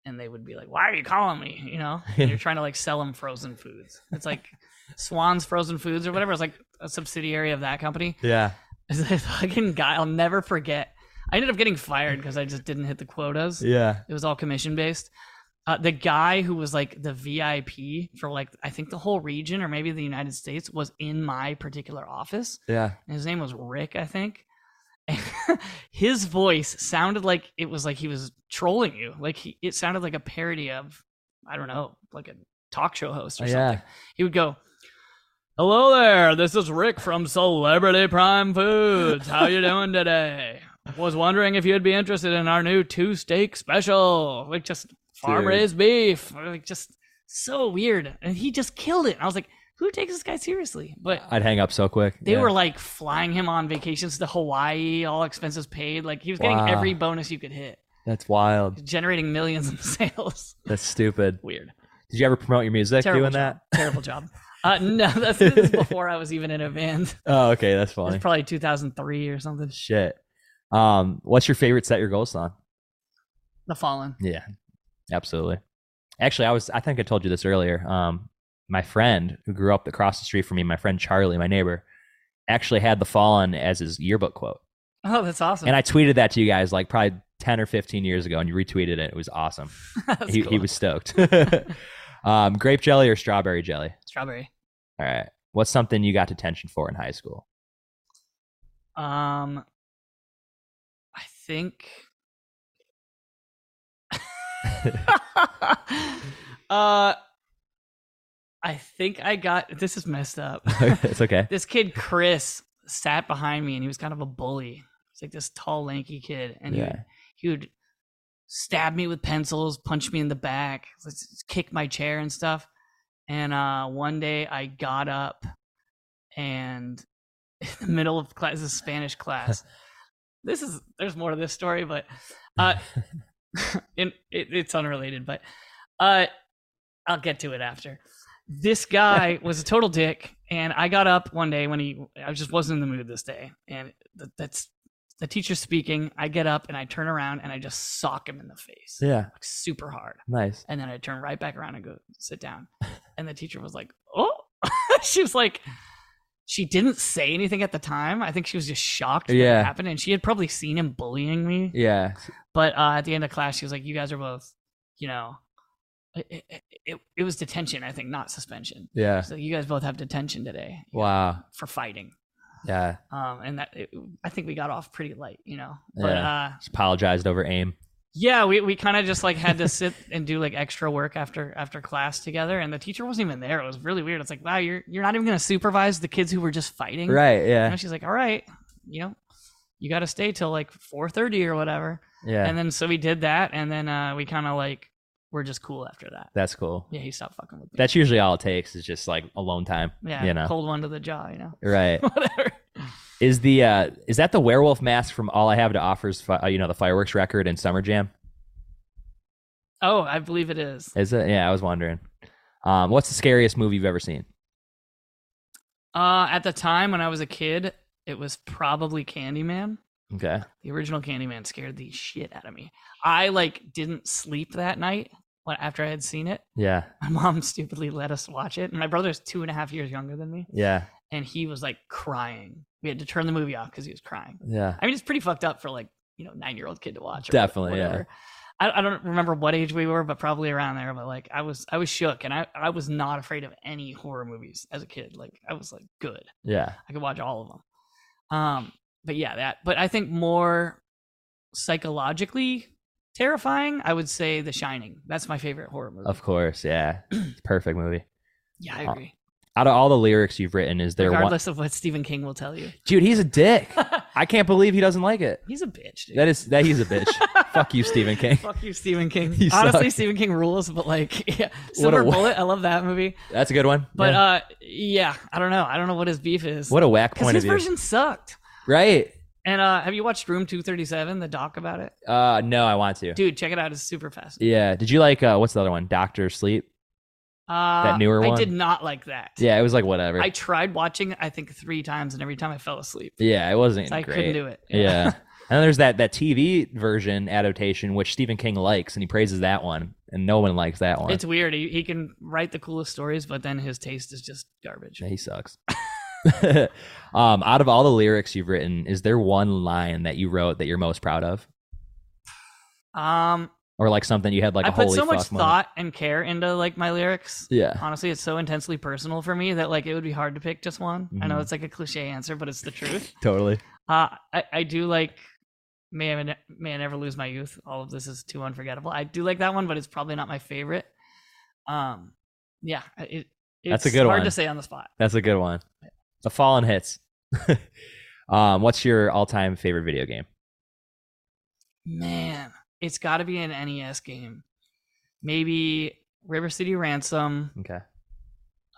Speaker 4: and they would be like why are you calling me you know and you're trying to like sell them frozen foods it's like swan's frozen foods or whatever it's like a subsidiary of that company
Speaker 2: Yeah.
Speaker 4: It's a fucking guy i'll never forget i ended up getting fired because i just didn't hit the quotas
Speaker 2: Yeah.
Speaker 4: it was all commission based Uh, the guy who was like the VIP for like I think the whole region or maybe the United States was in my particular office.
Speaker 2: Yeah.
Speaker 4: And His name was Rick, I think. His voice sounded like it was like he was trolling you. Like he, it sounded like a parody of I don't know, like a talk show host or something
Speaker 2: Oh, Yeah.
Speaker 4: he would go hello there this is rick from celebrity prime foods how you doing today was wondering if you'd be interested in our new two steak special like just farm
Speaker 2: Dude.
Speaker 4: raised beef like just so weird and he just killed it i was like who takes this guy seriously but
Speaker 2: I'd hang up so quick.
Speaker 4: they
Speaker 2: Yeah.
Speaker 4: were like flying him on vacations to hawaii all expenses paid like he was getting
Speaker 2: Wow.
Speaker 4: every bonus you could hit
Speaker 2: That's wild.
Speaker 4: generating millions in sales
Speaker 2: That's stupid.
Speaker 4: weird
Speaker 2: Did you ever promote your music
Speaker 4: terrible
Speaker 2: doing
Speaker 4: job.
Speaker 2: that?
Speaker 4: terrible job uh no that's this is before i was even in a band
Speaker 2: Oh, okay. That's
Speaker 4: It's
Speaker 2: funny.
Speaker 4: probably 2003 or something.
Speaker 2: Shit. Um, what's your favorite set your goal song?
Speaker 4: The Fallen.
Speaker 2: Yeah, absolutely. Actually, I was I think I told you this earlier. Um, my friend who grew up across the street from me, my friend Charlie, my neighbor, actually had the fallen as his yearbook quote.
Speaker 4: Oh, that's awesome.
Speaker 2: And I tweeted that to you guys like probably 10 or 15 years ago and you retweeted it. It was awesome.
Speaker 4: That's
Speaker 2: He,
Speaker 4: cool.
Speaker 2: he was stoked. um, grape jelly or strawberry jelly?
Speaker 4: strawberry.
Speaker 2: All right. What's something you got detention for in high school?
Speaker 4: Um, I think. uh, I think I got this is messed up.
Speaker 2: it's okay.
Speaker 4: this kid Chris sat behind me, and he was kind of a bully. He's like this tall, lanky kid, and he would
Speaker 2: Yeah.
Speaker 4: he would stab me with pencils, punch me in the back, s- kick my chair and stuff. And uh, one day I got up and in the middle of class, this is Spanish class. this is there's more to this story, but uh, in, it, it's unrelated, but uh, I'll get to it after. This guy was a total dick, and I got up one day when he I just wasn't in the mood this day, and th- that's the teacher's speaking. I get up and I turn around and I just sock him in the face,
Speaker 2: Yeah.
Speaker 4: like super hard.
Speaker 2: Nice.
Speaker 4: And then I turn right back around and go sit down. And the teacher was like, "Oh," she was like, she didn't say anything at the time. I think she was just shocked that
Speaker 2: Yeah.
Speaker 4: it happened, and she had probably seen him bullying me.
Speaker 2: Yeah.
Speaker 4: But uh, at the end of class, she was like, "You guys are both, you know, it, it, it, it was detention, I think, not suspension.
Speaker 2: Yeah.
Speaker 4: So you guys both have detention today you know,
Speaker 2: Wow.
Speaker 4: for fighting."
Speaker 2: Yeah.
Speaker 4: Um, and that it, I think we got off pretty light, you know. But
Speaker 2: Yeah.
Speaker 4: uh,
Speaker 2: Just apologized over aim.
Speaker 4: yeah, we, we kind of just like had to sit and do like extra work after after class together, and the teacher wasn't even there. It was really weird. It's like, wow, you're you're not even gonna supervise the kids who were just fighting,
Speaker 2: Right.
Speaker 4: You know,
Speaker 2: Yeah.
Speaker 4: she's like, all right, you know, you got to stay till like four thirty or whatever.
Speaker 2: Yeah.
Speaker 4: And then so we did that, and then uh, we kind of like we're just cool after that.
Speaker 2: That's cool.
Speaker 4: Yeah, he stopped fucking with me.
Speaker 2: That's usually all it takes is just like alone time.
Speaker 4: yeah,
Speaker 2: You know.
Speaker 4: cold one to the jaw, you know,
Speaker 2: Right.
Speaker 4: whatever.
Speaker 2: Is the uh is that the werewolf mask from All I Have to Offer is fi- uh, you know the fireworks record and Summer Jam?
Speaker 4: Oh, I believe it is.
Speaker 2: Is it? Yeah, I was wondering. Um, what's the scariest movie you've ever seen?
Speaker 4: Uh, at the time when I was a kid, it was probably Candyman.
Speaker 2: Okay.
Speaker 4: The original Candyman scared the shit out of me. I like didn't sleep that night when, after I had seen it.
Speaker 2: Yeah.
Speaker 4: My mom stupidly let us watch it. And my brother's two and a half years younger than me,
Speaker 2: Yeah.
Speaker 4: and he was like crying. We had to turn the movie off because he was crying.
Speaker 2: Yeah.
Speaker 4: I mean, it's pretty fucked up for like you know nine year old kid to watch. Or
Speaker 2: Definitely, yeah.
Speaker 4: whatever. I, I don't remember what age we were, but probably around there. But like, I was I was shook, and I I was not afraid of any horror movies as a kid. Like, I was like good.
Speaker 2: Yeah.
Speaker 4: I could watch all of them. Um, but yeah, that. But I think more psychologically terrifying, I would say The Shining. That's my favorite horror movie.
Speaker 2: Of course. Yeah. It's a perfect movie.
Speaker 4: yeah, I
Speaker 2: uh,
Speaker 4: agree.
Speaker 2: Out of all the lyrics you've written, is there one?
Speaker 4: Regardless of what Stephen King will tell you,
Speaker 2: Dude, he's a dick. I can't believe he doesn't like it.
Speaker 4: he's a bitch. Dude.
Speaker 2: That is that he's a bitch. Fuck you, Stephen King.
Speaker 4: Fuck you, Stephen King.
Speaker 2: You
Speaker 4: Honestly,
Speaker 2: suck.
Speaker 4: Stephen King rules, but like, yeah. Silver
Speaker 2: wa-
Speaker 4: Bullet, I love that movie.
Speaker 2: That's a good one.
Speaker 4: But
Speaker 2: Yeah.
Speaker 4: uh, yeah, I don't know. I don't know what his beef is.
Speaker 2: what a whack
Speaker 4: Because
Speaker 2: point of
Speaker 4: his
Speaker 2: view,
Speaker 4: version sucked.
Speaker 2: right?
Speaker 4: And uh, have you watched Room 237, the doc about it?
Speaker 2: Uh, no, I want to.
Speaker 4: Dude, check it out. It's super fast.
Speaker 2: Yeah. Did you like uh, what's the other one? Doctor Sleep.
Speaker 4: Uh,
Speaker 2: newer
Speaker 4: I
Speaker 2: one?
Speaker 4: did not like that.
Speaker 2: Yeah, it was like whatever.
Speaker 4: I tried watching it, I think, three times, and every time I fell asleep.
Speaker 2: yeah, it wasn't
Speaker 4: So I
Speaker 2: great.
Speaker 4: couldn't do it.
Speaker 2: Yeah. And then there's that that TV version adaptation which Stephen King likes and he praises that one and no one likes that one.
Speaker 4: It's weird. He, he can write the coolest stories, but then his taste is just garbage.
Speaker 2: Yeah, he sucks. um, out of all the lyrics you've written, is there one line that you wrote that you're most proud of?
Speaker 4: Um,
Speaker 2: or like something you had like
Speaker 4: I
Speaker 2: a
Speaker 4: put
Speaker 2: holy
Speaker 4: so much
Speaker 2: fuck moment.
Speaker 4: thought and care into like my lyrics.
Speaker 2: Yeah.
Speaker 4: Honestly, it's so intensely personal for me that like it would be hard to pick just one. I know
Speaker 2: Mhm.
Speaker 4: it's like a cliche answer, but it's the truth.
Speaker 2: Totally.
Speaker 4: Uh, I, I do like may I, Ne- may I never lose my youth. All of this is too unforgettable. I do like that one, but it's probably not my favorite. Um, yeah, I- it, it's
Speaker 2: That's a good
Speaker 4: hard
Speaker 2: one.
Speaker 4: to say on the spot.
Speaker 2: That's a good one. The fallen hits. um, what's your all-time favorite video game?
Speaker 4: Man, it's got to be an NES game. Maybe River City Ransom.
Speaker 2: Okay.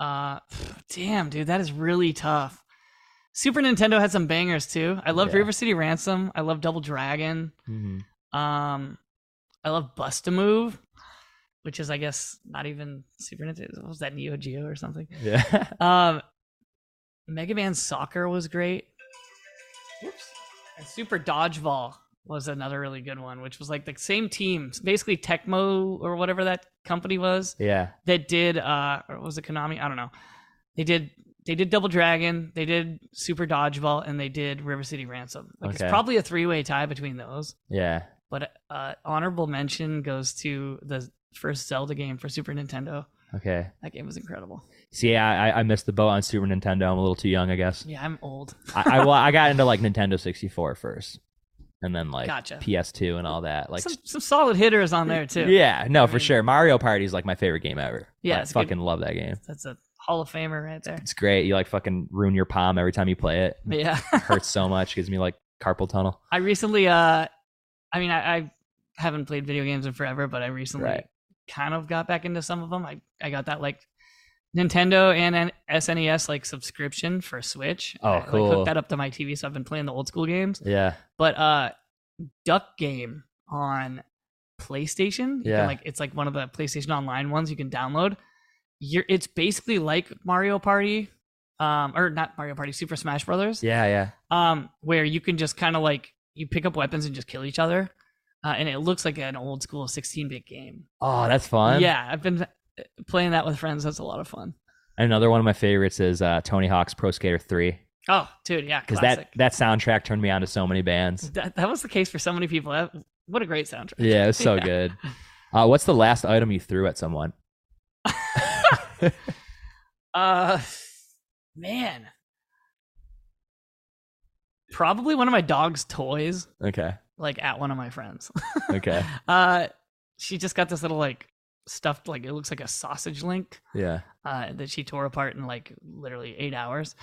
Speaker 4: Uh, damn, dude, that is really tough. Super Nintendo had some bangers too. I loved
Speaker 2: Yeah.
Speaker 4: River City Ransom. I love Double Dragon.
Speaker 2: Mm-hmm.
Speaker 4: Um, I love Bust a Move, which is, I guess, not even Super Nintendo. What was that Neo Geo or something?
Speaker 2: Yeah.
Speaker 4: Um, Mega Man Soccer was great. And Super Dodgeball was another really good one, which was like the same team, basically Tecmo or whatever that company was
Speaker 2: yeah.
Speaker 4: that did uh or was it Konami? I don't know. They did they did Double Dragon, they did Super Dodgeball, and they did River City Ransom. Like
Speaker 2: Okay.
Speaker 4: it's probably a three way tie between those.
Speaker 2: Yeah.
Speaker 4: But uh honorable mention goes to the first Zelda game for Super Nintendo.
Speaker 2: Okay.
Speaker 4: That game was incredible.
Speaker 2: See, I I- I missed the boat on Super Nintendo. I'm a little too young, I guess.
Speaker 4: Yeah, I'm old.
Speaker 2: I I, well, I got into like Nintendo 64 first, and then like
Speaker 4: Gotcha.
Speaker 2: PS2 and all that. Like,
Speaker 4: some some solid hitters on there too.
Speaker 2: yeah, no, for
Speaker 4: mean-
Speaker 2: sure. Mario Party is like my favorite game ever.
Speaker 4: Yeah,
Speaker 2: I
Speaker 4: it's good.
Speaker 2: fucking love that game.
Speaker 4: That's a Hall of Famer right there.
Speaker 2: It's great. You like fucking ruin your palm every time you play it.
Speaker 4: But yeah.
Speaker 2: hurts so much. Gives me like carpal tunnel.
Speaker 4: I recently, uh, I mean, I, I haven't played video games in forever, but I recently
Speaker 2: Right.
Speaker 4: kind of got back into some of them. I, I got that like Nintendo and N- SNES like subscription for Switch.
Speaker 2: Oh,
Speaker 4: I, like,
Speaker 2: cool.
Speaker 4: hooked that up to my TV, so I've been playing the old school games.
Speaker 2: Yeah.
Speaker 4: But uh, Duck Game on PlayStation. you can,
Speaker 2: Yeah.
Speaker 4: like it's like one of the PlayStation Online ones you can download. You're, it's basically like Mario Party, um, or not Mario Party, Super Smash Brothers
Speaker 2: Yeah. Yeah.
Speaker 4: um, where you can just kind of like you pick up weapons and just kill each other, uh, and it looks like an old school 16-bit game.
Speaker 2: Oh, that's fun.
Speaker 4: Yeah, I've been uh, playing that with friends. That's a lot of fun.
Speaker 2: Another one of my favorites is uh, Tony Hawk's Pro Skater 3
Speaker 4: Oh, dude, yeah,
Speaker 2: because
Speaker 4: classic.
Speaker 2: that that soundtrack turned me on to so many bands.
Speaker 4: that that was the case for so many people. That, what a great soundtrack.
Speaker 2: Yeah, it was so
Speaker 4: Yeah.
Speaker 2: good. Uh, what's the last item you threw at someone?
Speaker 4: Uh, man, probably one of my dog's toys,
Speaker 2: Okay.
Speaker 4: like at one of my friends.
Speaker 2: Okay.
Speaker 4: uh, she just got this little like stuffed like it looks like a sausage link
Speaker 2: Yeah.
Speaker 4: uh, that she tore apart in like literally eight hours.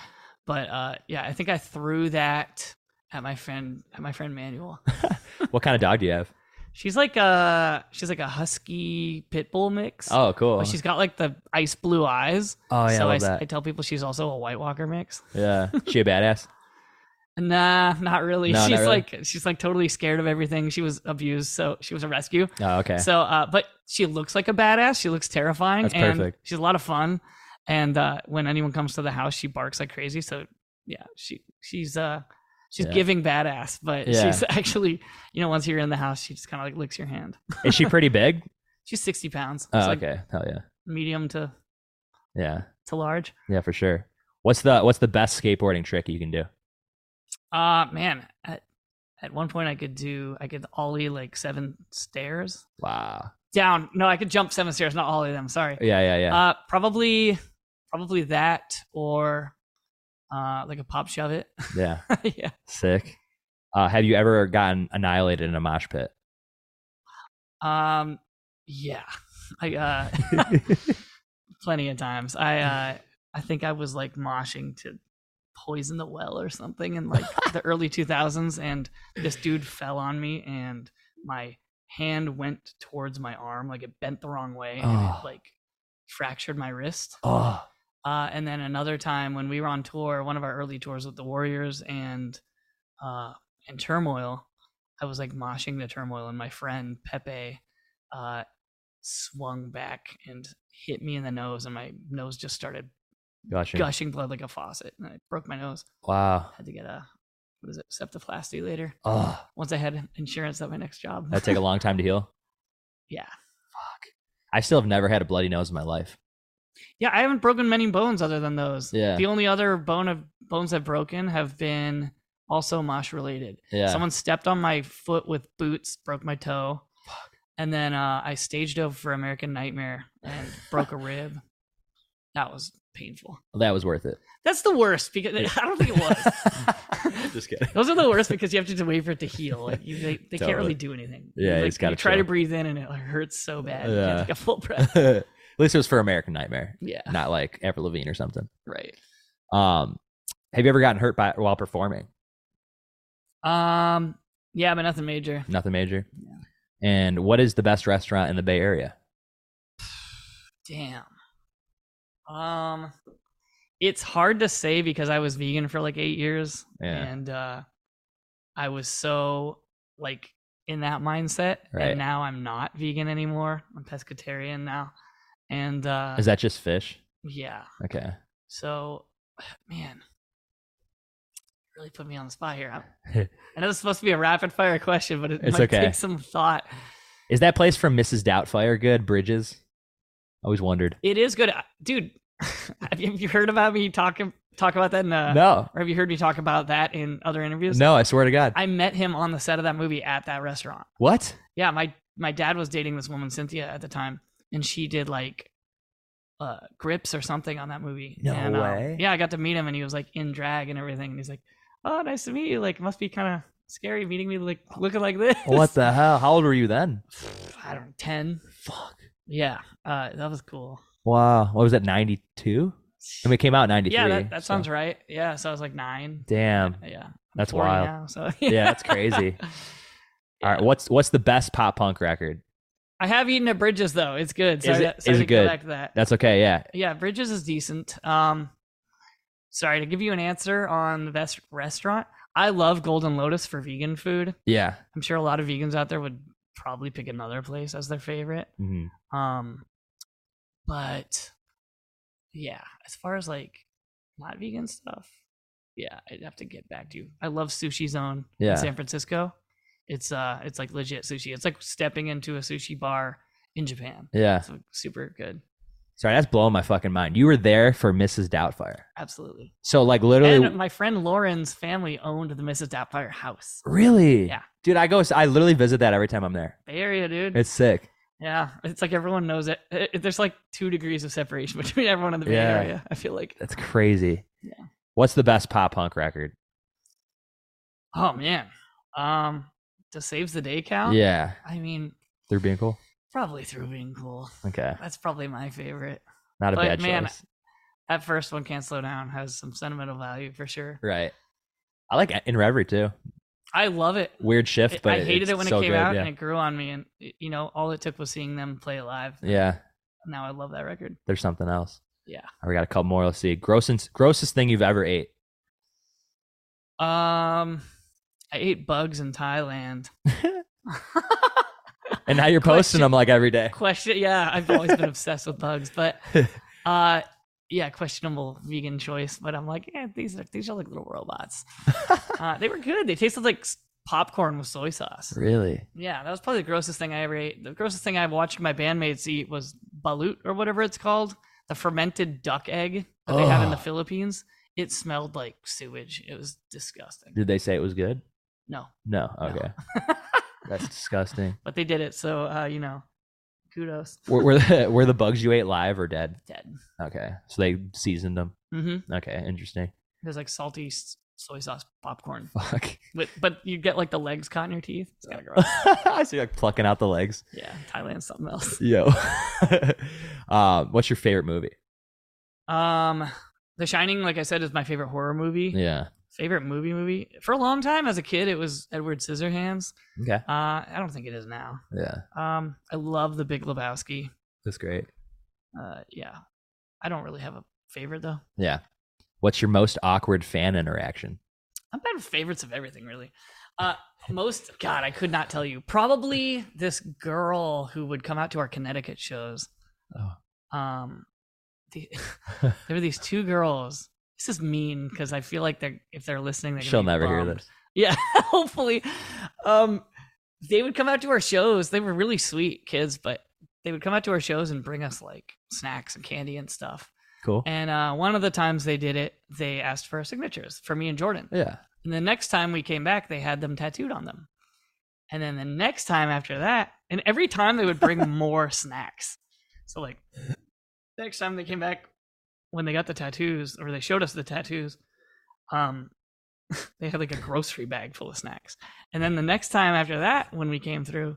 Speaker 4: But uh, yeah, I think I threw that at my friend at my friend Manuel.
Speaker 2: What kind of dog do you have?
Speaker 4: She's like a she's like a husky pit bull mix.
Speaker 2: Oh, cool.
Speaker 4: But she's got like the ice blue eyes.
Speaker 2: oh yeah, I
Speaker 4: so I,
Speaker 2: love
Speaker 4: s-
Speaker 2: that.
Speaker 4: I tell people she's also a White Walker mix.
Speaker 2: yeah. She a badass?
Speaker 4: Nah, not really.
Speaker 2: No, not
Speaker 4: she's
Speaker 2: really.
Speaker 4: like she's like totally scared of everything. She was abused, so she was a rescue.
Speaker 2: Oh, okay.
Speaker 4: So, uh, but she looks like a badass. She looks terrifying.
Speaker 2: That's
Speaker 4: and
Speaker 2: perfect.
Speaker 4: She's a lot of fun. And uh, when anyone comes to the house, she barks like crazy. So, yeah, she she's uh she's
Speaker 2: Yeah.
Speaker 4: giving badass, but
Speaker 2: Yeah.
Speaker 4: she's actually you know once you're in the house, she just kind of like licks your hand.
Speaker 2: Is she pretty big?
Speaker 4: She's sixty pounds.
Speaker 2: Oh,
Speaker 4: It's, like,
Speaker 2: okay. Hell yeah.
Speaker 4: medium to
Speaker 2: Yeah.
Speaker 4: to large.
Speaker 2: Yeah, for sure. What's the what's the best skateboarding trick you can do?
Speaker 4: Uh man, at at one point I could do I could ollie like seven stairs
Speaker 2: Wow.
Speaker 4: down. No, I could jump seven stairs, not ollie them. Sorry.
Speaker 2: Yeah, yeah, yeah.
Speaker 4: Uh, probably, probably that or uh, like a pop shove it.
Speaker 2: yeah.
Speaker 4: yeah.
Speaker 2: Sick. Uh, have you ever gotten annihilated in a mosh pit?
Speaker 4: Um, yeah. I uh, plenty of times. I uh, I think I was like moshing to poison the well or something in like the early 2000s, and this dude fell on me, and my hand went towards my arm, like it bent the wrong way, and
Speaker 2: Oh.
Speaker 4: it like fractured my wrist.
Speaker 2: Oh,
Speaker 4: Uh, and then another time when we were on tour, one of our early tours with the Warriors and uh, and Turmoil, I was like moshing the Turmoil, and my friend Pepe uh, swung back and hit me in the nose, and my nose just started
Speaker 2: gotcha.
Speaker 4: gushing blood like a faucet, and I broke my nose.
Speaker 2: Wow.
Speaker 4: had to get a what is it septoplasty later.
Speaker 2: Oh,
Speaker 4: Once I had insurance at my next job.
Speaker 2: that take a long time to heal.
Speaker 4: yeah,
Speaker 2: I still have never had a bloody nose in my life.
Speaker 4: yeah. I haven't broken many bones other than those.
Speaker 2: Yeah.
Speaker 4: The only other bone of bones I've broken have been also mosh related.
Speaker 2: Yeah.
Speaker 4: Someone stepped on my foot with boots, broke my toe. and then uh, I staged over for American Nightmare and broke a rib. That was painful.
Speaker 2: That was worth it.
Speaker 4: That's the worst because I don't think it was.
Speaker 2: Just kidding.
Speaker 4: Those are the worst because you have to wait for it to heal. Like you, they, they can't
Speaker 2: Totally.
Speaker 4: really do anything.
Speaker 2: Yeah, you
Speaker 4: like,
Speaker 2: just gotta
Speaker 4: you try to
Speaker 2: chill.
Speaker 4: breathe in and it like, hurts so bad. You
Speaker 2: Yeah.
Speaker 4: can't take a full breath.
Speaker 2: At least it was for American Nightmare,
Speaker 4: Yeah,
Speaker 2: not like Avril Lavigne or something.
Speaker 4: right.
Speaker 2: Um, have you ever gotten hurt by while performing?
Speaker 4: Um, yeah, but nothing major.
Speaker 2: Nothing major. And what is the best restaurant in the Bay Area?
Speaker 4: Damn. Um, it's hard to say because I was vegan for like eight years,
Speaker 2: Yeah.
Speaker 4: and uh, I was so like in that mindset,
Speaker 2: Right.
Speaker 4: and now I'm not vegan anymore. I'm pescatarian now, and uh,
Speaker 2: Is that just fish?
Speaker 4: yeah.
Speaker 2: Okay.
Speaker 4: So, man, really put me on the spot here. I'm- I know this is supposed to be a rapid fire question, but it
Speaker 2: It's
Speaker 4: might
Speaker 2: okay.
Speaker 4: take some thought.
Speaker 2: Is that place from Mrs. Doubtfire good? Bridges. I always wondered.
Speaker 4: It is good, I- dude. have you have you heard about me talking talk about that in uh,
Speaker 2: no,
Speaker 4: or have you heard me talk about that in other interviews?
Speaker 2: no, I swear to God.
Speaker 4: I met him on the set of that movie at that restaurant.
Speaker 2: what?
Speaker 4: Yeah, my my dad was dating this woman Cynthia at the time, and she did like uh grips or something on that movie.
Speaker 2: No
Speaker 4: and, um,
Speaker 2: way.
Speaker 4: yeah, I got to meet him, and he was like in drag and everything, and he's like, "Oh, nice to meet you. Like, must be kind of scary meeting me like looking like this."
Speaker 2: Oh. What the hell? How old were you then?
Speaker 4: I don't ten.
Speaker 2: Fuck.
Speaker 4: Yeah, uh, that was cool.
Speaker 2: Wow. What was that? Ninety two. I mean, it came out in ninety three.
Speaker 4: Yeah, that, that sounds right. Yeah, so I was like nine.
Speaker 2: Damn.
Speaker 4: Yeah, I'm
Speaker 2: That's
Speaker 4: 40
Speaker 2: wild.
Speaker 4: now, so
Speaker 2: Yeah, that's crazy. All right. What's what's the best pop punk record?
Speaker 4: I have eaten at Bridges though. It's good.
Speaker 2: Is
Speaker 4: Sorry,
Speaker 2: it-
Speaker 4: to- sorry
Speaker 2: is it
Speaker 4: to go
Speaker 2: good?
Speaker 4: back to that.
Speaker 2: That's okay. Yeah.
Speaker 4: Yeah, Bridges is decent. Um, sorry to give you an answer on the best restaurant. I love Golden Lotus for vegan food.
Speaker 2: Yeah.
Speaker 4: I'm sure a lot of vegans out there would probably pick another place as their favorite.
Speaker 2: Mhm.
Speaker 4: Um, but yeah, as far as like not vegan stuff, yeah, I'd have to get back to you. I love Sushi Zone
Speaker 2: Yeah.
Speaker 4: in San Francisco. It's uh, it's like legit sushi. It's like stepping into a sushi bar in Japan.
Speaker 2: Yeah.
Speaker 4: It's like, super good.
Speaker 2: Sorry, that's blowing my fucking mind. You were there for Mrs. Doubtfire.
Speaker 4: Absolutely.
Speaker 2: So like literally,
Speaker 4: And my friend Lauren's family owned the Mrs. Doubtfire house.
Speaker 2: really.
Speaker 4: Yeah.
Speaker 2: Dude, I go. I literally visit that every time I'm there.
Speaker 4: Bay Area, dude.
Speaker 2: It's sick.
Speaker 4: yeah, it's like everyone knows it. It- it- There's like two degrees of separation between everyone in the Bay
Speaker 2: Yeah.
Speaker 4: Area. I feel like,
Speaker 2: That's crazy.
Speaker 4: Yeah.
Speaker 2: What's the best pop punk record?
Speaker 4: oh man, um, to saves the day count.
Speaker 2: Yeah.
Speaker 4: I mean,
Speaker 2: They're being cool.
Speaker 4: probably through being cool.
Speaker 2: Okay.
Speaker 4: That's probably my favorite.
Speaker 2: Not a
Speaker 4: But,
Speaker 2: bad
Speaker 4: man,
Speaker 2: choice.
Speaker 4: That first one, Can't Slow Down, has some sentimental value for sure.
Speaker 2: Right. I like E-, In Reverie too.
Speaker 4: I love it.
Speaker 2: Weird shift,
Speaker 4: It-
Speaker 2: but
Speaker 4: I hated
Speaker 2: it's
Speaker 4: it when
Speaker 2: so
Speaker 4: it came
Speaker 2: good,
Speaker 4: out,
Speaker 2: Yeah.
Speaker 4: and it grew on me. And you know, all it took was seeing them play live.
Speaker 2: yeah.
Speaker 4: Now I love that record.
Speaker 2: There's something else.
Speaker 4: Yeah.
Speaker 2: All right, we got a couple more. Let's see. Grossest grossest thing you've ever ate.
Speaker 4: Um, I ate bugs in Thailand.
Speaker 2: And now you're posting
Speaker 4: Question-
Speaker 2: them like every day.
Speaker 4: Question, yeah, I've always been obsessed with bugs, but uh, yeah, questionable vegan choice. But I'm like, yeah, these are these are like little robots. uh, they were good. They tasted like s- popcorn with soy sauce.
Speaker 2: Really?
Speaker 4: Yeah, that was probably the grossest thing I ever ate. The grossest thing I watched my bandmates eat was balut or whatever it's called, the fermented duck egg that they have in the
Speaker 2: Ugh.
Speaker 4: Philippines. It smelled like sewage. It was disgusting.
Speaker 2: Did they say it was good?
Speaker 4: No.
Speaker 2: No. Okay. That's disgusting.
Speaker 4: but they did it. So uh, you know, kudos.
Speaker 2: Were, were the were the bugs you ate live or dead?
Speaker 4: Dead.
Speaker 2: Okay. So they seasoned them.
Speaker 4: Mm-hmm.
Speaker 2: Okay, interesting.
Speaker 4: There's like salty s- soy sauce popcorn,
Speaker 2: Fuck.
Speaker 4: but but you get like the legs caught in your teeth. It's kind of gross.
Speaker 2: I see like plucking out the legs.
Speaker 4: yeah, Thailand's something else.
Speaker 2: Yo. um, what's your favorite movie?
Speaker 4: Um, The Shining, like I said, is my favorite horror movie.
Speaker 2: Yeah.
Speaker 4: Favorite movie movie for a long time as a kid, it was Edward Scissorhands.
Speaker 2: Okay.
Speaker 4: Uh, I don't think it is now.
Speaker 2: Yeah.
Speaker 4: Um, I love The Big Lebowski.
Speaker 2: That's great.
Speaker 4: Uh, yeah, I don't really have a favorite though.
Speaker 2: Yeah. What's your most awkward fan interaction?
Speaker 4: I'm bad with favorites of everything, really. Uh, most God, I could not tell you. Probably this girl who would come out to our Connecticut shows. Um, the, there were these two girls. This is mean because I feel like they're if they're listening, they're gonna
Speaker 2: She'll
Speaker 4: be
Speaker 2: never hear
Speaker 4: bummed.
Speaker 2: this.
Speaker 4: Yeah, hopefully. Um, they would come out to our shows. They were really sweet kids, but they would come out to our shows and bring us like snacks and candy and stuff.
Speaker 2: Cool.
Speaker 4: And uh, one of the times they did it, they asked for signatures for me and Jordan.
Speaker 2: Yeah.
Speaker 4: And the next time we came back, they had them tattooed on them. And then the next time after that, And every time they would bring more snacks. So like next time they came back when they got the tattoos or they showed us the tattoos, um they had like a grocery bag full of snacks. And then the next time after that when we came through,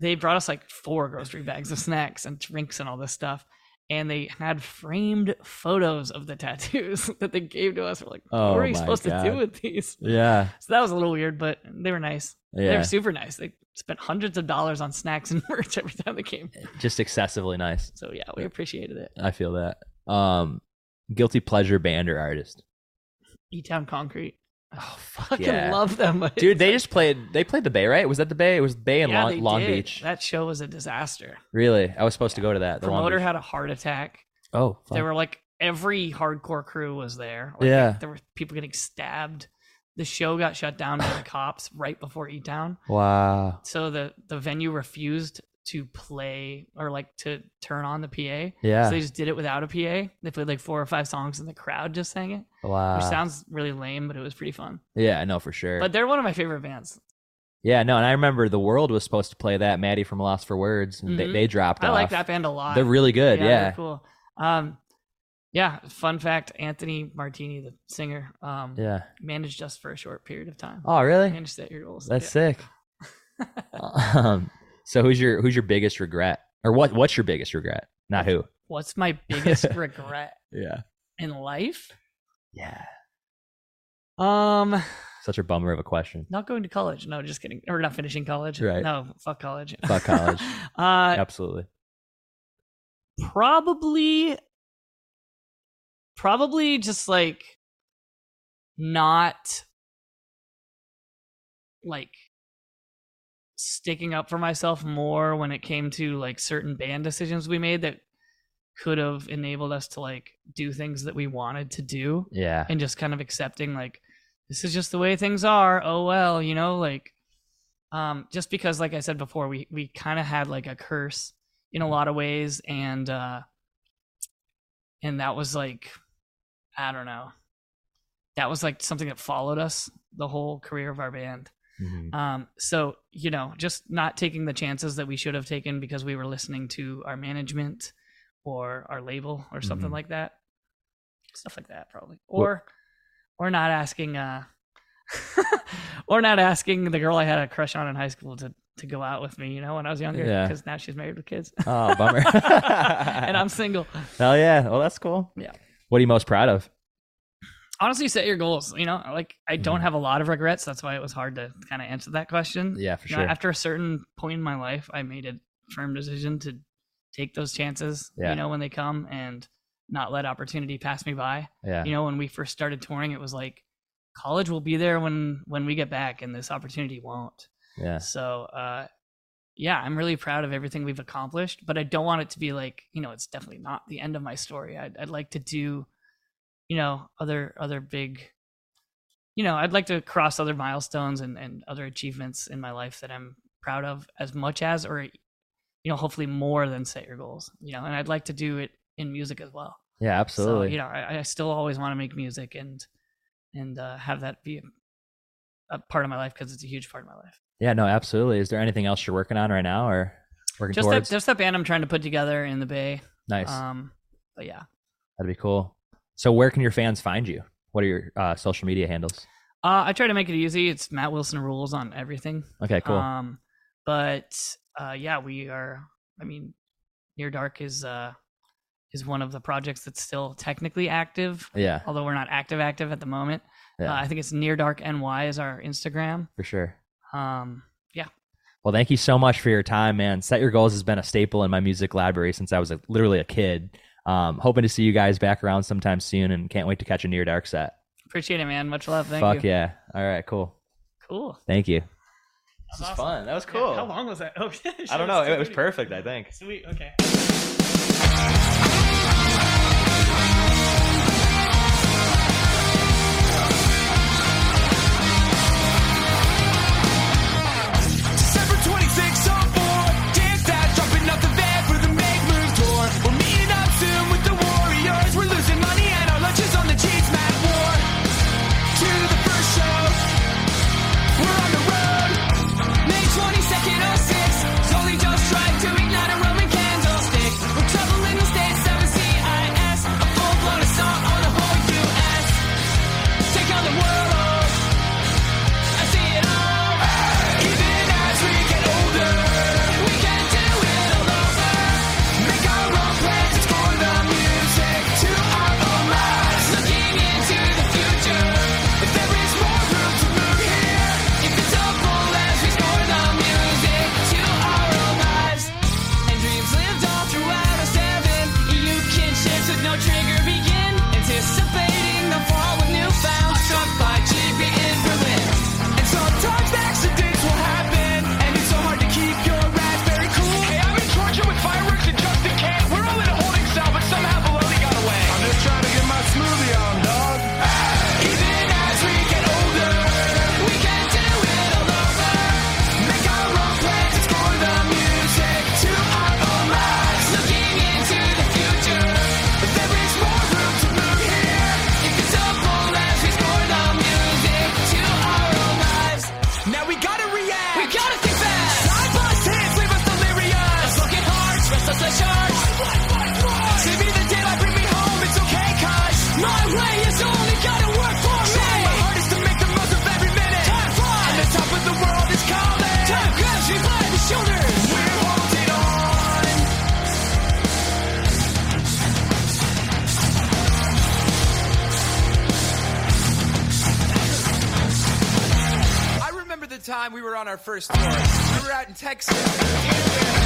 Speaker 4: they brought us like four grocery bags of snacks and drinks and all this stuff. And they had framed photos of the tattoos that they gave to us. We're like,
Speaker 2: Oh
Speaker 4: what are you
Speaker 2: my
Speaker 4: supposed to do
Speaker 2: God.
Speaker 4: with these?
Speaker 2: Yeah.
Speaker 4: So that was a little weird, but they were nice. They
Speaker 2: Yeah.
Speaker 4: were super nice. They spent hundreds of dollars on snacks and merch every time they came.
Speaker 2: Just excessively nice.
Speaker 4: So yeah, we appreciated it.
Speaker 2: I feel that. Um, guilty pleasure band or artist,
Speaker 4: E Town Concrete.
Speaker 2: Oh,
Speaker 4: Fucking
Speaker 2: yeah.
Speaker 4: love them.
Speaker 2: dude. They just played. They played the Bay, right? Was that the Bay? It was Bay and
Speaker 4: Yeah, they
Speaker 2: Long, Long
Speaker 4: did.
Speaker 2: Beach.
Speaker 4: That show was a disaster.
Speaker 2: Really, I was supposed to go to that. The Long
Speaker 4: Promoter
Speaker 2: Beach-
Speaker 4: had a heart attack.
Speaker 2: oh, fuck.
Speaker 4: They were like every hardcore crew was there. Like,
Speaker 2: Yeah.
Speaker 4: There were people getting stabbed. The show got shut down by the cops right before E Town.
Speaker 2: wow.
Speaker 4: So the the venue refused to play or like to turn on the PA.
Speaker 2: Yeah.
Speaker 4: So they just did it without a PA. They played like four or five songs and the crowd just sang it,
Speaker 2: Wow.
Speaker 4: which sounds really lame, but it was pretty fun.
Speaker 2: yeah, I know for Uh. sure.
Speaker 4: But they're one of my favorite bands.
Speaker 2: yeah, no, and I remember the world was supposed to play that. Maddie from Lost for Words. And they,
Speaker 4: Mhm.
Speaker 2: they dropped.
Speaker 4: I like
Speaker 2: off.
Speaker 4: that band a lot.
Speaker 2: They're really good. Yeah.
Speaker 4: they're cool. Um, yeah. Fun fact: Anthony Martini, the singer, um,
Speaker 2: Yeah.
Speaker 4: managed us for a short period of time.
Speaker 2: Oh, really?
Speaker 4: Managed that your goals.
Speaker 2: That's sick. um, so who's your who's your biggest regret, or what what's your biggest regret? Not who.
Speaker 4: What's my biggest regret
Speaker 2: Yeah.
Speaker 4: in life?
Speaker 2: Yeah.
Speaker 4: Um,
Speaker 2: Such a bummer of a question.
Speaker 4: not going to college. No, just kidding. Or not finishing college.
Speaker 2: Right.
Speaker 4: No, fuck college.
Speaker 2: Fuck college.
Speaker 4: uh,
Speaker 2: Absolutely.
Speaker 4: probably probably just like not like sticking up for myself more when it came to like certain band decisions we made that could have enabled us to like do things that we wanted to do
Speaker 2: Yeah.
Speaker 4: and just kind of accepting like this is just the way things are oh well you know like um just because like i said before we we kind of had like a curse in a lot of ways and uh and that was like i don't know that was like something that followed us the whole career of our band
Speaker 2: Mhm.
Speaker 4: um so you know just not taking the chances that we should have taken because we were listening to our management or our label or something
Speaker 2: Mhm.
Speaker 4: like that stuff like that probably
Speaker 2: Well-
Speaker 4: or or not asking uh or not asking the girl i had a crush on in high school to to go out with me you know when i was younger
Speaker 2: Yeah.
Speaker 4: because now she's married with kids
Speaker 2: Oh, bummer.
Speaker 4: and i'm single
Speaker 2: Hell yeah. Well, that's cool.
Speaker 4: Yeah.
Speaker 2: What are you most proud of?
Speaker 4: honestly set your goals you know like i don't
Speaker 2: Mhm.
Speaker 4: have a lot of regrets that's why it was hard to kind of answer that question
Speaker 2: Yeah, for
Speaker 4: You
Speaker 2: sure.
Speaker 4: know, after a certain point in my life i made a firm decision to take those chances
Speaker 2: Yeah.
Speaker 4: you know when they come and not let opportunity pass me by
Speaker 2: yeah.
Speaker 4: you know when we first started touring it was like college will be there when when we get back and this opportunity won't
Speaker 2: yeah.
Speaker 4: so uh yeah i'm really proud of everything we've accomplished but i don't want it to be like you know it's definitely not the end of my story i'd, I'd like to do you know other other big you know i'd like to cross other milestones and and other achievements in my life that i'm proud of as much as or you know hopefully more than set your goals you know and i'd like to do it in music as well
Speaker 2: Yeah,
Speaker 4: so,
Speaker 2: absolutely.
Speaker 4: you know, I, I still always want to make music and and uh, have that be a, a part of my life because it's a huge part of my life.
Speaker 2: yeah, no, absolutely. Is there anything else you're working on right now or working
Speaker 4: Just that,
Speaker 2: towards?
Speaker 4: just that band I'm trying to put together in the Bay.
Speaker 2: nice.
Speaker 4: Um, but yeah,
Speaker 2: That'd be cool. So where can your fans find you? What are your uh, social media handles?
Speaker 4: uh, I try to make it easy. It's Matt Wilson rules on everything.
Speaker 2: Okay, cool.
Speaker 4: Um, but uh, yeah, we are. I mean, Near Dark is uh, is one of the projects that's still technically active,
Speaker 2: yeah,
Speaker 4: although we're not active active at the moment.
Speaker 2: yeah,
Speaker 4: Uh, I think it's Near Dark NY is our Instagram.
Speaker 2: for sure.
Speaker 4: Um,
Speaker 2: Well, thank you so much for your time, man. Set Your Goals has been a staple in my music library since I was a, literally a kid. Um, hoping to see you guys back around sometime soon and can't wait to catch a near dark set.
Speaker 4: appreciate it, man. Much love. Thank
Speaker 2: Fuck
Speaker 4: you.
Speaker 2: yeah. All right, cool.
Speaker 4: Cool.
Speaker 2: Thank you.
Speaker 4: That's
Speaker 2: This is
Speaker 4: awesome.
Speaker 2: fun. That was
Speaker 4: Yeah,
Speaker 2: cool.
Speaker 4: How long was that? Oh,
Speaker 2: I don't know. It was perfect, I think.
Speaker 4: Sweet. Okay.
Speaker 1: December 26th on board. Dance that, dropping out the van for the Make Move tour. We're meeting up soon with the Warriors. We're losing money and our lunches on the cheese mat war. To the first show. oh We're on the road. May 22nd, 06. It's only just time we were on our first tour. We were out in Texas.